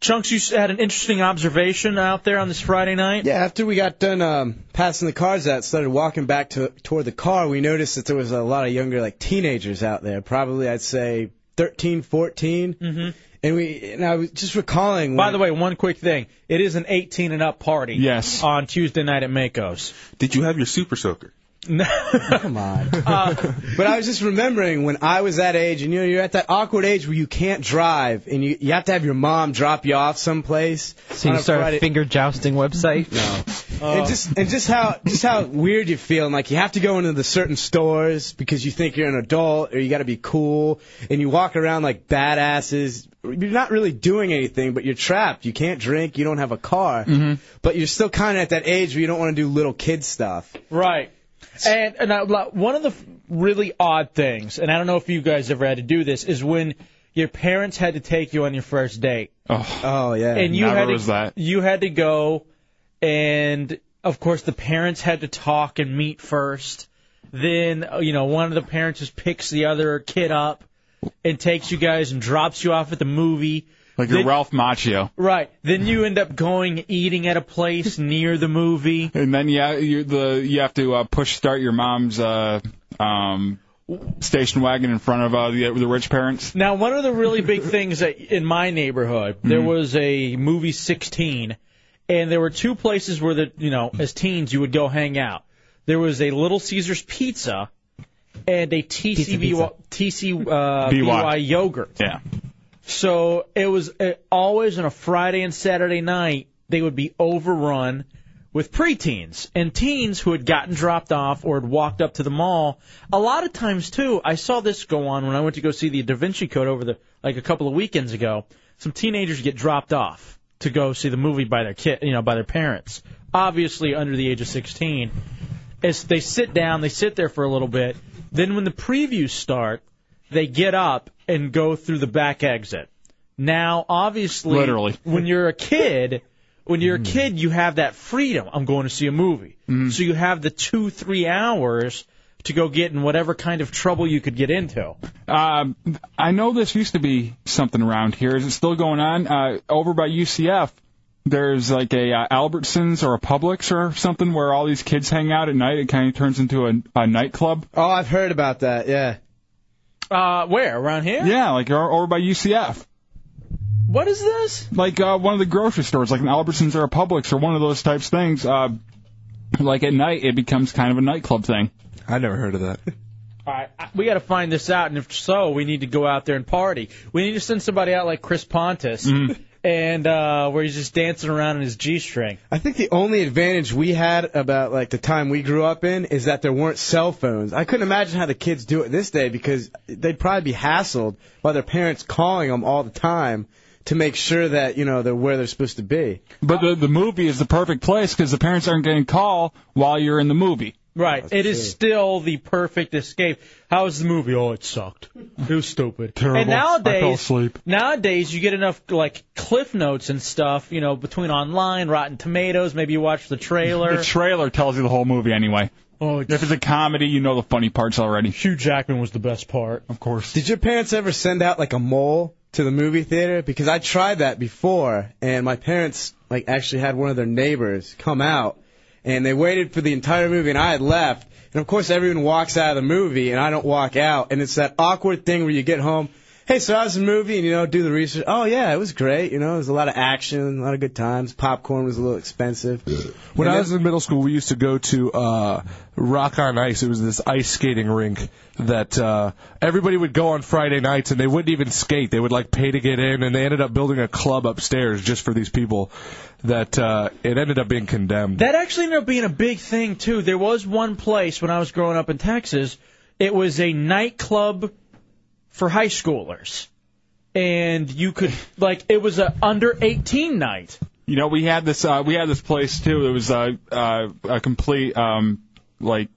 Chunks, you s- had an interesting observation out there on this Friday night. Yeah, after we got done um, passing the cars out, started walking back to toward the car, we noticed that there was a lot of younger, like teenagers out there. Probably, I'd say 13, 14. Mm-hmm. And we, and I was just recalling. By the way, one quick thing. It is an 18 and up party. Yes. On Tuesday night at Mako's. Did you have your super soaker? No. Come on. Uh, but I was just remembering when I was that age, and you know, you're at that awkward age where you can't drive, and you you have to have your mom drop you off someplace. So you on a start Friday- a finger jousting website? No. Oh. And just and just how just how weird you feel, and like you have to go into the certain stores because you think you're an adult or you got to be cool, and you walk around like badasses. You're not really doing anything, but you're trapped. You can't drink. You don't have a car, Mm-hmm. but you're still kind of at that age where you don't want to do little kid stuff. Right. And, and I, like, one of the f- really odd things, and I don't know if you guys ever had to do this, is when your parents had to take you on your first date. Oh, yeah. and you had to, you had to go, and of course the parents had to talk and meet first. Then uh, you know one of the parents just picks the other kid up and takes you guys and drops you off at the movie. Like your Then- Ralph Macchio. Right. Then you end up going eating at a place near the movie. And then yeah, you the you have to uh, push start your mom's uh, um, station wagon in front of uh, the the rich parents. Now, one of the really big things that in my neighborhood, there Hmm. was a movie 16, and there were two places where the you know as teens you would go hang out. There was a Little Caesars Pizza and a TCBY TC uh, BY. BY yogurt. Yeah. So it was uh, always on a Friday and Saturday night they would be overrun with preteens and teens who had gotten dropped off or had walked up to the mall. A lot of times too, I saw this go on when I went to go see the Da Vinci Code over the like a couple of weekends ago. Some teenagers get dropped off to go see the movie by their kid, you know, by their parents, obviously under the age of 16. As they sit down, they sit there for a little bit. Then when the previews start, they get up and go through the back exit. Now, obviously, Literally. when you're a kid, when you're a kid, you have that freedom. I'm going to see a movie, so you have the two, three hours to go get in whatever kind of trouble you could get into. Um, I know this used to be something around here. Is it still going on? Uh, over by UCF, there's like a uh, Albertsons or a Publix or something where all these kids hang out at night. It kind of turns into a, a nightclub. Oh, I've heard about that. Yeah. Uh, where around here? Yeah, like o- over by UCF. What is this? Like uh, one of the grocery stores, like an Albertsons or a Publix or one of those types things. Uh, like at night, it becomes kind of a nightclub thing. I never heard of that. All right, I- we got to find this out, and if so, we need to go out there and party. We need to send somebody out like Chris Pontus, Mm-hmm. and uh, where he's just dancing around in his g-string. I think the only advantage we had about like the time we grew up in is that there weren't cell phones. I couldn't imagine how the kids do it this day because they'd probably be hassled by their parents calling them all the time to make sure that you know they're where they're supposed to be. But the the movie is the perfect place because the parents aren't getting call while you're in the movie. Right. It is still the perfect escape. How was the movie? Oh, it sucked. It was stupid. Terrible. And I fell nowadays, asleep. nowadays you get enough like cliff notes and stuff, you know, between online, Rotten Tomatoes. Maybe you watch the trailer. The trailer tells you the whole movie anyway. Oh, if it's a comedy, you know the funny parts already. Hugh Jackman was the best part. Of course. Did your parents ever send out like a mole to the movie theater? Because I tried that before, and my parents like actually had one of their neighbors come out, and they waited for the entire movie, and I had left. And of course, everyone walks out of the movie, and I don't walk out, and it's that awkward thing where you get home. Hey, so how's the movie? And you know, do the research. Oh yeah, it was great. You know, there was a lot of action, a lot of good times. Popcorn was a little expensive. When And I then- was in middle school, we used to go to uh, Rock on Ice. It was this ice skating rink that uh, everybody would go on Friday nights, and they wouldn't even skate. They would like pay to get in, and they ended up building a club upstairs just for these people. That uh, it ended up being condemned. That actually ended up being a big thing too. There was one place when I was growing up in Texas. It was a nightclub for high schoolers, and you could like it was a under eighteen night. You know, we had this uh, we had this place too. It was a uh, a complete um like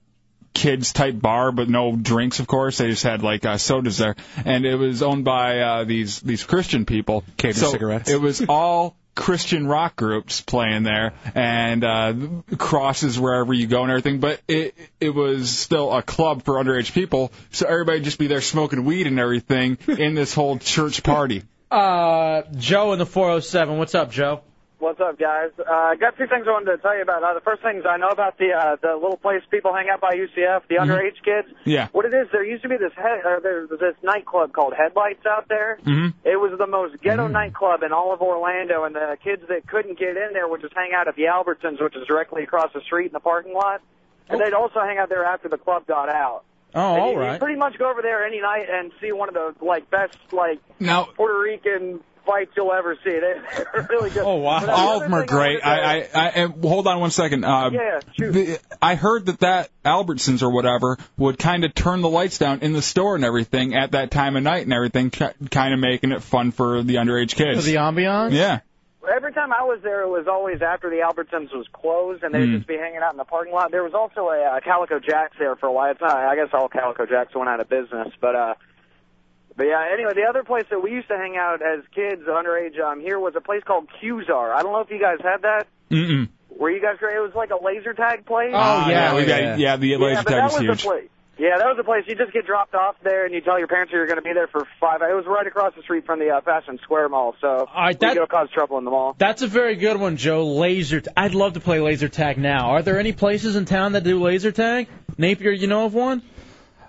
kids type bar, but no drinks, of course. They just had like uh, sodas there, and it was owned by uh, these these Christian people. Candy so cigarettes. It was all. Christian rock groups playing there and uh crosses wherever you go and everything but it it was still a club for underage people so everybody just be there smoking weed and everything in this whole church party Uh, Joe in the 407. What's up, Joe? What's up, guys? Uh, I got two things I wanted to tell you about. Uh, the first things I know about the uh, the little place people hang out by UCF, Mm-hmm. the underage kids. Yeah. What it is, there used to be this head, or there was this nightclub called Headlights out there. Mm-hmm. Mhm. It was the most ghetto Mm-hmm. nightclub in all of Orlando, and the kids that couldn't get in there would just hang out at the Albertsons, which is directly across the street in the parking lot, and they'd also hang out there after the club got out. Oh, and all you, right. You pretty much go over there any night and see one of the like best like Now- Puerto Rican fights you'll ever see. They're really good. Oh wow, But all another of them are thing I great. I, I, I, and hold on one second. Uh, Yeah, the, I heard that that Albertsons or whatever would kind of turn the lights down in the store and everything at that time of night and everything, kind of making it fun for the underage kids. For the ambiance? Yeah. Every time I was there, it was always after the Albertsons was closed, and they'd Hmm. just be hanging out in the parking lot. There was also a, uh Calico Jacks there for a while. It's not, I guess all Calico Jacks went out of business, but uh, but yeah. Anyway, the other place that we used to hang out as kids, underage, um, here was a place called Qzar. I don't know if you guys had that. Mm-mm. Were you guys? It was like a laser tag place. Ah, yeah, we got- yeah. the laser Oh, yeah, but tag that was was huge. The place. Yeah, that was the place. You just get dropped off there, and you tell your parents you're going to be there for five. It was right across the street from the uh, Fashion Square Mall, so right, we that- go cause trouble in the mall. That's a very good one, Joe. Laser. T- I'd love to play laser tag now. Are there any places in town that do laser tag? Napier, you know of one?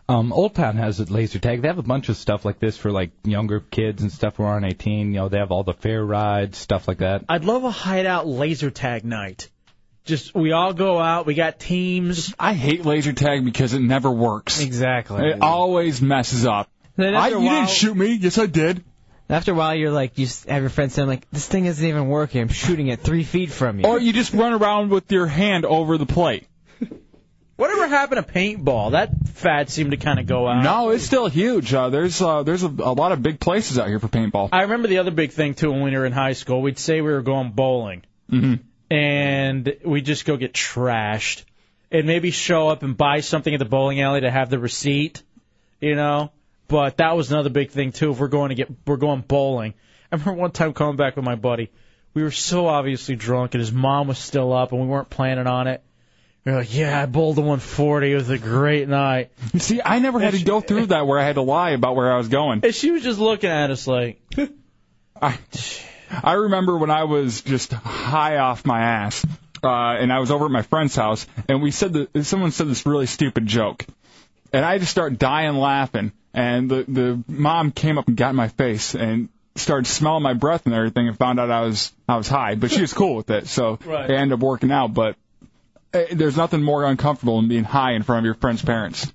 Um, Old Town has a laser tag. They have a bunch of stuff like this for like younger kids and stuff who aren't 18. You know, they have all the fair rides, stuff like that. I'd love a hideout laser tag night. Just we all go out. We got teams. I hate laser tag because it never works. Exactly. It always messes up. Then I, after a you while- didn't shoot me. Yes, I did. After a while, you're like, you just have your friends saying like, this thing isn't even working. I'm shooting it three feet from you. Or you just run around with your hand over the plate. Whatever happened to paintball? That fad seemed to kind of go out. No, it's still huge. Uh, there's uh, there's a, a lot of big places out here for paintball. I remember the other big thing too when we were in high school. We'd say we were going bowling, Mm-hmm. and we'd just go get trashed, and maybe show up and buy something at the bowling alley to have the receipt, you know. But that was another big thing too. If we're going to get, we're going bowling. I remember one time coming back with my buddy. We were so obviously drunk, and his mom was still up, and we weren't planning on it. We were like, "Yeah, I bowled a 140. It was a great night." See, I never had to go through that where I had to lie about where I was going. And she was just looking at us like, I, I remember when I was just high off my ass, uh, and I was over at my friend's house, and we said that someone said this really stupid joke, and I just start dying laughing, and the the mom came up and got in my face and started smelling my breath and everything and found out I was I was high. But she was cool with it, so Right. it ended up working out. But eh, there's nothing more uncomfortable than being high in front of your friend's parents.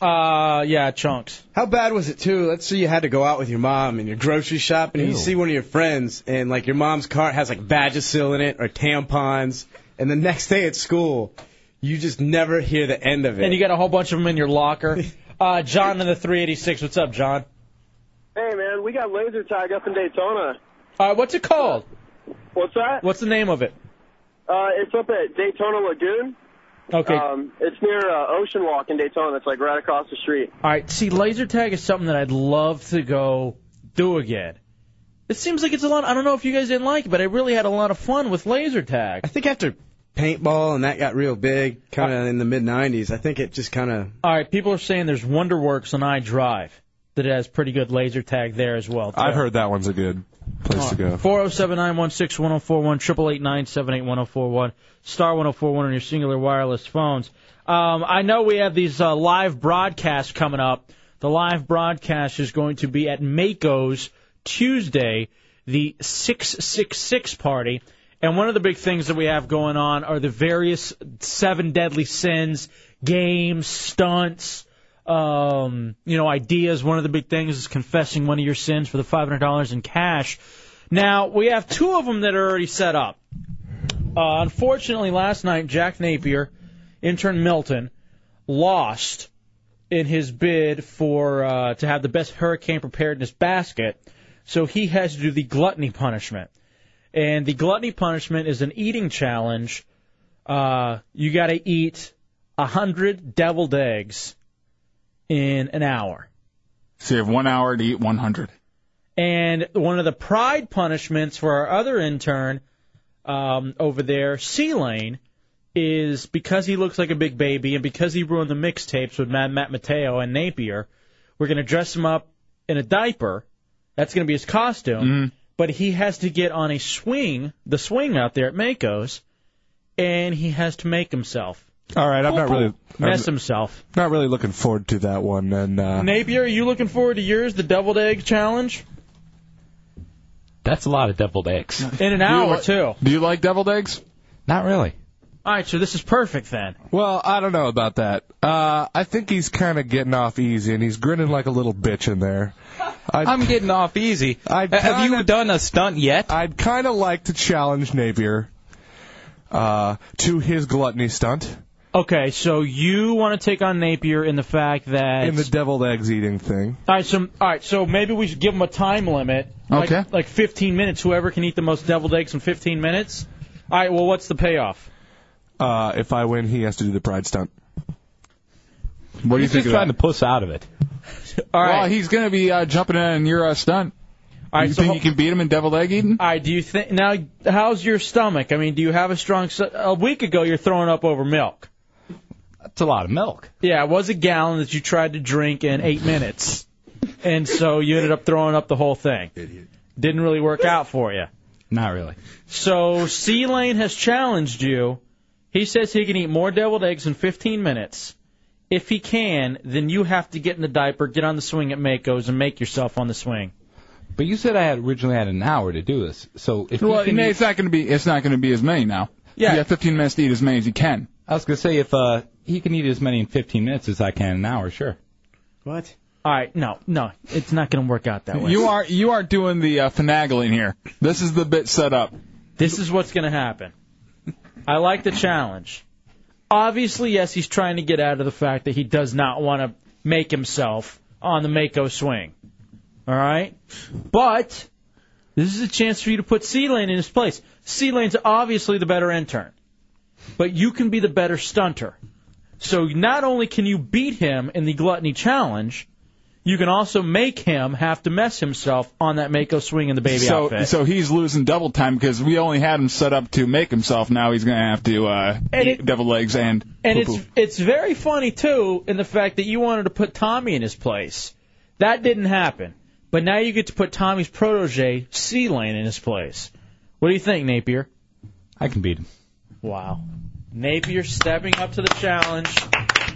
Uh, yeah, chunks. How bad was it too? Let's say you had to go out with your mom and your grocery shopping, and you see one of your friends, and like your mom's cart has like Vagisil in it or tampons, and the next day at school, you just never hear the end of it. And you got a whole bunch of them in your locker. Uh, John in the 386. What's up, John? Hey man, we got laser tag up in Daytona. Uh, what's it called? What's that? What's the name of it? Uh, it's up at Daytona Lagoon. Okay. Um, it's near uh, Ocean Walk in Daytona. It's like right across the street. All right. See, laser tag is something that I'd love to go do again. It seems like it's a lot. I don't know if you guys didn't like it, but I really had a lot of fun with laser tag. I think after paintball and that got real big, kind Uh, of in the mid '90s, I think it just kind of All right. People are saying there's WonderWorks on iDrive that has pretty good laser tag there as well. I've heard that one's a good place to go. Four zero seven nine one six one zero four one triple eight nine seven eight one zero four one star one zero four one on your singular wireless phones. Um, I know we have these uh, live broadcasts coming up. The live broadcast is going to be at Mako's Tuesday, the six six six party. And one of the big things that we have going on are the various seven deadly sins, games, stunts, um, you know, ideas. One of the big things is confessing one of your sins for the five hundred dollars in cash. Now we have two of them that are already set up. Uh, unfortunately, last night Jack Napier, intern Milton, lost in his bid for uh, to have the best hurricane preparedness basket. So he has to do the gluttony punishment, and the gluttony punishment is an eating challenge. Uh, you got to eat a hundred deviled eggs in an hour. So you have one hour to eat 100. And one of the pride punishments for our other intern um, over there, C Lane, is because he looks like a big baby and because he ruined the mixtapes with Mad Matt Mateo and Napier, we're going to dress him up in a diaper. That's going to be his costume. Mm-hmm. But he has to get on a swing, the swing out there at Mako's, and he has to make himself. All right, I'm not really Mess I'm himself. Not really looking forward to that one, and uh, Napier, are you looking forward to yours, the deviled egg challenge? That's a lot of deviled eggs. In an hour, too. Do you like deviled eggs? Not really. All right, so this is perfect then. well, I don't know about that. Uh, I think he's kind of getting off easy, and he's grinning like a little bitch in there. I'd, I'm getting off easy. Uh, I'd have you done a stunt yet? I'd kind of like to challenge Napier uh, to his gluttony stunt Okay, so you want to take on Napier in the fact that in the deviled eggs eating thing. all right, so all right, so maybe we should give him a time limit. like- Okay. Like, 15 minutes. Whoever can eat the most deviled eggs in 15 minutes. All right. Well, what's the payoff? Uh, if I win, he has to do the pride stunt. What do you think of that? puss out of it. All Well, he's going to be uh, jumping in and you're uh, stunned. All right, you so think ho- you can beat him in deviled egg eating? All right. Do you think now? How's your stomach? I mean, do you have a strong? s- A week ago, you're throwing up over milk. That's a lot of milk. Yeah, it was a gallon that you tried to drink in eight minutes, and so you ended up throwing up the whole thing. Idiot. Didn't really work out for you. Not really. So C Lane has challenged you. He says he can eat more deviled eggs in 15 minutes. If he can, then you have to get in the diaper, get on the swing at Mako's, and make yourself on the swing. But you said I had originally had an hour to do this. So if Well, you can no, it's not going to be. It's not going to be as many now. Yeah. You have 15 minutes to eat as many as you can. I was gonna say if uh he can eat as many in 15 minutes as I can in an hour, sure. What? All right, no, no, it's not going to work out that way. You are you aren't doing the uh, finagling here. This is the bit set up. This is what's going to happen. I like the challenge. Obviously, yes, he's trying to get out of the fact that he does not want to make himself on the Mako swing. All right? But this is a chance for you to put C Lane in his place. C Lane's obviously the better intern, but you can be the better stunter. So not only can you beat him in the gluttony challenge, you can also make him have to mess himself on that Mako swing in the baby so outfit. so he's losing double time because we only had him set up to make himself. Now he's going to have to uh, And eat devil legs and And poo-poo. it's it's very funny too in the fact that you wanted to put Tommy in his place. That didn't happen. But now you get to put Tommy's protege, C Lane, in his place. What do you think, Napier? I can beat him. Wow. Napier stepping up to the challenge.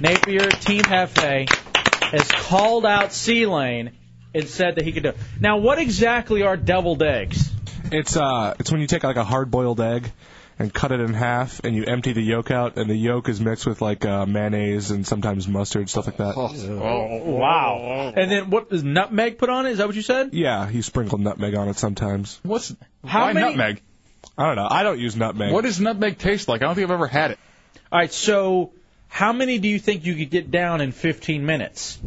Napier, Team Hefe, has called out C Lane and said that he could do. it. Now, what exactly are deviled eggs? It's uh, it's when you take like a hard-boiled egg and cut it in half, and you empty the yolk out, and the yolk is mixed with like uh, mayonnaise and sometimes mustard, stuff like that. Oh, Oh, wow. And then what does nutmeg put on it? Is that what you said? Yeah, you sprinkle nutmeg on it sometimes. What's How why many- nutmeg? I don't know. I don't use nutmeg. What does nutmeg taste like? I don't think I've ever had it. All right, so how many do you think you could get down in 15 minutes?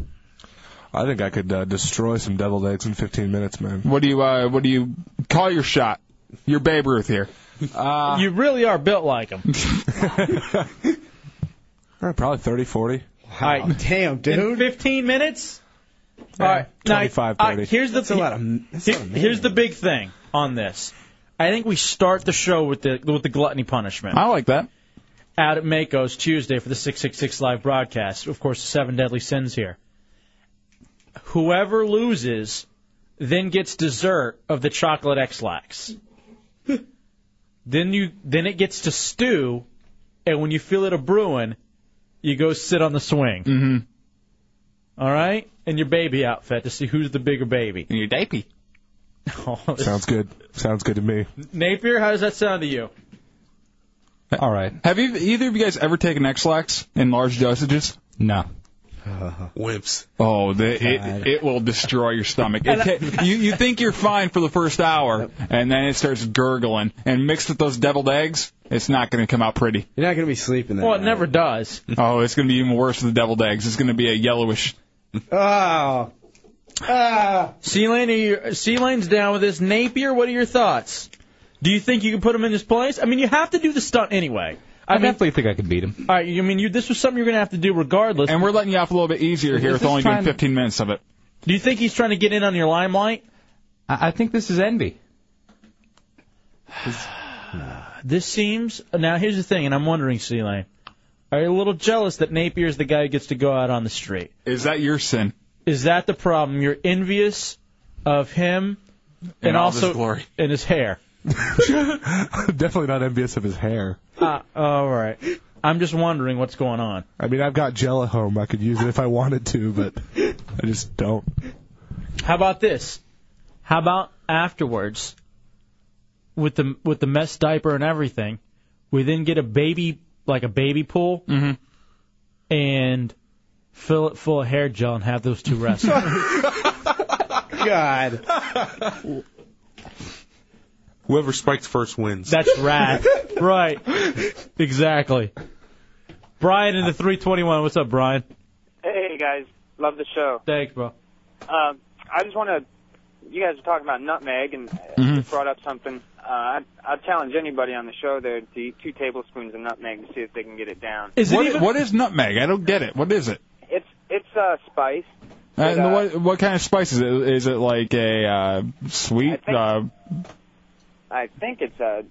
I think I could uh, destroy some deviled eggs in 15 minutes, man. What do you uh, what do you call your shot? Your Babe Ruth here. Uh, you really are built like him. probably 30, 40. All right, damn, dude. In 15 minutes? All right, now, 25, all right, 30. here's the That's a lot of- here- here's the big thing on this. I think we start the show with the with the gluttony punishment. I like that. Out at Mako's Tuesday for the 666 live broadcast. Of course, the seven deadly sins here. Whoever loses then gets dessert of the chocolate X-Lax. then you then it gets to stew, and when you feel it a brewing, you go sit on the swing. Mm-hmm. All right, in your baby outfit to see who's the bigger baby. In your diaper. Oh, Sounds good. Sounds good to me. Napier, how does that sound to you? All right. Have you, either of you guys ever taken X-Lax in large dosages? No. Uh, Wimps. Oh, the, it it will destroy your stomach. It And I- ta- you you think you're fine for the first hour, and then it starts gurgling. And mixed with those deviled eggs, it's not going to come out pretty. You're not going to be sleeping Well, it never does. Oh, it's going to be even worse with the deviled eggs. It's going to be a yellowish. Oh. Ah. C-Lane, are you, C-Lane's down with this. Napier, what are your thoughts? Do you think you can put him in his place? I mean, you have to do the stunt anyway. I, I, mean, definitely think I could beat him. all right, you- I mean, you, this was something you're going to have to do regardless. And we're letting you off a little bit easier here This with is only trying- doing 15 minutes of it. Do you think he's trying to get in on your limelight? I, I think this is envy. This seems. Now, here's the thing, and I'm wondering, C-Lane, are you a little jealous that Napier's the guy who gets to go out on the street? Is that your sin? Is that the problem? You're envious of him and, And all of his also and his hair. Definitely not envious of his hair. Uh, all right. I'm just wondering what's going on. I mean, I've got gel at home. I could use it if I wanted to, but I just don't. How about this? How about afterwards, with the with the mess diaper and everything, we then get a baby like a baby pool and fill it full of hair gel and have those two wrestle. God, Whoever spikes first wins. that's rad. right, exactly. Brian in the 321. What's up, Brian? Hey guys, love the show. Thanks, bro. Um, I just want to. You guys are talking about nutmeg, and Mhm. Mm-hmm. you brought up something. Uh, I, I challenge anybody on the show there to eat two tablespoons of nutmeg to see if they can get it down. What- what is nutmeg? I don't get it. What is it? It's it's uh, spice. And what what kind of spice is it? Is it like a uh, sweet? Uh, I think it's uh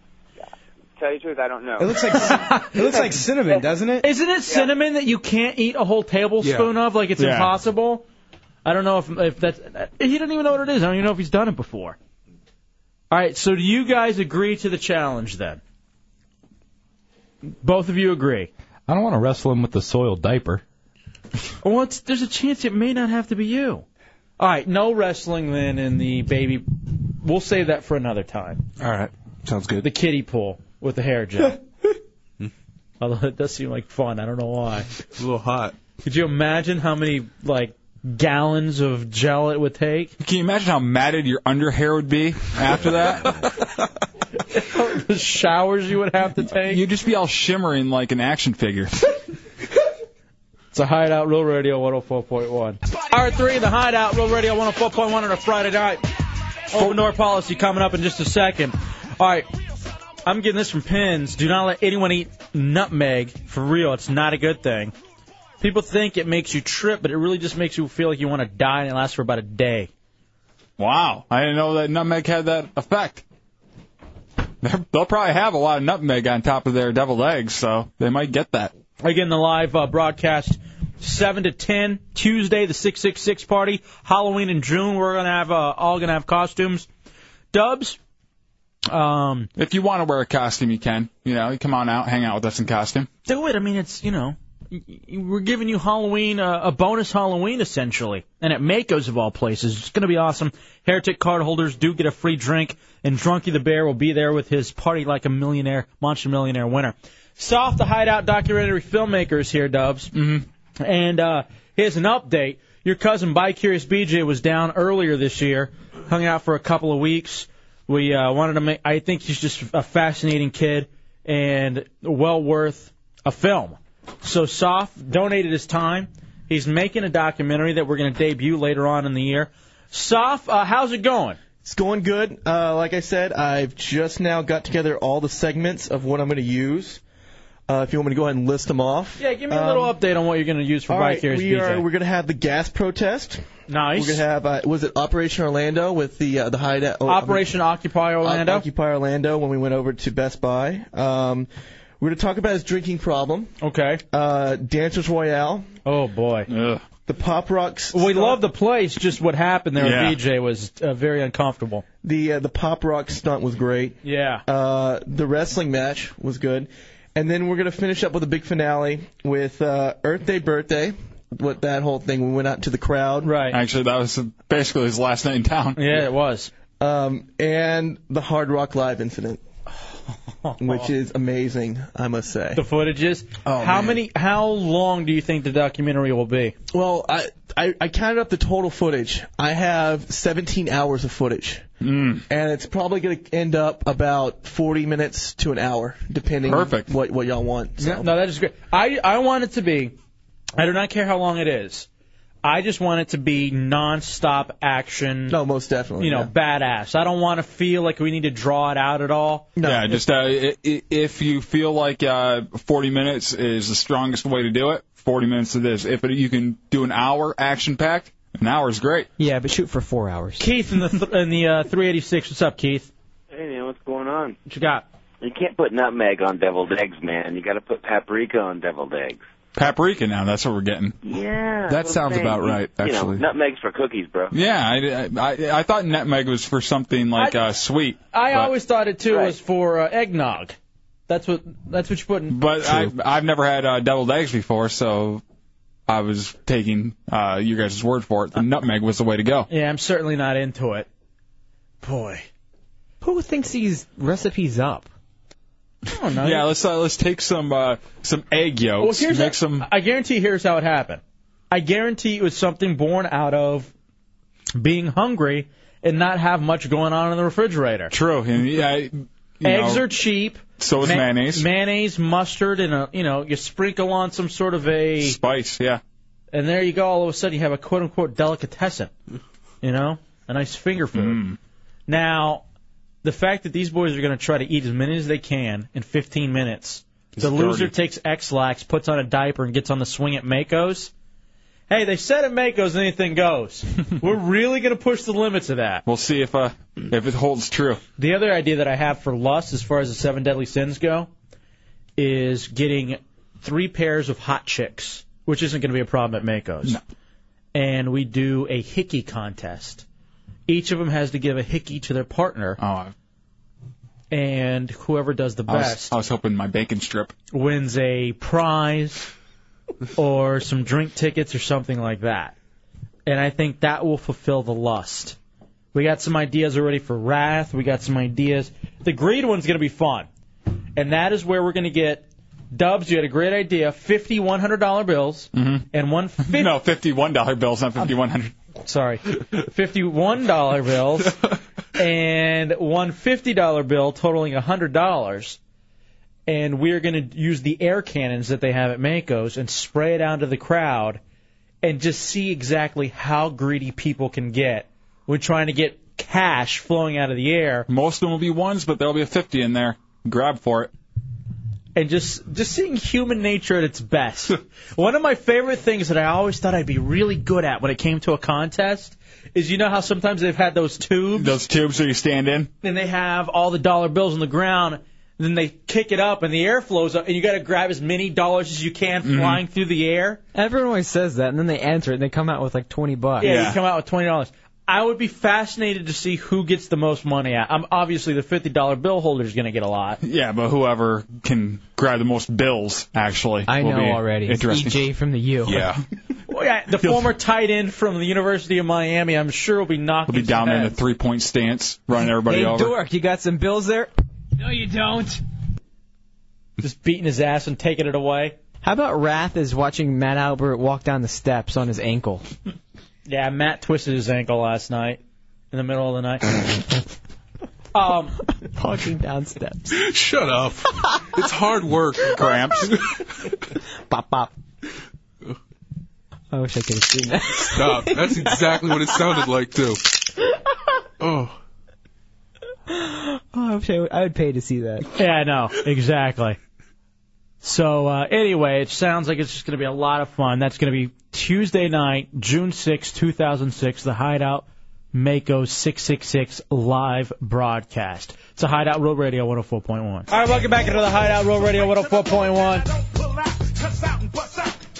Tell you the truth, I don't know. It looks like it looks like cinnamon, doesn't it? Isn't it cinnamon that you can't eat a whole tablespoon of? Like it's Yeah. impossible. I don't know if if that's he doesn't even know what it is. I don't even know if he's done it before. All right, so do you guys agree to the challenge then? Both of you agree. I don't want to wrestle him with the soiled diaper. Well, it's, there's a chance it may not have to be you. All right, no wrestling then in the baby. We'll save that for another time. All right, sounds good. The kiddie pool with the hair gel. Although it does seem like fun, I don't know why. It's a little hot. Could you imagine how many like gallons of gel it would take? can you imagine how matted your underhair would be after that? the showers you would have to take. You'd just be all shimmering like an action figure. It's a hideout, Real Radio 104.1. Hour three, the hideout, Real Radio 104.1 on a Friday night. Open door policy coming up in just a second. All right, I'm getting this from Pins. Do not let anyone eat nutmeg. For real, it's not a good thing. People think it makes you trip, but it really just makes you feel like you want to die, and it lasts for about a day. Wow, I didn't know that nutmeg had that effect. They're- They'll probably have a lot of nutmeg on top of their deviled eggs, so they might get that. Again, the live uh, broadcast, 7 to 10, Tuesday, the 666 party. Halloween in June, we're going to have, uh, all going to have costumes. Dubs? Um, if you want to wear a costume, you can. You know, you come on out, hang out with us in costume. Do it. I mean, it's, you know, we're giving you Halloween, uh, a bonus Halloween essentially, and at Mako's of all places. It's going to be awesome. Heretic card holders do get a free drink, and Drunky the Bear will be there with his party like a millionaire, monster millionaire winner. Soft the Hideout documentary filmmaker is here, Dubs, mm-hmm. and uh, here's an update. Your cousin By Curious BJ was down earlier this year, hung out for a couple of weeks. We uh, wanted to make. I think he's just a fascinating kid and well worth a film. So Soft donated his time. He's making a documentary that we're going to debut later on in the year. Soft, uh, how's it going? It's going good. Uh, like I said, I've just now got together all the segments of what I'm going to use. Uh, if you want me to go ahead and list them off. Yeah, give me a little Um, update on what you're going to use for all right, By Curious we BJ. are we're going to have the gas protest. Nice. We're going to have uh, was it Operation Orlando with the uh, the hideout? oh, I mean- Operation Occupy Orlando. Occupy Orlando when we went over to Best Buy. Um, we're going to talk about his drinking problem. Okay. Uh, Dancers Royale. Oh boy. The pop rocks. we love the place. Just what happened there Yeah. with BJ was uh, very uncomfortable. The uh, the pop rock stunt was great. Yeah. Uh, the wrestling match was good, and then we're gonna finish up with a big finale with uh, Earth Day Birthday. What that whole thing? We went out to the crowd. Right. Actually, that was basically his last night in town. Yeah, it was. Um, and the Hard Rock Live incident, which is amazing, I must say. The footages. Oh, how man. many? How long do you think the documentary will be? Well, I, I I counted up the total footage. I have 17 hours of footage, Mm. and it's probably going to end up about 40 minutes to an hour, depending Perfect. on what what y'all want. So. No, no, that is great. I I want it to be. I do not care how long it is. I just want it to be nonstop action. No, most definitely. You know, badass. I don't want to feel like we need to draw it out at all. yeah, just uh, i- i- if you feel like uh, 40 minutes is the strongest way to do it, 40 minutes of this. If it, you can do an hour action packed, an hour is great. Yeah, but shoot for four hours. Keith in the th- in the uh, 386. What's up, Keith? Hey man, what's going on? What you got? You can't put nutmeg on deviled eggs, man. You got to put paprika on deviled eggs. Paprika now, that's what we're getting. Yeah. That that's sounds what I'm about saying. right, You- actually. You know, nutmeg's for cookies, bro. Yeah, I, I, I thought nutmeg was for something like uh, sweet. I but- always thought it too was for uh, eggnog. That's what that's what you put in. But I, I've never had uh, deviled eggs before, so I was taking uh, your guys' word for it. The nutmeg was the way to go. yeah, I'm certainly not into it. Boy, who thinks these recipes up? Oh, Yeah, let's uh, let's take some uh, some egg yolks, here's Ah, mix how- them. I guarantee here's how it happened. I guarantee it was something born out of being hungry and not have much going on in the refrigerator. True. And yeah, Eggs know, are cheap. so is Ma- mayonnaise. Mayonnaise, mustard, and a, you know you sprinkle on some sort of a spice. Yeah. And there you go. All of a sudden you have a quote unquote delicatessen. You know, a nice finger food. Now, the fact that these boys are going to try to eat as many as they can in 15 minutes, the dirty. loser takes X-Lax, puts on a diaper, and gets on the swing at Mako's. Hey, they said at Mako's anything goes. We're really going to push the limits of that. We'll see if uh if it holds true. The other idea that I have for lust, as far as the seven deadly sins go, is getting three pairs of hot chicks, which isn't going to be a problem at Mako's. And we do a hickey contest. Each of them has to give a hickey to their partner. Oh. And whoever does the I was, best I was hoping my bacon strip. wins a prize or some drink tickets or something like that. And I think that will fulfill the lust. We got some ideas already for Wrath. We got some ideas. The Greed one's going to be fun. And that is where we're going to get Dubs, you had a great idea. Fifty one hundred dollar bills and one fifty Mm-hmm. No, fifty-one dollar bills, not fifty-one hundred. Sorry, fifty-one dollar bills and one fifty dollar bill totaling a hundred dollars. And we're going to use the air cannons that they have at Mako's and spray it out to the crowd, and just see exactly how greedy people can get when trying to get cash flowing out of the air. Most of them will be ones, but there'll be a fifty in there. Grab for it. and just just seeing human nature at its best. One of my favorite things that I always thought I'd be really good at when it came to a contest is you know how sometimes they've had those tubes Those tubes that you stand in. and they have all the dollar bills on the ground and then they kick it up and the air flows up and you got to grab as many dollars as you can Mm-hmm. flying through the air. Uh, Everyone always says that, and then they enter it, and they come out with like 20 bucks. Yeah, you come out with twenty dollars. I would be fascinated to see who gets the most money out. Um, obviously, the fifty dollar bill holder is going to get a lot. Yeah, but whoever can grab the most bills actually. I will know be already. It's E Interesting. EJ from the U. Yeah, Well, yeah, the former tight end from the University of Miami, I'm sure, will be knocking. he'll be down some there in a heads. three point stance, running everybody Hey, over. Dork, you got some bills there? No, you don't. Just beating his ass and taking it away. How about Wrath is watching Matt Albert walk down the steps on his ankle? Yeah, Matt twisted his ankle last night in the middle of the night. um, walking down steps. Shut up. It's hard work, Gramps. pop, pop. I wish I could have seen that. Stop. That's exactly what it sounded like too. Oh. Oh, I wish I would, I would pay to see that. Yeah, I know exactly. So uh, anyway, it sounds like it's just going to be a lot of fun. That's going to be Tuesday night, June sixth, two 2006, the Hideout Mako 666 live broadcast. It's a Hideout Road Radio 104.1. All right, welcome back into the Hideout Road Radio 104.1.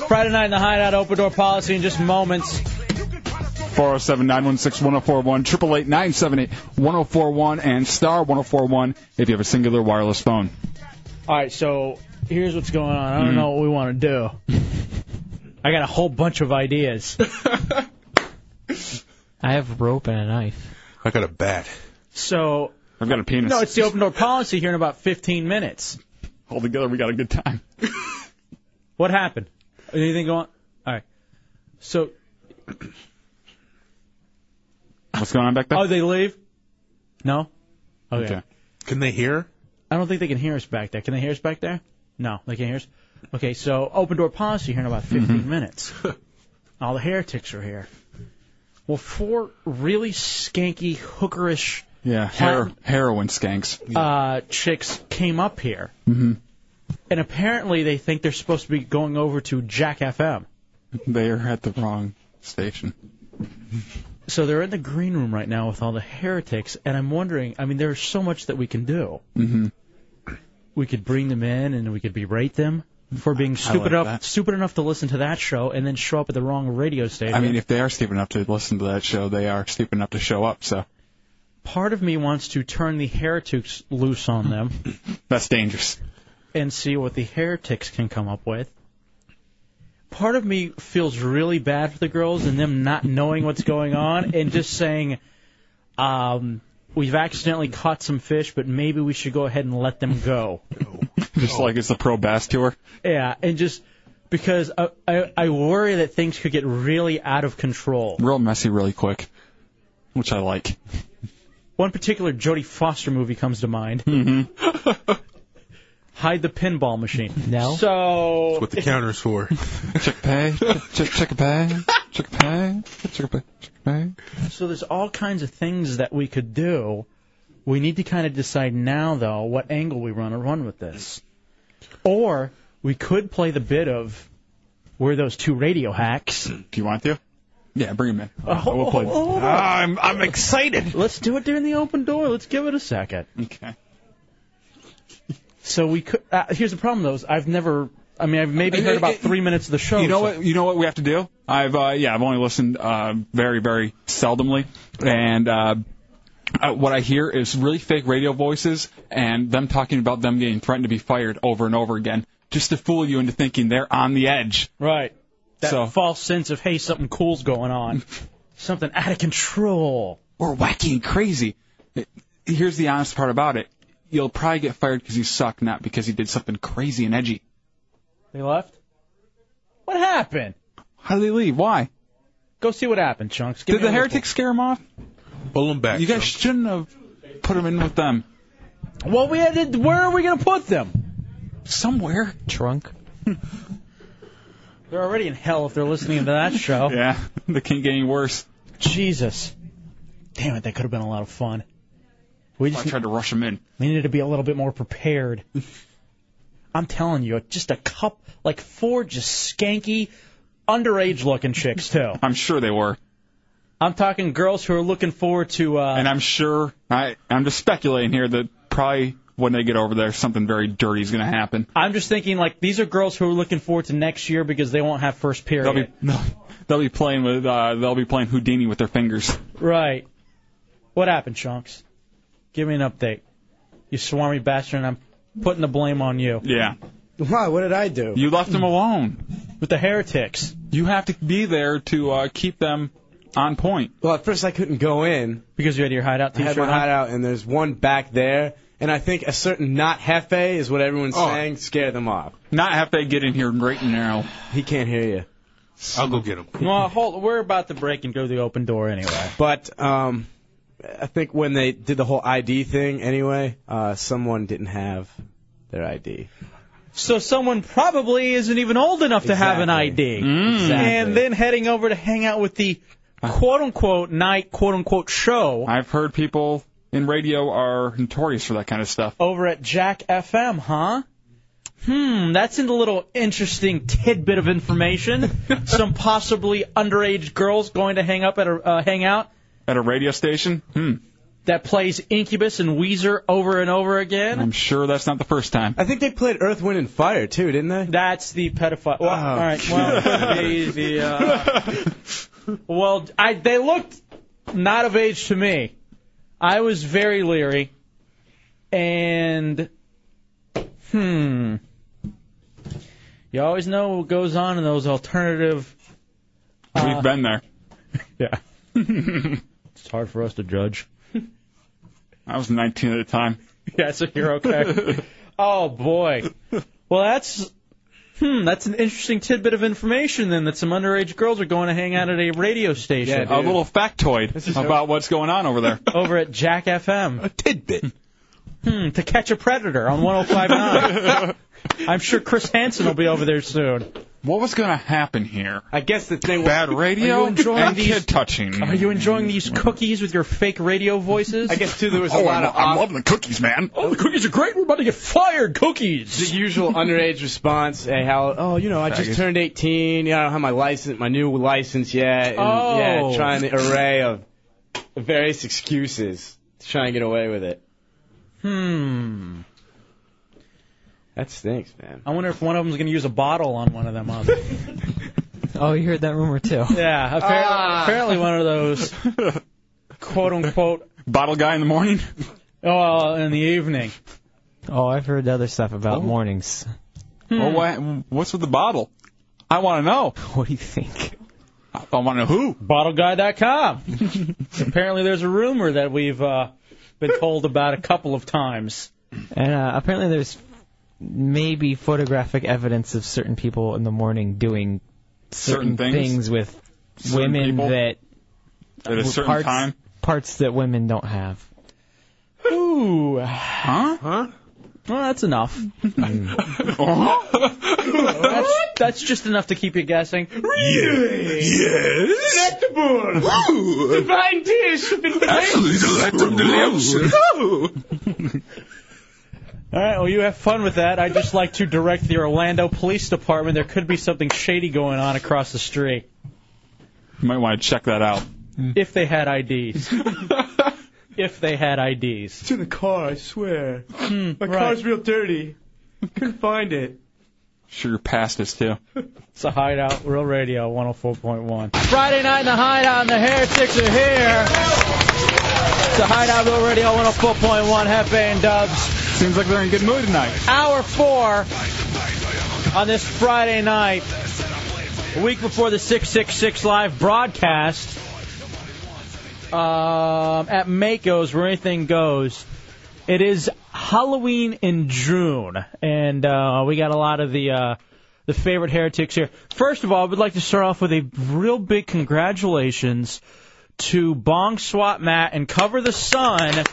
Friday night in the Hideout, open door policy in just moments. 407 916 1041, 888 978 1041, and star 1041 if you have a singular wireless phone. All right, so here's what's going on. I don't know what we want to do. I got a whole bunch of ideas. I have rope and a knife. I got a bat. So I've got a penis. No, it's the open door policy here in about 15 minutes. All together, we got a good time. what happened? Anything going? All right. So, What's going on back there? oh, they leave? Oh, No. Okay. Can they hear? I don't think they can hear us back there. Can they hear us back there? No, they can't hear us. Okay, so open door policy here in about 15 minutes. All the heretics are here. Well, four really skanky hookerish Yeah, her- heroin skanks. uh, chicks came up here, hmm and apparently they think they're supposed to be going over to Jack FM. They are at the wrong station. So they're in the green room right now with all the heretics, and I'm wondering. I mean, there's so much that we can do. hmm We could bring them in, and we could berate them for being stupid like up, that. stupid enough to listen to that show, and then show up at the wrong radio station. I mean, if they are stupid enough to listen to that show, they are stupid enough to show up, so part of me wants to turn the heretics loose on them that's dangerous. and see what the heretics can come up with. Part of me feels really bad for the girls and them not knowing what's going on and just saying, um, we've accidentally caught some fish, but maybe we should go ahead and let them go. Just like it's the pro bass tour. Yeah, and just because I, I, I worry that things could get really out of control. Real messy, really quick, which I like. One particular Jodie Foster movie comes to mind. Mm-hmm. Hide the pinball machine. No. So That's what the counter's for. Chick pay, chick chick pay, chick pay, chick pay, chick pay. So there's all kinds of things that we could do. We need to kind of decide now, though, what angle we want to run with this. Or we could play the bit of we're those two radio hacks. Do you want to? Yeah, bring him in. Oh, We'll play- I'm I'm excited. Let's do it during the open door. Let's give it a second. Okay. So we could. Uh, here's the problem, though. Is I've never. I mean, I've maybe heard about three minutes of the show. Uh, You know so- what? You know what we have to do? I've uh, yeah, I've only listened uh, very very seldomly, and uh, uh, what I hear is really fake radio voices and them talking about them getting threatened to be fired over and over again, just to fool you into thinking they're on the edge. Right. That So- false sense of hey, something cool's going on, something out of control. Or wacky and crazy. Here's the honest part about it: you'll probably get fired because you suck, not because you did something crazy and edgy. They left. What happened? How do they leave? Why? Go see what happened, chunks. Give Did me the a heretics scare him off? Pull him back. You guys shouldn't have put him in with them. Well, we had to, where are we going to put them? Somewhere. Trunk. They're already in hell if they're listening to that show. yeah, they can't get any worse. Jesus. Damn it, that could have been a lot of fun. We just I tried to rush him in. we needed to be a little bit more prepared. I'm telling you, just a cup, like four just skanky, underage looking chicks, too. I'm sure they were. I'm talking girls who are looking forward to. Uh, And I'm sure I I'm just speculating here that probably when they get over there something very dirty is going to happen. I'm just thinking, like, these are girls who are looking forward to next year because they won't have first period. They'll be they'll, they'll be playing with uh, they'll be playing Houdini with their fingers. Right. What happened, Chunks? Give me an update. You swarmy bastard, and I'm putting the blame on you. Yeah. Why? What did I do? You left them alone. With the heretics. You have to be there to uh, keep them on point. Well, at first I couldn't go in because you had your hideout I had t-shirt my on? hideout, and there's one back there, and I think a certain not Hefe is what everyone's Oh. saying scared them off. Not have to get in here right now. He can't hear you. I'll go get him. Well, hold, we're about to break and go to the open door anyway. But um, I think when they did the whole ID thing, anyway, uh, someone didn't have their ID. So someone probably isn't even old enough to have an Mm. ID. Exactly. And then heading over to hang out with the quote unquote night quote unquote Oh. show I've heard people in radio are notorious for that kind of stuff. over at Jack FM, huh? Hmm, that's a little interesting tidbit of information. Some possibly underage girls going to hang up at a uh, hang out At a radio station? Hmm. that plays Incubus and Weezer over and over again. I'm sure that's not the first time. I think they played Earth, Wind, and Fire too, didn't they? That's the pedophile. Well, all right. Well, the, the, uh, well, I they looked not of age to me. I was very leery, and hmm, you always know what goes on in those alternative. We've been there. Yeah. it's hard for us to judge. I was 19 at the time. Yeah, so you're okay. oh boy. Well, that's hmm. That's an interesting tidbit of information then that some underage girls are going to hang out at a radio station. a little factoid is- about what's going on over there. over at Jack FM. A tidbit. Hmm. To catch a predator on 105.9. I'm sure Chris Hansen will be over there soon. What was going to happen here? I guess the thing Bad Are radio you enjoying and these- kid touching. Are you enjoying these cookies with your fake radio voices? I guess too there was a oh, lot I'm, of I'm off- loving the cookies, man. Oh, the cookies are great. We're about to get fired. Cookies. The usual underage response, hey, how, oh, you know, I just Faggot. turned 18, you know, I don't have my license, my new license yet, and Oh. yeah, trying the array of various excuses to try and get away with it. Hmm. That stinks, man. I wonder if one of them's going to use a bottle on one of them. Out there. Oh, you heard that rumor too. Yeah, apparently, Ah. apparently one of those quote unquote bottle guy in the morning. Oh, in the evening. Oh, I've heard other stuff about Oh. mornings. Hmm. Well, what, what's with the bottle? I want to know. What do you think? I want to know who. BottleGuy.com. apparently, there's a rumor that we've uh, been told about a couple of times. And uh, apparently, there's maybe photographic evidence of certain people in the morning doing Certain certain, things? with Certain women people? that At a certain parts, time? parts that women don't have. Ooh. Huh? Huh? Well, that's enough. Uh-huh. that's, that's just enough to keep you guessing. Yes. Divine dish. All right. Well, you have fun with that. I'd just like to direct the Orlando Police Department. There could be something shady going on across the street You might want to check that out. if they had IDs. if they had IDs. It's in the car, I swear. My Hmm, right. car's real dirty. Couldn't find it. Sure, your past is too. It's a hideout, Real Radio 104.1. Friday night in the hideout, and the heretics are here. It's the hideout, Real Radio 104.1. Hefe and Dubs. Seems like they're in a good mood tonight. Hour four on this Friday night, a week before the 666 live broadcast um, at Mako's, where anything goes. It is Halloween in June, and uh, we got a lot of the uh, the favorite heretics here. First of all, I would like to start off with a real big congratulations to Bong Swat Matt and Cover the Sun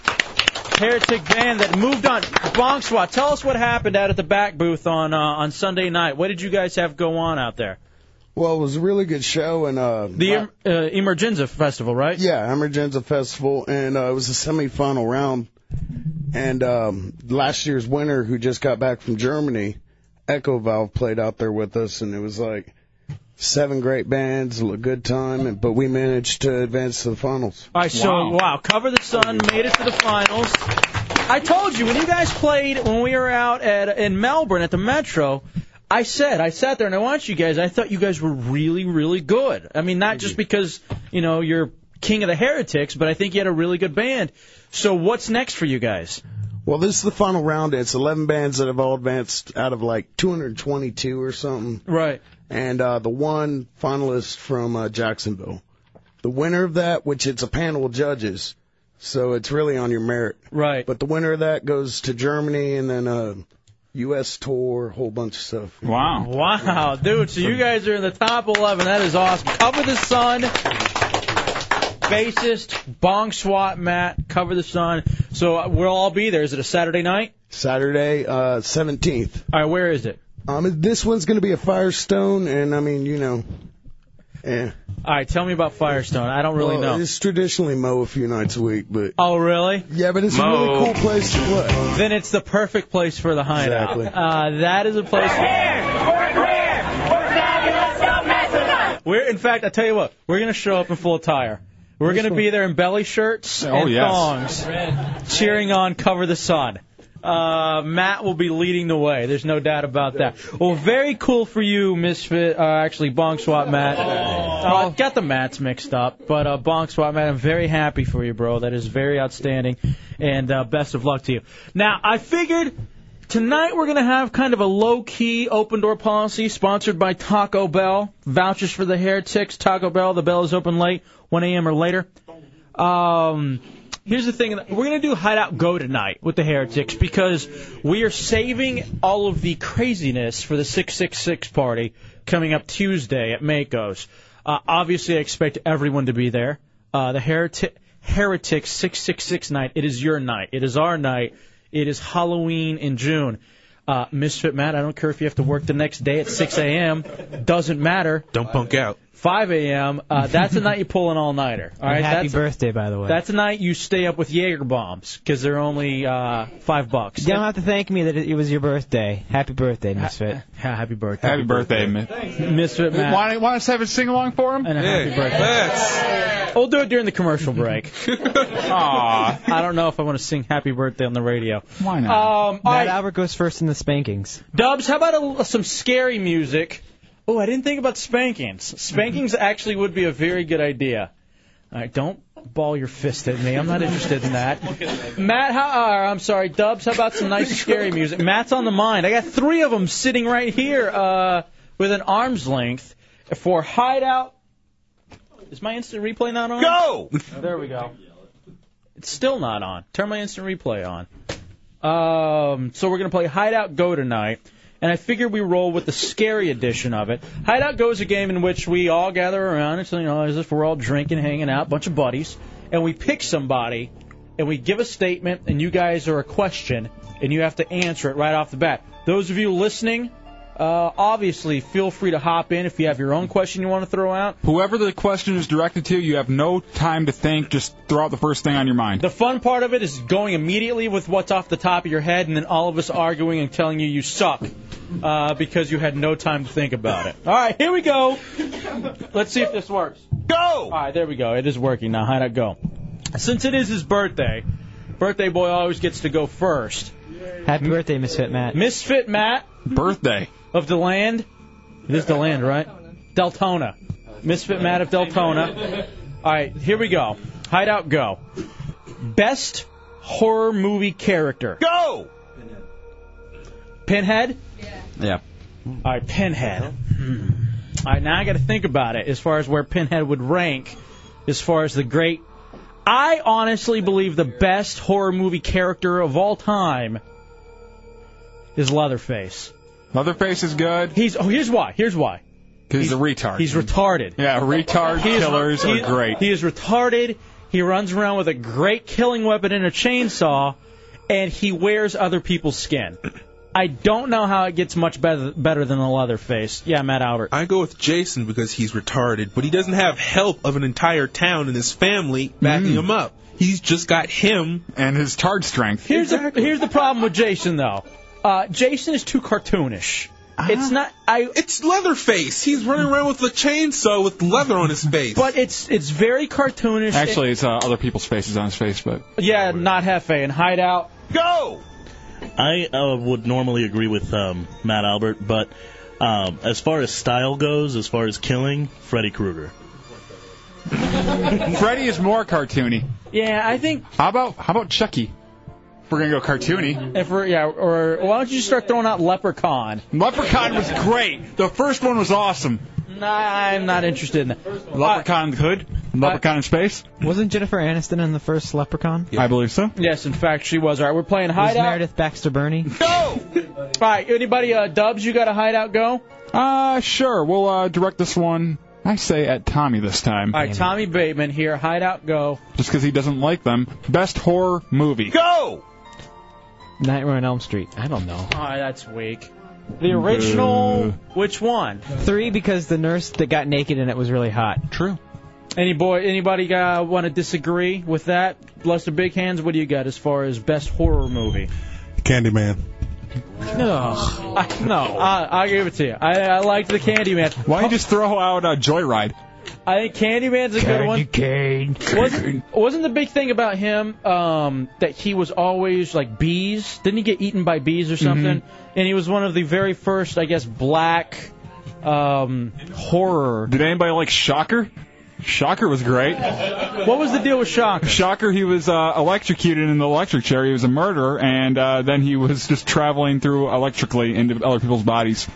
heretic band that moved on. Bong Swat, tell us what happened out at the back booth on uh, on Sunday night. What did you guys have go on out there? Well, it was a really good show, and uh, The em- uh, Emergenza Festival, right? Yeah, Emergenza Festival, and uh, it was a semifinal round. And um, last year's winner, who just got back from Germany, Echo Valve played out there with us, and it was like seven great bands, a good time, and, but we managed to advance to the finals. All right, so wow. Cover the Sun made it to the finals. I told you when you guys played when we were out at in Melbourne at the Metro. I said I sat there and I watched you guys. I thought you guys were really, really good. I mean, not just because you know you're King of the Heretics, but I think you had a really good band. So what's next for you guys? Well, this is the final round. It's 11 bands that have all advanced out of like 222 or something. Right. And uh, the one finalist from uh, Jacksonville. The winner of that, which it's a panel of judges, so it's really on your merit. Right. But the winner of that goes to Germany and then uh, U.S. tour, whole bunch of stuff. Wow. Wow, dude. So you guys are in the top 11. That is awesome. Cover the Sun, bassist, Bong Swat Matt, Cover the Sun. So uh, we'll all be there. Is it a Saturday night? Saturday, uh, 17th. All right, where is it? Um, this one's going to be a Firestone, and I mean, you know, eh. All right, tell me about Firestone. I don't really Well, know. It's traditionally Mo a few nights a week, but Oh, really? Yeah, but it's a really cool place to play. Then it's the perfect place for the hideout. Exactly. Uh, that is a place. We're in fact, I tell you what, we're gonna show up in full attire. We're gonna be there in belly shirts Oh, and yes. thongs, cheering on "Cover the Sun." Uh, Matt will be leading the way. There's no doubt about that. Well, very cool for you, Misfit. Uh, actually, Bonk Swap Matt. Oh, I got the Matts mixed up, but uh, Bonk Swap Matt. I'm very happy for you, bro. That is very outstanding, and uh, best of luck to you. Now, I figured Tonight we're going to have kind of a low-key open door policy sponsored by Taco Bell. Vouchers for the heretics, Taco Bell. The bell is open late, 1 a.m. or later. Um, here's the thing. We're going to do Hideout Go tonight with the heretics because we are saving all of the craziness for the 666 party coming up Tuesday at Mako's. Uh, obviously, I expect everyone to be there. Uh, the heretic, heretics 666 night. It is your night. It is our night. It is Halloween in June. Uh, Misfit Matt, I don't care if you have to work the next day at 6 a.m. Doesn't matter. Don't punk out. 5 a.m. Uh, that's the night you pull an all-nighter. All right, And happy that's birthday, by the way. That's the night you stay up with Jaeger bombs because they're only uh, five bucks. you don't have to thank me that it was your birthday. Happy birthday, Misfit. happy birthday. Happy birthday, man. Misfit Matt. Why, why us have a sing along for him? And a happy birthday. We'll do it during the commercial break. Aw. I don't know if I want to sing happy birthday on the radio. Why not? Um, all Matt right. Albert goes first in the spankings. Dubs, how about a, some scary music? Oh, I didn't think about spankings. Spankings actually would be a very good idea. All right, don't ball your fist at me. I'm not interested in that. Matt, how? Uh, I'm sorry, Dubs. How about some nice scary music? Matt's on the mind. I got three of them sitting right here uh, with an arm's length for hideout. Is my instant replay not on? Go. There we go. It's still not on. Turn my instant replay on. Um, so we're gonna play Hideout Go tonight, and I figure we roll with the scary edition of it. Hideout Go is a game in which we all gather around. It's you know, it's just we're all drinking, hanging out, bunch of buddies, and we pick somebody, and we give a statement, and you guys are a question, and you have to answer it right off the bat. Those of you listening. Uh, obviously, feel free to hop in if you have your own question you want to throw out. Whoever the question is directed to, you have no time to think. Just throw out the first thing on your mind. The fun part of it is going immediately with what's off the top of your head, and then all of us arguing and telling you you suck uh, because you had no time to think about it. All right, here we go. Let's see if this works. Go. All right, there we go. It is working now. How'd it go? Since it is his birthday, birthday boy always gets to go first. Happy birthday, Misfit Matt. Misfit Matt. Birthday. Of Deland. It is Deland, right? Deltona. Misfit Matt of Deltona. All right, here we go. Hideout, go. Best horror movie character. Go! Pinhead? Yeah. All right, Pinhead. Hmm. All right, now I got to think about it as far as where Pinhead would rank, as far as the great. I honestly believe the best horror movie character of all time is Leatherface. Leatherface is good. He's oh, here's why. Here's why. Because he's, a retard. He's retarded. Yeah, retard He is- killers he- are great. He is retarded. He runs around with a great killing weapon and a chainsaw, and he wears other people's skin. I don't know how it gets much better better than the Leatherface. Yeah, Matt Albert. I go with Jason because he's retarded, but he doesn't have help of an entire town and his family backing him up. He's just got him Mm. and his tard strength. Here's the here's the problem with Jason though. Uh, Jason is too cartoonish. It's not. I. Uh-huh. It's Leatherface. He's running around with a chainsaw with leather on his face. But it's it's very cartoonish. Actually, it's uh, other people's faces on his face, but yeah, not Hefe and Hideout. Go. I uh, would normally agree with um, Matt Albert, but um, as far as style goes, as far as killing, Freddy Krueger. Freddy is more cartoony. Yeah, I think. How about how about Chucky? If we're gonna go cartoony. If we're yeah, or why don't you start throwing out Leprechaun? Leprechaun was great. The first one was awesome. Nah, I'm not interested in that. Leprechaun in the hood. Leprechaun in space. Wasn't Jennifer Aniston in the first Leprechaun? I believe so. Yes, in fact, she was. All right, we're playing Was hideout. Meredith Baxter Burney? All right, anybody uh, Dubs? You got a hideout go? All Uh, sure. We'll uh, direct this one. I say at Tommy this time. right, Tommy Bateman here. Hideout go. Just because he doesn't like them. Best horror movie. Go. Nightmare on Elm Street. I don't know. Oh, that's weak. The original. Which one? Three because the nurse that got naked in it was really hot. True. Any boy? Anybody uh, want to disagree with that? Lester Big Hands. What do you got as far as best horror movie? Candyman. No, I, no. I, I'll give it to you. I, I liked the Candyman. Why don't you just throw out uh, Joyride? I think Candyman's a good one. Cane. Wasn't, wasn't the big thing about him um, that he was always like bees? Didn't he get eaten by bees or something? Mm-hmm. And he was one of the very first, I guess, black um, horror. Did anybody like Shocker? Shocker was great. What was the deal with Shocker? Shocker, he was uh, electrocuted in the electric chair. He was a murderer, and uh, then he was just traveling through electrically into other people's bodies.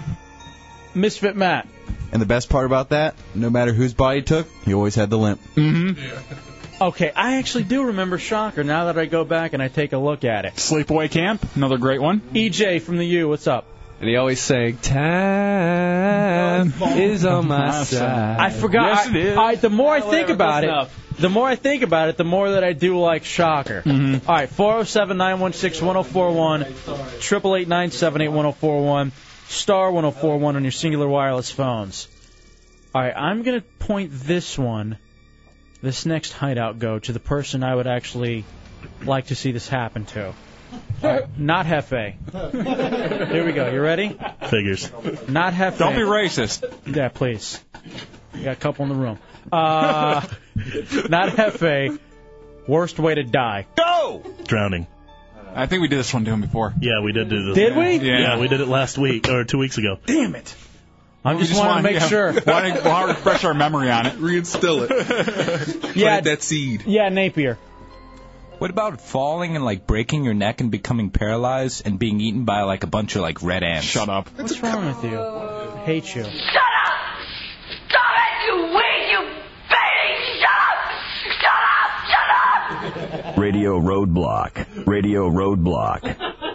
Misfit Matt. And the best part about that, no matter whose body took, he always had the limp. Mm-hmm. Okay, I actually do remember Shocker now that I go back and I take a look at it. Sleepaway Camp, another great one. EJ from the U, what's up? And he always sang, "Time is on my side." I forgot. Yes, it is. I, I- the more I think whatever, about close it, enough. the more I think about it, the more that I do like Shocker. All right, 407 916 1041, 888 978 1041, star 1041 on your singular wireless phones. All right, I'm going to point this one, this next hideout go, to the person I would actually like to see this happen to. All right, not Hefe. Here we go. You ready? Figures. Not Hefe. Don't be racist. Yeah, please. We got a couple in the room. Uh, not Hefe. Worst way to die. Go! Drowning. I think we did this one to him before. Yeah, we did do this. Did we? Yeah, Yeah. we did it last week or two weeks ago. Damn it. I'm We just, wanting wanna- to make yeah, sure. wanna- wanna refresh our memory on it. Reinstill it. Yeah. Plant that seed. Yeah, Napier. What about falling and like breaking your neck and becoming paralyzed and being eaten by like a bunch of like red ants? Shut up. What's wrong with you? I hate you. Stop it, you wig, you baby! Shut up! Shut up! Shut up! Radio Roadblock. Radio Roadblock.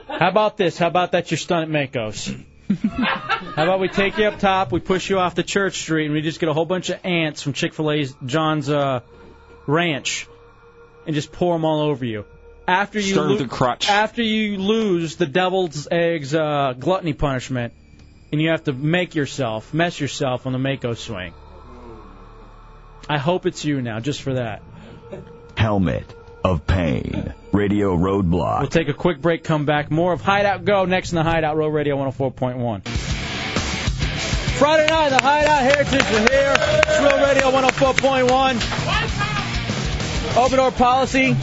How about this? How about that? You're stunned at Mako's. How about we take you up top, we push you off the church street, and we just get a whole bunch of ants from Chick Fil A's John's uh, ranch, and just pour them all over you. After you Start with lo- the crotch. after you lose the devil's eggs uh, gluttony punishment, and you have to make yourself mess yourself on the Mako swing. I hope it's you now, just for that. Helmet of Pain. Radio Roadblock. We'll take a quick break, come back. More of Hideout Go next in the Hideout Row Radio 104.1. Friday night, the Hideout Heritage is here. It's Real Radio 104.1. Open door policy.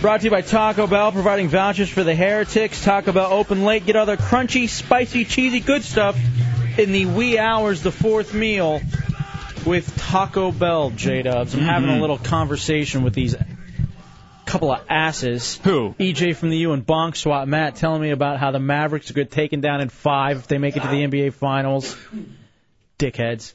Brought to you by Taco Bell, providing vouchers for the heretics. Taco Bell open late. Get other crunchy, spicy, cheesy, good stuff in the wee hours, the fourth meal with Taco Bell, J Dubs. I'm having a Mhm. little conversation with these couple of asses. Who? EJ from the U and Bonk Swat Matt telling me about how the Mavericks get taken down in five if they make it to the NBA Finals. Dickheads.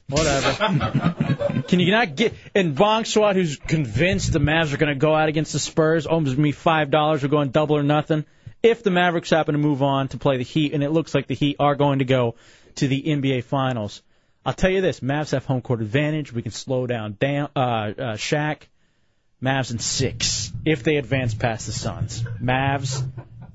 Whatever. Can you not get and Bonk Swat who's convinced the Mavs are gonna go out against the Spurs, owes me five dollars, we're going double or nothing. If the Mavericks happen to move on to play the Heat, and it looks like the Heat are going to go to the NBA Finals. I'll tell you this, Mavs have home court advantage. We can slow down down uh, uh, Shaq. Mavs in six if they advance past the Suns. Mavs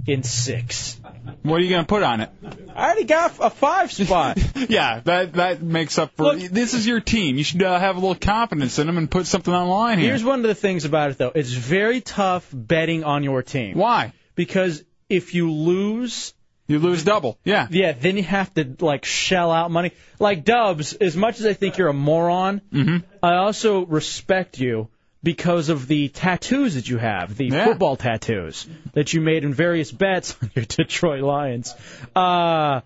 in six. What are you gonna put on it? I already got a five spot. yeah, that that makes up for. this is your team. You should uh, have a little confidence in them and put something online here. Here's one of the things about it though. It's very tough betting on your team. Why? Because if you lose, you lose double. Yeah. Yeah, then you have to like shell out money. Like Dubs, as much as I think you're a moron, Mm-hmm. I also respect you because of the tattoos that you have, the football tattoos that you made in various bets on your Detroit Lions. Uh,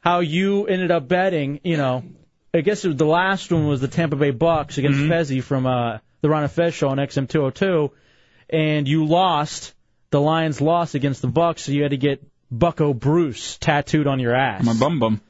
how you ended up betting, you know, I guess it was the last one was the Tampa Bay Bucks against Mm-hmm. Fezzi from uh, the Ron and Fez show on XM 202, and you lost. The Lions lost against the Bucks, so you had to get Bucko Bruce tattooed on your ass. My bum bum.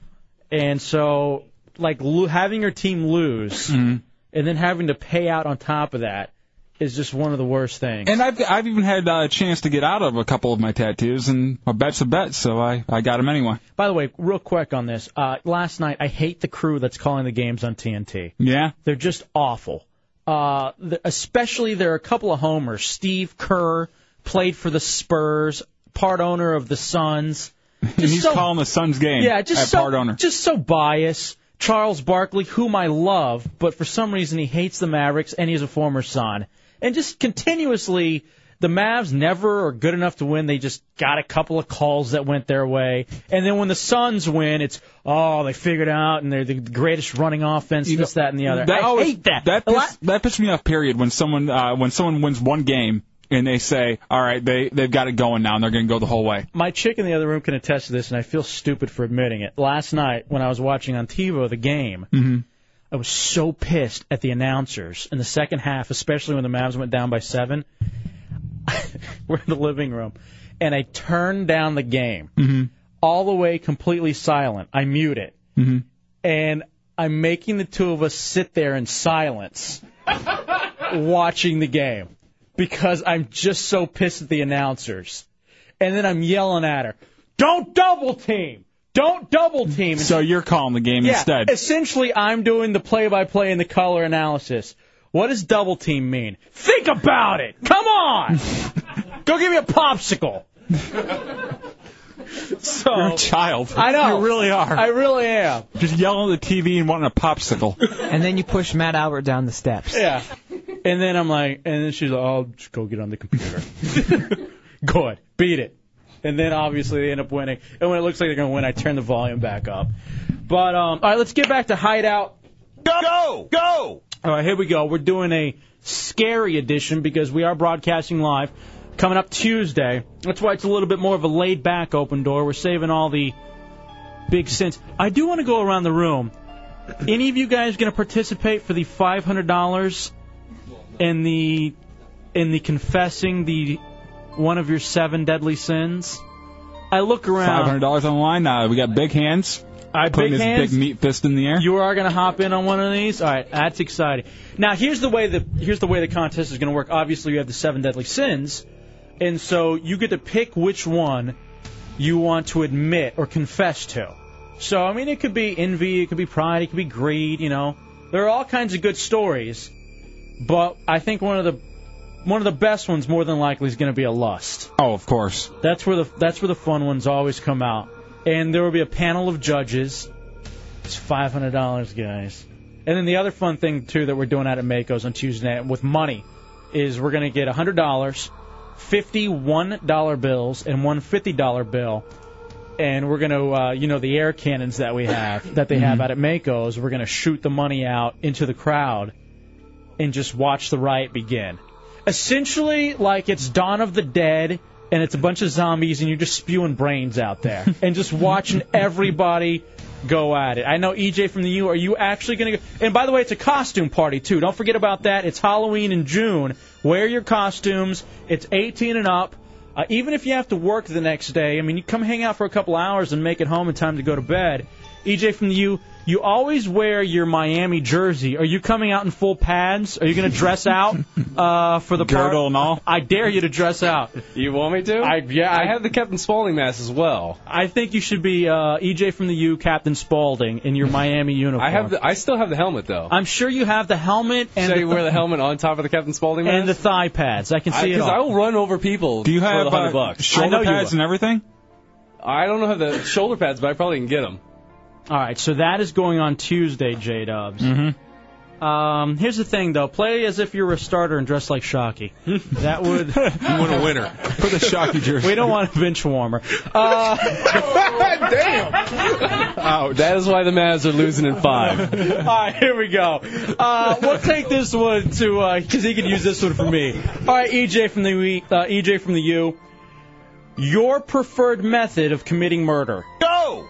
And so, like lo- having your team lose Mm-hmm. and then having to pay out on top of that is just one of the worst things. And I've I've even had uh, a chance to get out of a couple of my tattoos, and a bet's a bet, so I I got 'em anyway. By the way, real quick on this. Uh, last night, I hate the crew that's calling the games on TNT. Yeah. They're just awful. Uh, th especially there are a couple of homers. Steve Kerr played for the Spurs, part owner of the Suns. And he's calling the Suns game. Yeah, just at so part owner. just so biased. Charles Barkley, whom I love, but for some reason he hates the Mavericks and he's a former son. And just continuously, the Mavs never are good enough to win. They just got a couple of calls that went their way. And then when the Suns win, it's oh they figured out and they're the greatest running offense, this, that, and the other. I always- hate that. That A lot- pissed, that pissed me off. Period. When someone uh, when someone wins one game and they say, "All right, they they've got it going now, and they're going to go the whole way." my chick in the other room can attest to this, and I feel stupid for admitting it. Last night, when I was watching on TiVo the game, I was so pissed at the announcers in the second half, especially when the Mavs went down by seven. We're in the living room, and I turned down the game all the way completely silent. I mute it, and I'm making the two of us sit there in silence watching the game because I'm just so pissed at the announcers. And then I'm yelling at her, "Don't double team! Don't double team!" So you're calling the game yeah, instead. essentially I'm doing the play-by-play and the color analysis. What does double team mean? Think about it. Come on. Go give me a popsicle. so You're a child. I know. You really are. I really am. Just yelling at the TV and wanting a popsicle. And then you push Matt Albert down the steps. Yeah. And then I'm like, and then she's like, "I'll just go get on the computer." Good, beat it. And then obviously they end up winning. And when it looks like they're going to win, I turn the volume back up. But um, all right, let's get back to Hideout. Go, go, go! All right, here we go. We're doing a scary edition because we are broadcasting live coming up Tuesday. That's why it's a little bit more of a laid back open door. We're saving all the big sins. I do want to go around the room. Any of you guys going to participate for the five hundred dollars in the in the confessing the one of your seven deadly sins? I look Five hundred around. dollars on the line. Uh, we got big hands. I putting big his hands? big meat fist in the air. You are going to hop in on one of these. All right, that's exciting. Now here's the way the here's the way the contest is going to work. Obviously, you have the seven deadly sins, and so you get to pick which one you want to admit or confess to. So I mean, it could be envy, it could be pride, it could be greed. You know, there are all kinds of good stories, but I think one of the one of the best ones, more than likely, is going to be a lust. Oh, of course. That's where the that's where the fun ones always come out, and there will be a panel of judges. It's five hundred dollars, guys. And then the other fun thing too that we're doing out at Mako's on Tuesday night with money is we're gonna get hundred dollars, fifty one dollar bills, and one fifty dollar bill. And we're gonna, uh, you know, the air cannons that we have that they have out at Mako's. We're gonna shoot the money out into the crowd, and just watch the riot begin. Essentially, like it's Dawn of the Dead, and it's a bunch of zombies, and you're just spewing brains out there, and just watching everybody go at it. I know EJ from the U. Are you actually going to? go And by the way, it's a costume party too. Don't forget about that. It's Halloween in June. Wear your costumes. It's 18 and up. Uh, even if you have to work the next day, I mean, you come hang out for a couple hours and make it home in time to go to bed. EJ from the U, you always wear your Miami jersey. Are you coming out in full pads? Are you going to dress out uh, for the girdle and all? I dare you to dress out. You want me to? I yeah. I have the Captain Spaulding mask as well. I think you should be uh, EJ from the U, Captain Spaulding, in your Miami uniform. I have. The, I still have the helmet though. I'm sure you have the helmet and so the you wear the helmet on top of the Captain Spaulding mask. and the thigh pads. I can see it. Because all. I, will run over people. Do you for have, the hundred uh, bucks? shoulder I know you pads will. and everything? I don't know how the shoulder pads, but I probably can get them. All right, so that is going on Tuesday, J Dubs. Mm-hmm. Um, here's the thing, though. Play as if you're a starter and dress like Shockey. That would. you want a winner. Put the Shockey jersey. We don't want a bench warmer. Uh, Oh, that is why the Mavs are losing in five. All right, here we go. Uh, we'll take this one to because he could use this one for me. All right, EJ from the we- uh, EJ from the U. Your preferred method of committing murder. Go.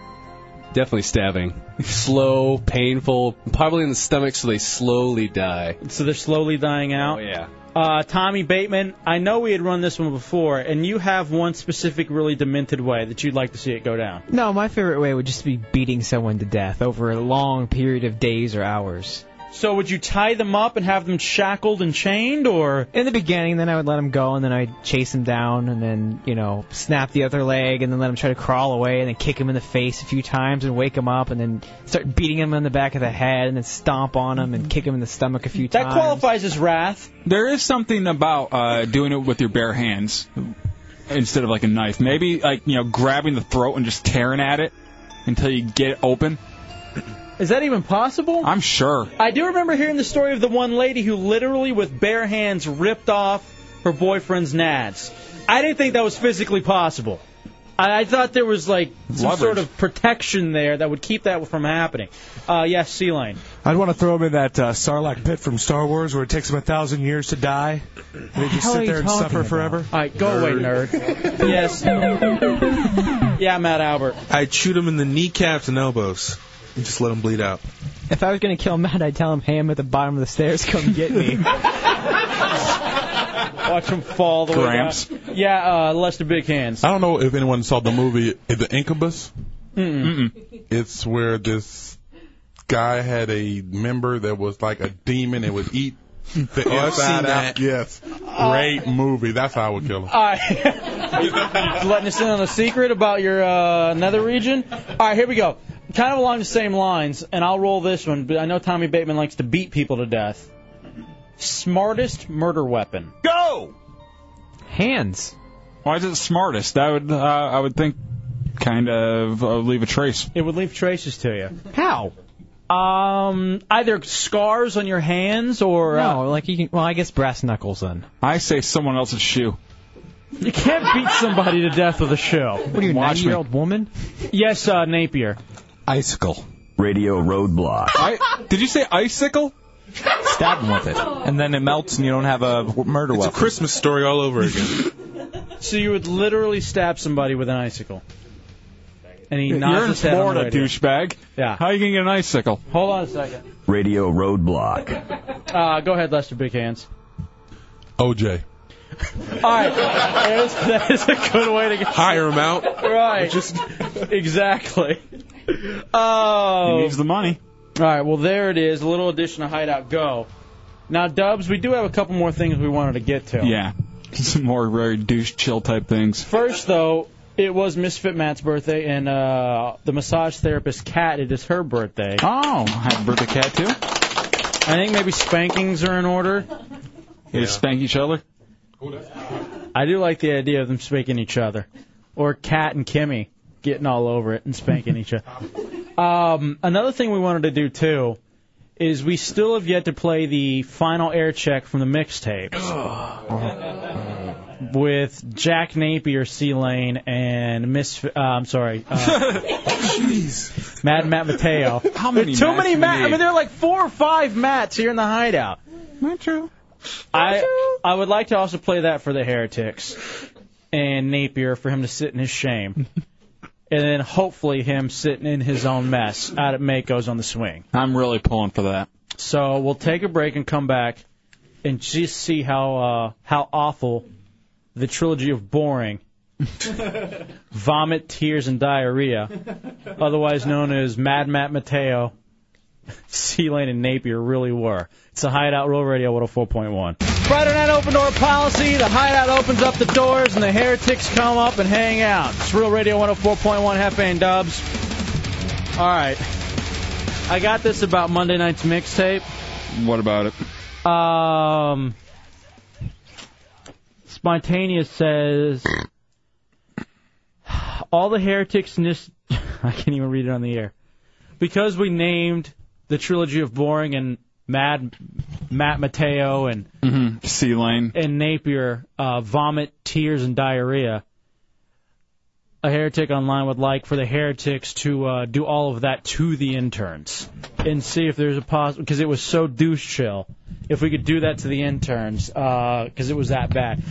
Definitely stabbing. Slow, painful, probably in the stomach, so they slowly die. So they're slowly dying out. Oh, yeah. Uh, Tommy Bateman, I know we had run this one before, and you have one specific, really demented way that you'd like to see it go down. No, my favorite way would just be beating someone to death over a long period of days or hours. So would you tie them up and have them shackled and chained, or in the beginning? Then I would let him go, and then I'd chase him down, and then you know snap the other leg, and then let him try to crawl away, and then kick him in the face a few times, and wake him up, and then start beating him on the back of the head, and then stomp on him, and kick him in the stomach a few That times. qualifies as wrath. There is something about uh, doing it with your bare hands instead of like a knife. Maybe like you know grabbing the throat and just tearing at it until you get it open. Is that even possible? I'm sure. I do remember hearing the story of the one lady who literally, with bare hands, ripped off her boyfriend's nads. I didn't think that was physically possible. I, I thought there was like some Leverage. sort of protection there that would keep that from happening. Uh, yes, Sea Lane. I'd want to throw him in that uh, Sarlacc pit from Star Wars where it takes him a thousand years to die. And they just hell are sit you there and talking suffer about? forever. All right, go away, nerd. yes. Yeah, Matt Albert. I'd shoot him in the kneecaps and elbows and just let him bleed out. If I was gonna kill Matt, I'd tell him, "Hey, I'm at the bottom of the stairs. Come get me." Watch him fall the Gramps. way down. Yeah, uh, Lester Big Hands. I don't know if anyone saw the movie uh, The Incubus. Mm-mm. It's where this guy had a member that was like a demon and would eat the Oh, I've inside seen out. that. Yes, great movie. That's how I would kill him. All right. Just letting us in on a secret about your uh, nether region. All right, here we go. Kind of along the same lines, and I'll roll this one, but I know Tommy Bateman likes to beat people to death. Smartest murder weapon. Go. Hands. Why is it smartest? I would uh, I would think kind of uh, leave a trace. It would leave traces to you. How? Um, either scars on your hands or uh, no, like you can. Well, I guess brass knuckles then. I say someone else's shoe. you can't beat somebody to death with a show. What are you, Watch me. nine-year-old woman? Yes, uh, Napier. Icicle. Radio Roadblock. I, did you say icicle? Stab him with it, and then it melts, and you don't have a w- murder It's a weapon. Christmas story all over again. So you would literally stab somebody with an icicle. And he You're nods in his head on the Florida, radio. douchebag. Yeah. How you gonna get an icicle? Hold on a second. Radio Roadblock. Uh, go ahead, Lester Big Hands. OJ. All right, that is, that is a good way to get hire him out. Right, just exactly. Oh, He needs the money. All right, well there it is, a little addition to Hideout Go. Now, Dubs, we do have a couple more things we wanted to get to. Yeah. Some more very douche chill type things. First, though, it was Misfit Matt's birthday, and uh, the massage therapist Kat, it is her birthday. Oh, happy birthday, Kat, too. I think maybe spankings are in order. They spank each other. I do like the idea of them spanking each other, or Kat and Kimmy getting all over it and spanking each other. Um, another thing we wanted to do too is we still have yet to play the final air check from the mixtapes with Jack Napier, C Lane, and Miss. Uh, I'm sorry, uh, Mad Matt Mateo. How many There are too Matts many do we Matt? I need? mean, there are like four or five Matts here in the hideout. Not true. I I would like to also play that for the heretics and Napier for him to sit in his shame, and then hopefully him sitting in his own mess out at Mako's on the swing. I'm really pulling for that. So we'll take a break and come back and just see how uh, how awful the trilogy of boring vomit, tears, and diarrhea, otherwise known as Mad Matt Mateo, C Lane, and Napier really were. It's a Hideout Roll Radio 104.1. Friday night open door policy. The hideout opens up the doors and the heretics come up and hang out. It's Real Radio 104.1 Hefe and Dubs. All right. I got this about Monday night's mixtape. What about it? Um, spontaneous says all the heretics in this. I can't even read it on the air because we named the trilogy of boring and Mad Matt Mateo and Mm-hmm. Sea lane. and Napier uh, vomit, tears, and diarrhea. A heretic online would like for the heretics to uh, do all of that to the interns and see if there's a possible because it was so douche chill. If we could do that to the interns because it was that bad.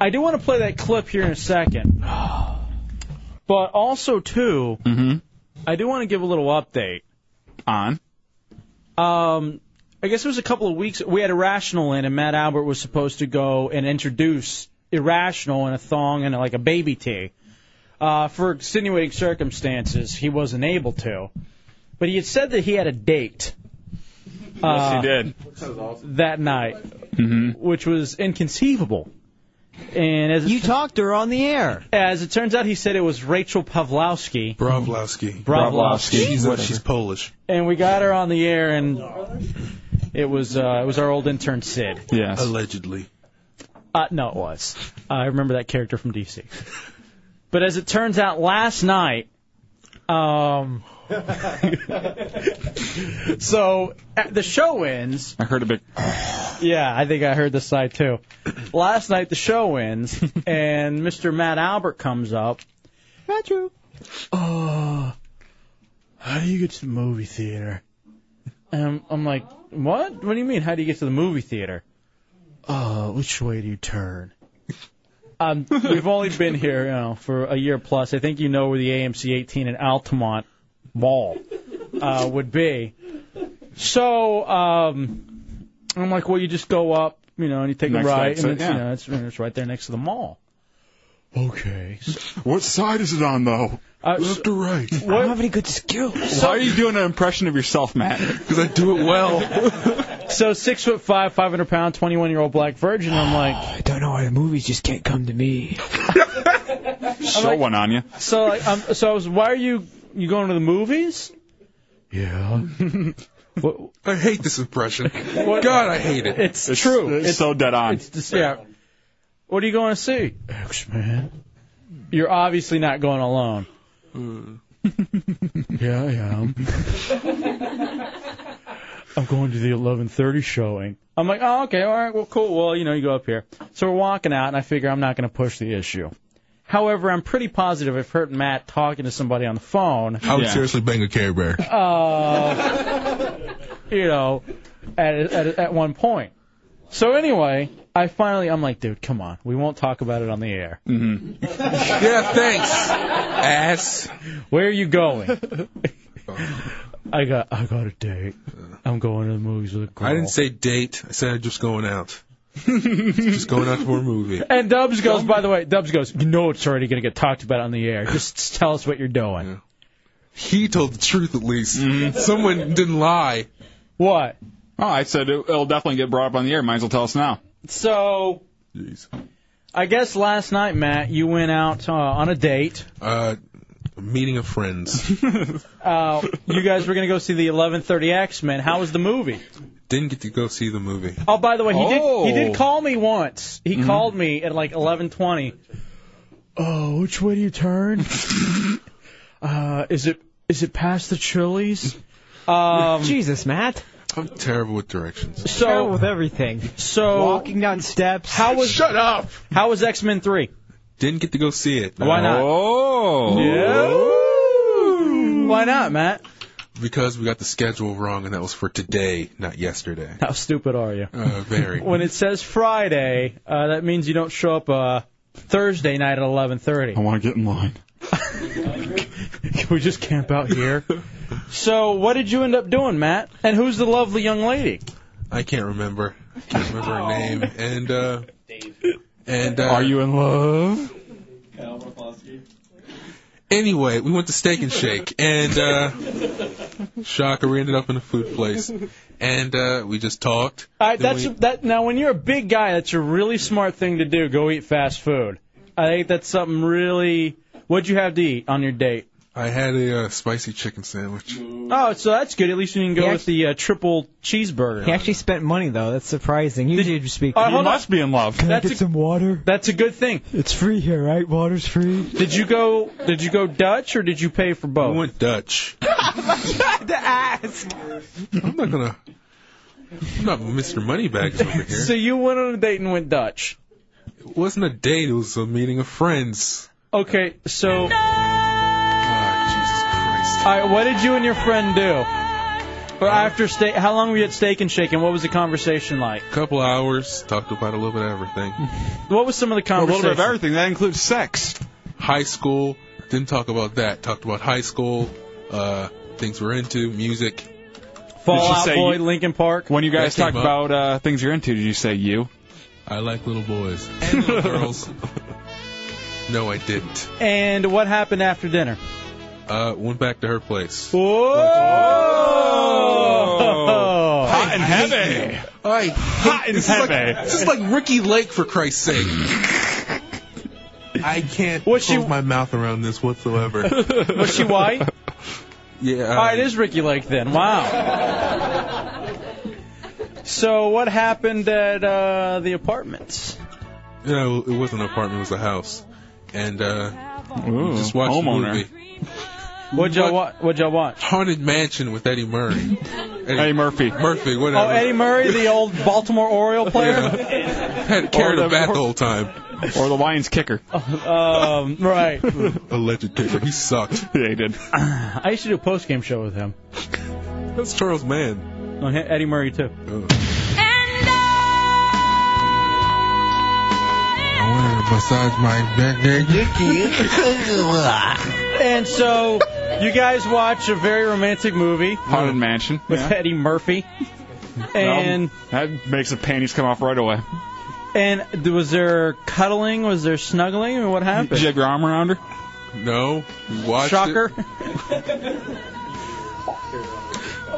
I do want to play that clip here in a second, but also too. Mm-hmm. I do want to give a little update. On? Um, I guess it was a couple of weeks. We had Irrational in, and Matt Albert was supposed to go and introduce Irrational in a thong and like a baby tee. Uh, for extenuating circumstances, he wasn't able to. But he had said that he had a date. yes, uh, he did. That night, which was inconceivable. And as you talked to her on the air. As it turns out, he said it was Rachel Pavlowski. Bravlowski. Oh, Bravlowski. She's, Whatever. she's Polish. and we got her on the air, and it was uh, it was our old intern Sid. Yes. Allegedly. Uh, no, it was. I remember that character from DC. But as it turns out, last night, um, so uh, the show ends. I heard a big. Yeah, I think I heard this side too. Last night the show ends, and Mr. Matt Albert comes up. Matthew. Oh, how do you get to the movie theater? And I'm, I'm like, what? What do you mean? How do you get to the movie theater? Uh, which way do you turn? Um, we've only been here you know, for a year plus. I think you know where the AMC 18 in Altamont Mall uh, would be. So um, I'm like, well, you just go up, you know, and you take Next a right, exit, and it's, you yeah. know, it's, it's right there next to the mall. Okay. What side is it on, though? Left or right? I don't have any good skills. Why are you doing an impression of yourself, Matt? Because I do it well. So six foot five, five hundred pound, twenty one year old black virgin. I'm like, I don't know why the movies just can't come to me. Show one on you. so like, I'm, so I was, why are you you going to the movies? Yeah. I hate this impression. What- God, I hate it. It's, true. It's, so dead on. It's just, yeah. What are you going to see? X Men. You're obviously not going alone. Hmm. yeah, I am. I'm going to the 11:30 showing. I'm like, oh, okay, all right, well, cool. Well, you know, you go up here. So we're walking out, and I figure I'm not going to push the issue. However, I'm pretty positive I've heard Matt talking to somebody on the phone. I would seriously bang a Care Bear. Uh, you know, at, at at one point. So anyway, I finally I'm like, dude, come on, we won't talk about it on the air. Mm-hmm. yeah, thanks, ass. Where are you going? I got I got a date. I'm going to the movies with a girl. I didn't say date. I said I'm just going out. just going out for a movie. And Dubs goes, by the way, Dubs goes, you know it's already going to get talked about on the air. Just tell us what you're doing. He told the truth at least. Mm-hmm. Someone didn't lie. What? Oh, I said it, it'll definitely get brought up on the air. Might as well tell us now. So, I guess last night, Matt, you went out uh, on a date. Uh, meeting of friends. Uh, you guys were going to go see the 11:30 X-Men. How was the movie? didn't get to go see the movie. Oh, by the way, he Oh. did. He did call me once. He called me at like 11:20. Oh, which way do you turn? uh, is it is it past the Chili's? Um, Jesus, Matt. I'm terrible with directions. So Terrible with everything. So walking down steps. How was Shut up. How was X-Men 3? Didn't get to go see it. Why not? Oh. Yeah. Why not, Matt? Because we got the schedule wrong, and that was for today, not yesterday. How stupid are you? Uh, very. When it says Friday, uh, that means you don't show up uh, Thursday night at 11:30. I want to get in line. Can we just camp out here? so, what did you end up doing, Matt? And who's the lovely young lady? I can't remember. Can't remember her name. And uh, and uh, Are you in love? Anyway, we went to Steak and Shake, and uh, shocker, we ended up in a food place, and uh, we just talked. All right, Then that's we- that. Now, when you're a big guy, that's a really smart thing to do. Go eat fast food. I think that's something really. What'd you have to eat on your date? I had a uh, spicy chicken sandwich. Oh, so that's good. At least you can go He with the uh, triple cheeseburger. He actually spent money though. That's surprising. Usually you speak. Uh, You hold on. must be in love. Can I That's a- get some water? That's a good thing. It's free here, right? Water's free. Did you go? Did you go Dutch or did you pay for both? We went Dutch. to ask. I'm not gonna. I'm not Mr. Moneybags over here. So you went on a date and went Dutch. It wasn't a date. It was a meeting of friends. Okay, so. Ah, Oh, All right, what did you and your friend do? Or after steak, how long were you at Steak and Shake, and what was the conversation like? Jesus. Couple hours. Talked about a little bit of everything. What was some of the A conversation? little bit of everything. That includes sex. High school. Didn't talk about that. Talked about high school. uh, things we're into, music. Fallout say Boy, you- Lincoln Park. When you guys talk That came about uh, things you're into, did you say you? I like little boys and little girls. No, I didn't. And what happened after dinner? Uh, went back to her place. Whoa! Hot and heavy. I hot and this is like- heavy. this is like Ricky Lake for Christ's sake. I can't close my mouth around this whatsoever. Was she white? Yeah. All right, it is Ricky Lake then. Wow. So what happened at uh, the apartments? You know, it wasn't an apartment; it was a house, and uh, Ooh, just watched homeowner. the movie. What'd y'all, wa- what'd y'all watch? Haunted Mansion with Eddie Murray. Eddie, Murphy. Murphy, Oh, whatever. Eddie Murray, the old Baltimore Oriole player. Had carried a bat the whole time. Or the Lions kicker. Um, right. Alleged kicker. He sucked. yeah, he did. I used to do a post game show with him. That's Charles Mann. No, he- Eddie Murray too. I want to massage my back there. and so you guys watch a very romantic movie Haunted Mansion. with yeah. Eddie Murphy. And Well, that makes the panties come off right away. and th- was there cuddling? Was there snuggling? Or what happened? Did you have your arm around her? No. we Watched Shocker. It.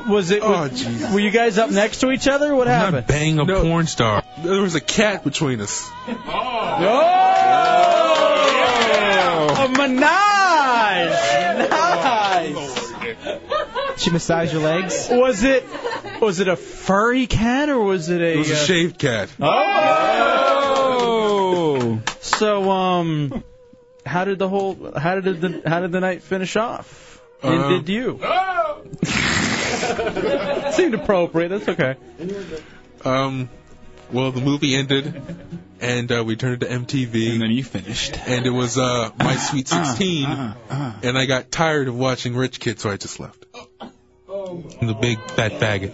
was it? Oh, was- Jesus. were you guys up next to each other? What I'm happened? not bang a porn star. There was a cat between us. Oh! A menage. Oh, Nice. She massaged your legs. Was it? Was it a furry cat or was it a? It was a uh, shaved cat. Oh. So um, how did the whole how did the how did the night finish off? And Uh, did you? Seemed appropriate. That's okay. Um, well, the movie ended, and uh, we turned it to MTV. And then you finished. and it was uh, my Sweet Uh-huh. 16, and I got tired of watching Rich Kid, so I just left. I'm the big fat faggot.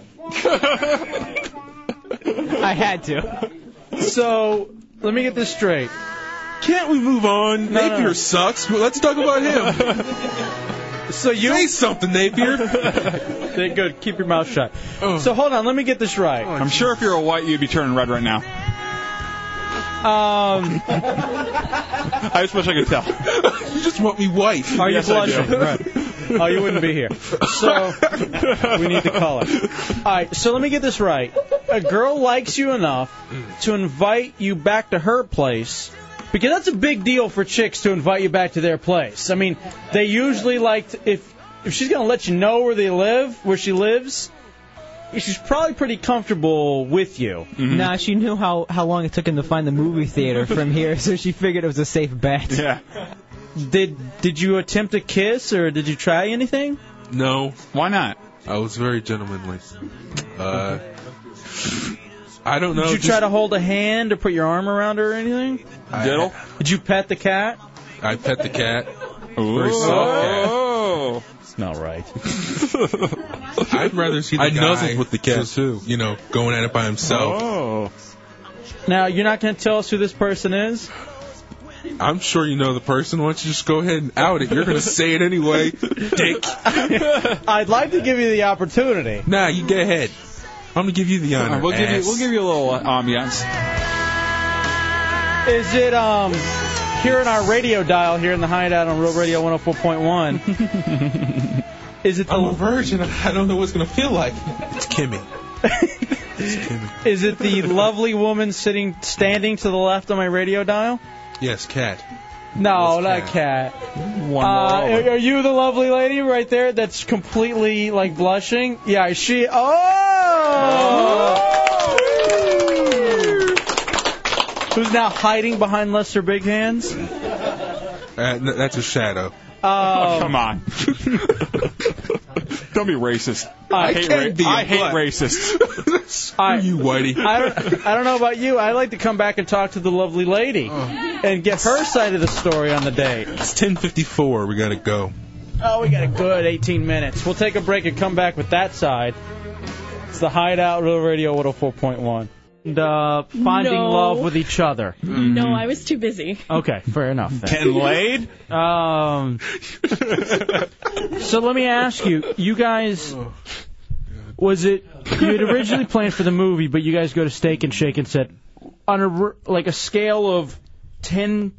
I had to. So let me get this straight. Can't we move on? No, Napier no. sucks. Well, let's talk about him. So you Say something, Napier. Okay, good. Keep your mouth shut. So hold on. Let me get this right. Oh. I'm sure if you're a white, you'd be turning red right now. Um, I just wish I could tell. you just want me white. are you Yes, I do. blushing? Right. Oh, you wouldn't be here. So we need the color. All right. So let me get this right. A girl likes you enough to invite you back to her place. Because that's a big deal for chicks to invite you back to their place. I mean, they usually like to, if if she's gonna let you know where they live, where she lives, she's probably pretty comfortable with you. Nah, she knew how how long it took him to find the movie theater from here, so she figured it was a safe bet. Yeah. Did did you attempt a kiss or did you try anything? No, Why not? I was very gentlemanly. Uh, I don't know. Did you just- try to hold a hand or put your arm around her or anything? I- Diddle? Did you pet the cat? I pet the cat. Ooh. soft It's not right. I'd rather see the I guy nuzzled with the cat, just, You know, going at it by himself. Oh. Now you're not going to tell us who this person is. I'm sure you know the person. Why don't you just go ahead and out it? You're gonna say it anyway, dick. I'd like to give you the opportunity. Nah, you get ahead. I'm gonna give you the honor. We'll give, you, ass. we'll give you a little uh, ambiance. Is it um here in our radio dial here in the hideout on Real Radio 104.1? is it I'm a the virgin. I don't know what's gonna feel like. It's Kimmy. It's Kimmy. is it the lovely woman sitting standing to the left on my radio dial? Yes, cat. No, not That's cat. One Uh, more. are are you the lovely lady right there that's completely like blushing? Yeah, she. Oh. Oh! Who's now hiding behind Lester Big Hands? Uh, n- that's a shadow. Oh, Um, come on. Don't be racist. I hate, can't be, I hate but- racists. I, You whitey. I don't, I don't know about you. I'd like to come back and talk to the lovely lady Oh. and get her side of the story on the date. It's 10:54. We gotta go. Oh, we got a good 18 minutes. We'll oh take a break and come back with that side. It's the Hideout Real Radio 104.1. and uh, finding No. love with each other? No, I was too busy. Okay, fair enough. then. Getting laid? Um. so let me ask you, you guys, was it you had originally planned for the movie, but you guys go to Steak and Shake and said, on a r- like a scale of ten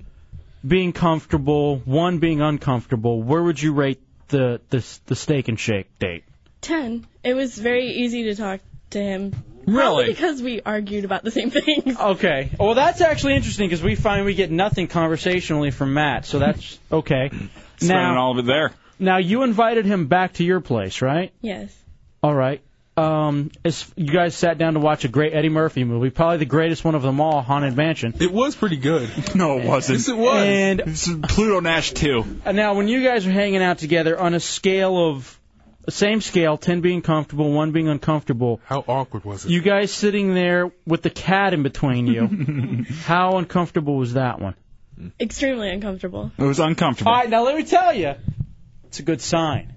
being comfortable, one being uncomfortable, where would you rate the the, the Steak and Shake date? Ten. It was very easy to talk to him. Really? Probably because we argued about the same things. Okay. Well, that's actually interesting because we find we get nothing conversationally from Matt, so that's okay. Spending now, all of it there. now you invited him back to your place, right? Yes. All right. Um, as you guys sat down to watch a great Eddie Murphy movie, probably the greatest one of them all, Haunted Mansion. It was pretty good. No, it wasn't. Yes, it was. And- Pluto Nash too. And now, when you guys are hanging out together on a scale of same scale, ten being comfortable, one being uncomfortable. How awkward was You guys sitting there with the cat in between you. how uncomfortable was that one? Extremely uncomfortable. It was uncomfortable. All right, now let me tell you, it's a good sign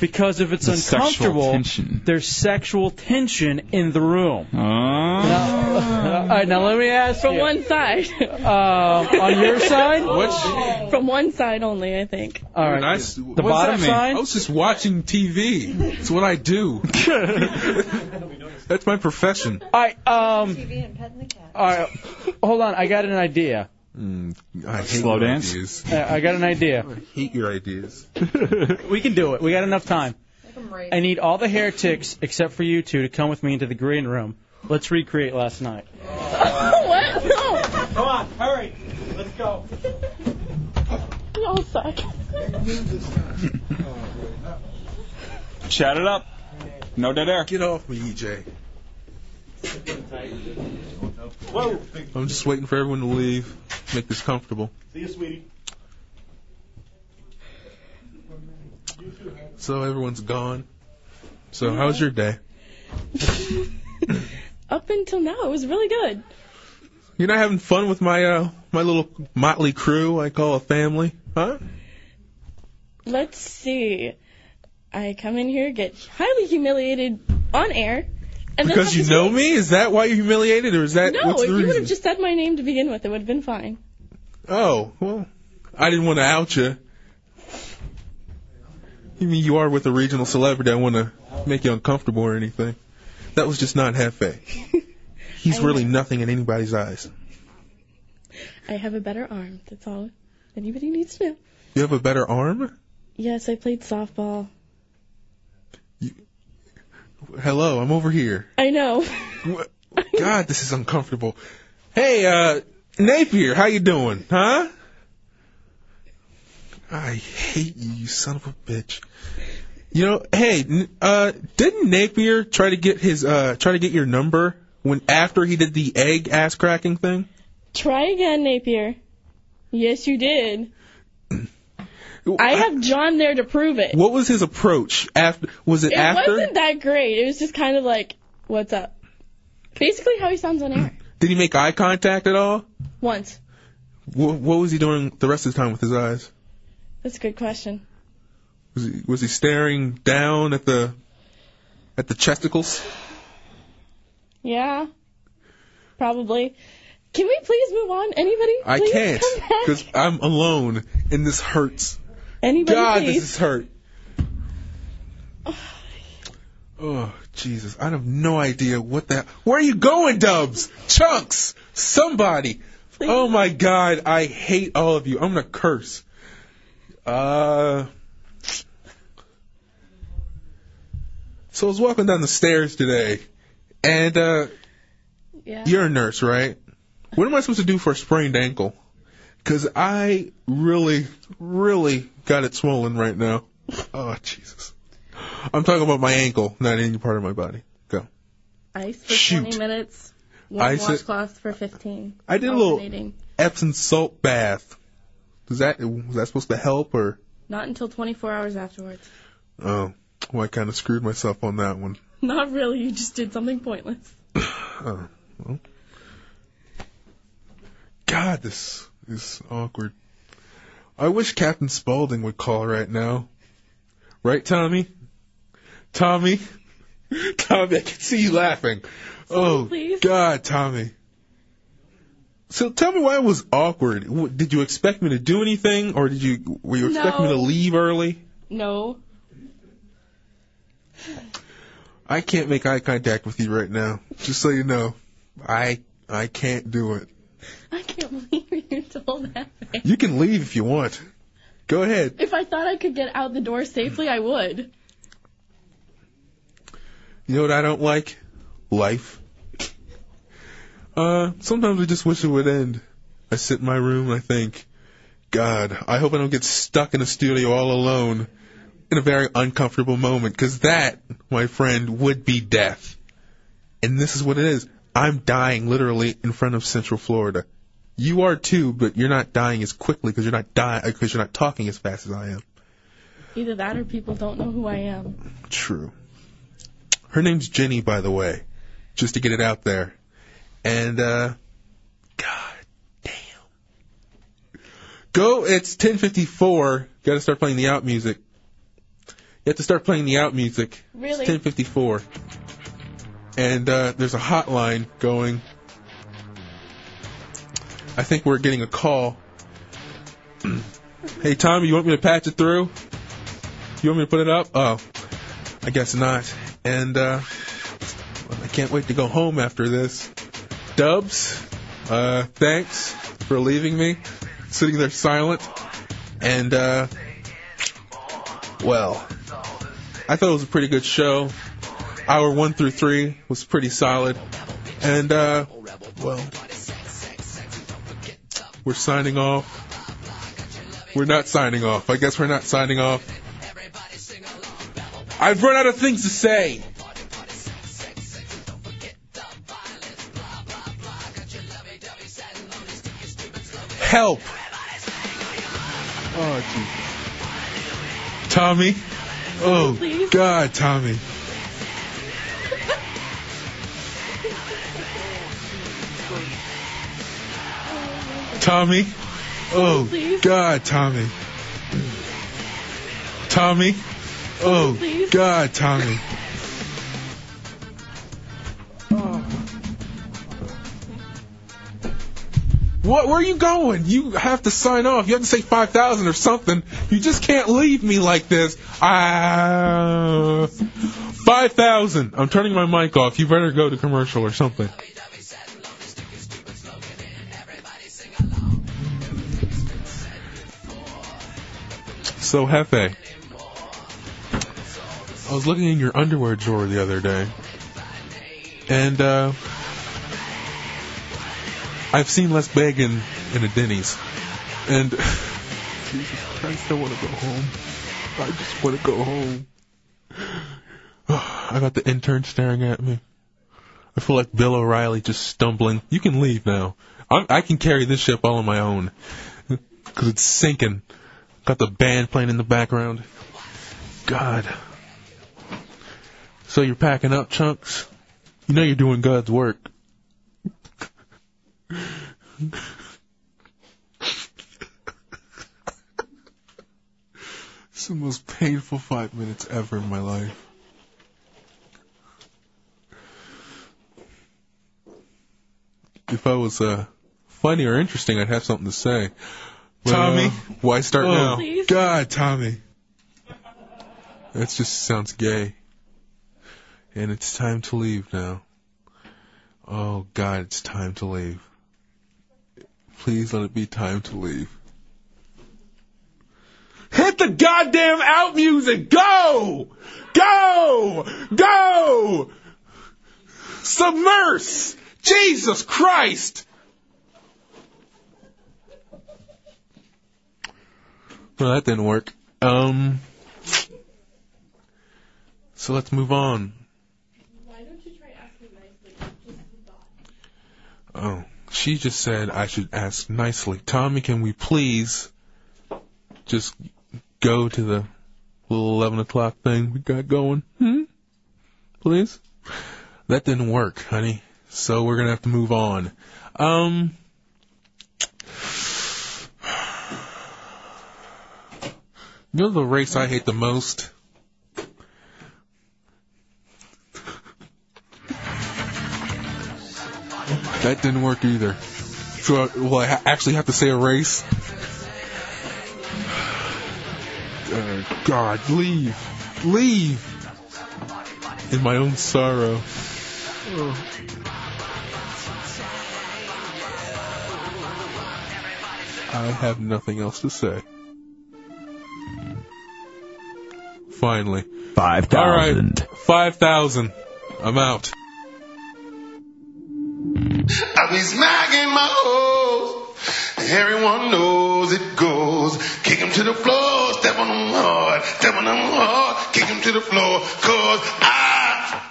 because if it's The sexual uncomfortable, tension. there's sexual tension in the room. Oh. Now, all right, now let me ask From you. one side. Um, on your side? Which? From one side only, I think. All right. I s- The what's bottom that mean? side? I was just watching TV. It's what I do. That's my profession. All right, um, all right, hold on, I got an idea. Hmm. I hate Slow your dance? Ideas. Uh, I got an idea. Hate your ideas. we can do it. We got enough time. I need all the heretics except for you two to come with me into the green room. Let's recreate last night. what? No. Come on, hurry. Let's go. We all suck. Chat it up. No dead air. Get off me, E EJ. Whoa. I'm just waiting for everyone to leave. Make this comfortable. See you, sweetie. So everyone's gone. So how's your day? Up until now, it was really good. You're not having fun with my uh, my little motley crew I call a family, huh? Let's see. I come in here, get highly humiliated on air, and then Because you have to know me? Is that why you're humiliated, or is that No, what's if the you would reason? have just said my name to begin with, it would have been fine. Oh well, I didn't want to out you. You mean you are with a regional celebrity? I want to make you uncomfortable or anything. That was just not Hefe. He's I really nothing in anybody's eyes. I have a better arm. That's all anybody needs to know. You have a better arm? Yes, I played softball. Hello, I'm over here. I know. God, this is uncomfortable. Hey, uh, Napier, how you doing? Huh? I hate you, you son of a bitch. You know, hey, n- uh, didn't Napier try to get his, uh, try to get your number when after he did the egg ass cracking thing? Try again, Napier. Yes, you did. I have John there to prove it. What was his approach after? Was it, it after? wasn't that great. It was just kind of like, "What's up?" Basically, how he sounds on air. Did he make eye contact at all? Once. What, what was he doing the rest of the time with his eyes? That's a good question. Was he, was he staring down at the, at the chesticles? Yeah. Probably. Can we please move on? Anybody? I please can't Come back. because I'm alone and this hurts. Anybody, God, please. this is hurt. Oh Jesus, I have no idea what that. Where are you going, Dubs? Chunks, somebody. Oh my God, I hate all of you. I'm gonna curse. Uh. So I was walking down the stairs today, and uh, Yeah. you're a nurse, right? What am I supposed to do for a sprained ankle? Because I really, really got it swollen right now. Oh, Jesus. I'm talking about my ankle, not any part of my body. Go. Ice for Shoot. 20 minutes. One Ice it- washcloth for 15. I did a little- Alternating. Epsom salt bath. Does that, was that supposed to help or? Not until 24 hours afterwards. Oh, well, I kind of screwed myself on that one. Not really. You just did something pointless. Oh, well. God, this is awkward. I wish Captain Spaulding would call right now. Right, Tommy? Tommy? Tommy, I can see you laughing. oh, please. God, Tommy. So tell me why it was awkward. W- Did you expect me to do anything, or did you were you expecting me to No. leave early? No. I can't make eye contact with you right now. Just so you know, I I can't do it. I can't believe you told that. You can leave if you want. Go ahead. If I thought I could get out the door safely, I would. You know what I don't like? Life. Uh, sometimes I just wish it would end. I sit in my room and I think, God, I hope I don't get stuck in a studio all alone in a very uncomfortable moment, because that, my friend, would be death. And this is what it is. I'm dying literally in front of Central Florida. You are too, but you're not dying as quickly because you're not dying because you're not talking as fast as I am. Either that or people don't know who I am. True. Her name's Jenny, by the way, just to get it out there. And, uh, God damn. Go, it's 1054. Gotta start playing the out music. You have to start playing the out music. Really? It's 1054. And, uh, there's a hotline going. I think we're getting a call. hey, Tommy, you want me to patch it through? You want me to put it up? Oh, I guess not. And uh, I can't wait to go home after this. Dubs, uh, thanks for leaving me, sitting there silent. And uh, well, I thought it was a pretty good show. Hour one through three was pretty solid. And uh, well, we're signing off. We're not signing off. I guess we're not signing off. I've run out of things to say. Help. Oh, geez. Tommy. Oh, God, Tommy. Tommy. Oh, God, Tommy. Tommy. Oh, God, Tommy. What? Where are you going? You have to sign off. You have to say five thousand or something. You just can't leave me like this. Ah, five thousand. I'm turning my mic off. You better go to commercial or something. So Hefe, I was looking in your underwear drawer the other day, and uh, I've seen Les Began in a Denny's, and Jesus Christ, I want to go home. I just want to go home. I got the intern staring at me. I feel like Bill O'Reilly just stumbling. You can leave now. I'm, I can carry this ship all on my own. 'Cause it's sinking. Got the band playing in the background. God. So you're packing up chunks. You know you're doing God's work. It's the most painful five minutes ever in my life. If I was uh, funny or interesting, I'd have something to say. But, Tommy? uh, why start Oh, now? please. God, Tommy. That just sounds gay. And it's time to leave now. Oh God, it's time to leave. Please let it be time to leave. Hit the goddamn out music! Go! Go! Go! Submerse! Jesus Christ! Well, that didn't work. Um. So let's move on. Oh, she just said I should ask nicely. Tommy, can we please just go to the little 11 o'clock thing we got going? Hmm? Please? That didn't work, honey. So we're gonna have to move on. Um. You know the race I hate the most? That didn't work either. So, uh, will I ha- actually have to say a race? Uh, God, leave. Leave. In my own sorrow. I have nothing else to say. Finally. Five thousand. Five thousand. I'm out. I've been smacking my hoes. Everyone knows it goes. Kick 'em to the floor, step on 'em hard, step on 'em hard, kick 'em to the floor. Cause I,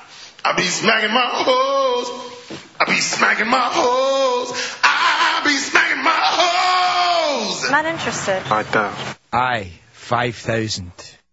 I be smacking my hoes. I be smacking my hoes. I be smacking my hoes. Not interested. I, 5,000.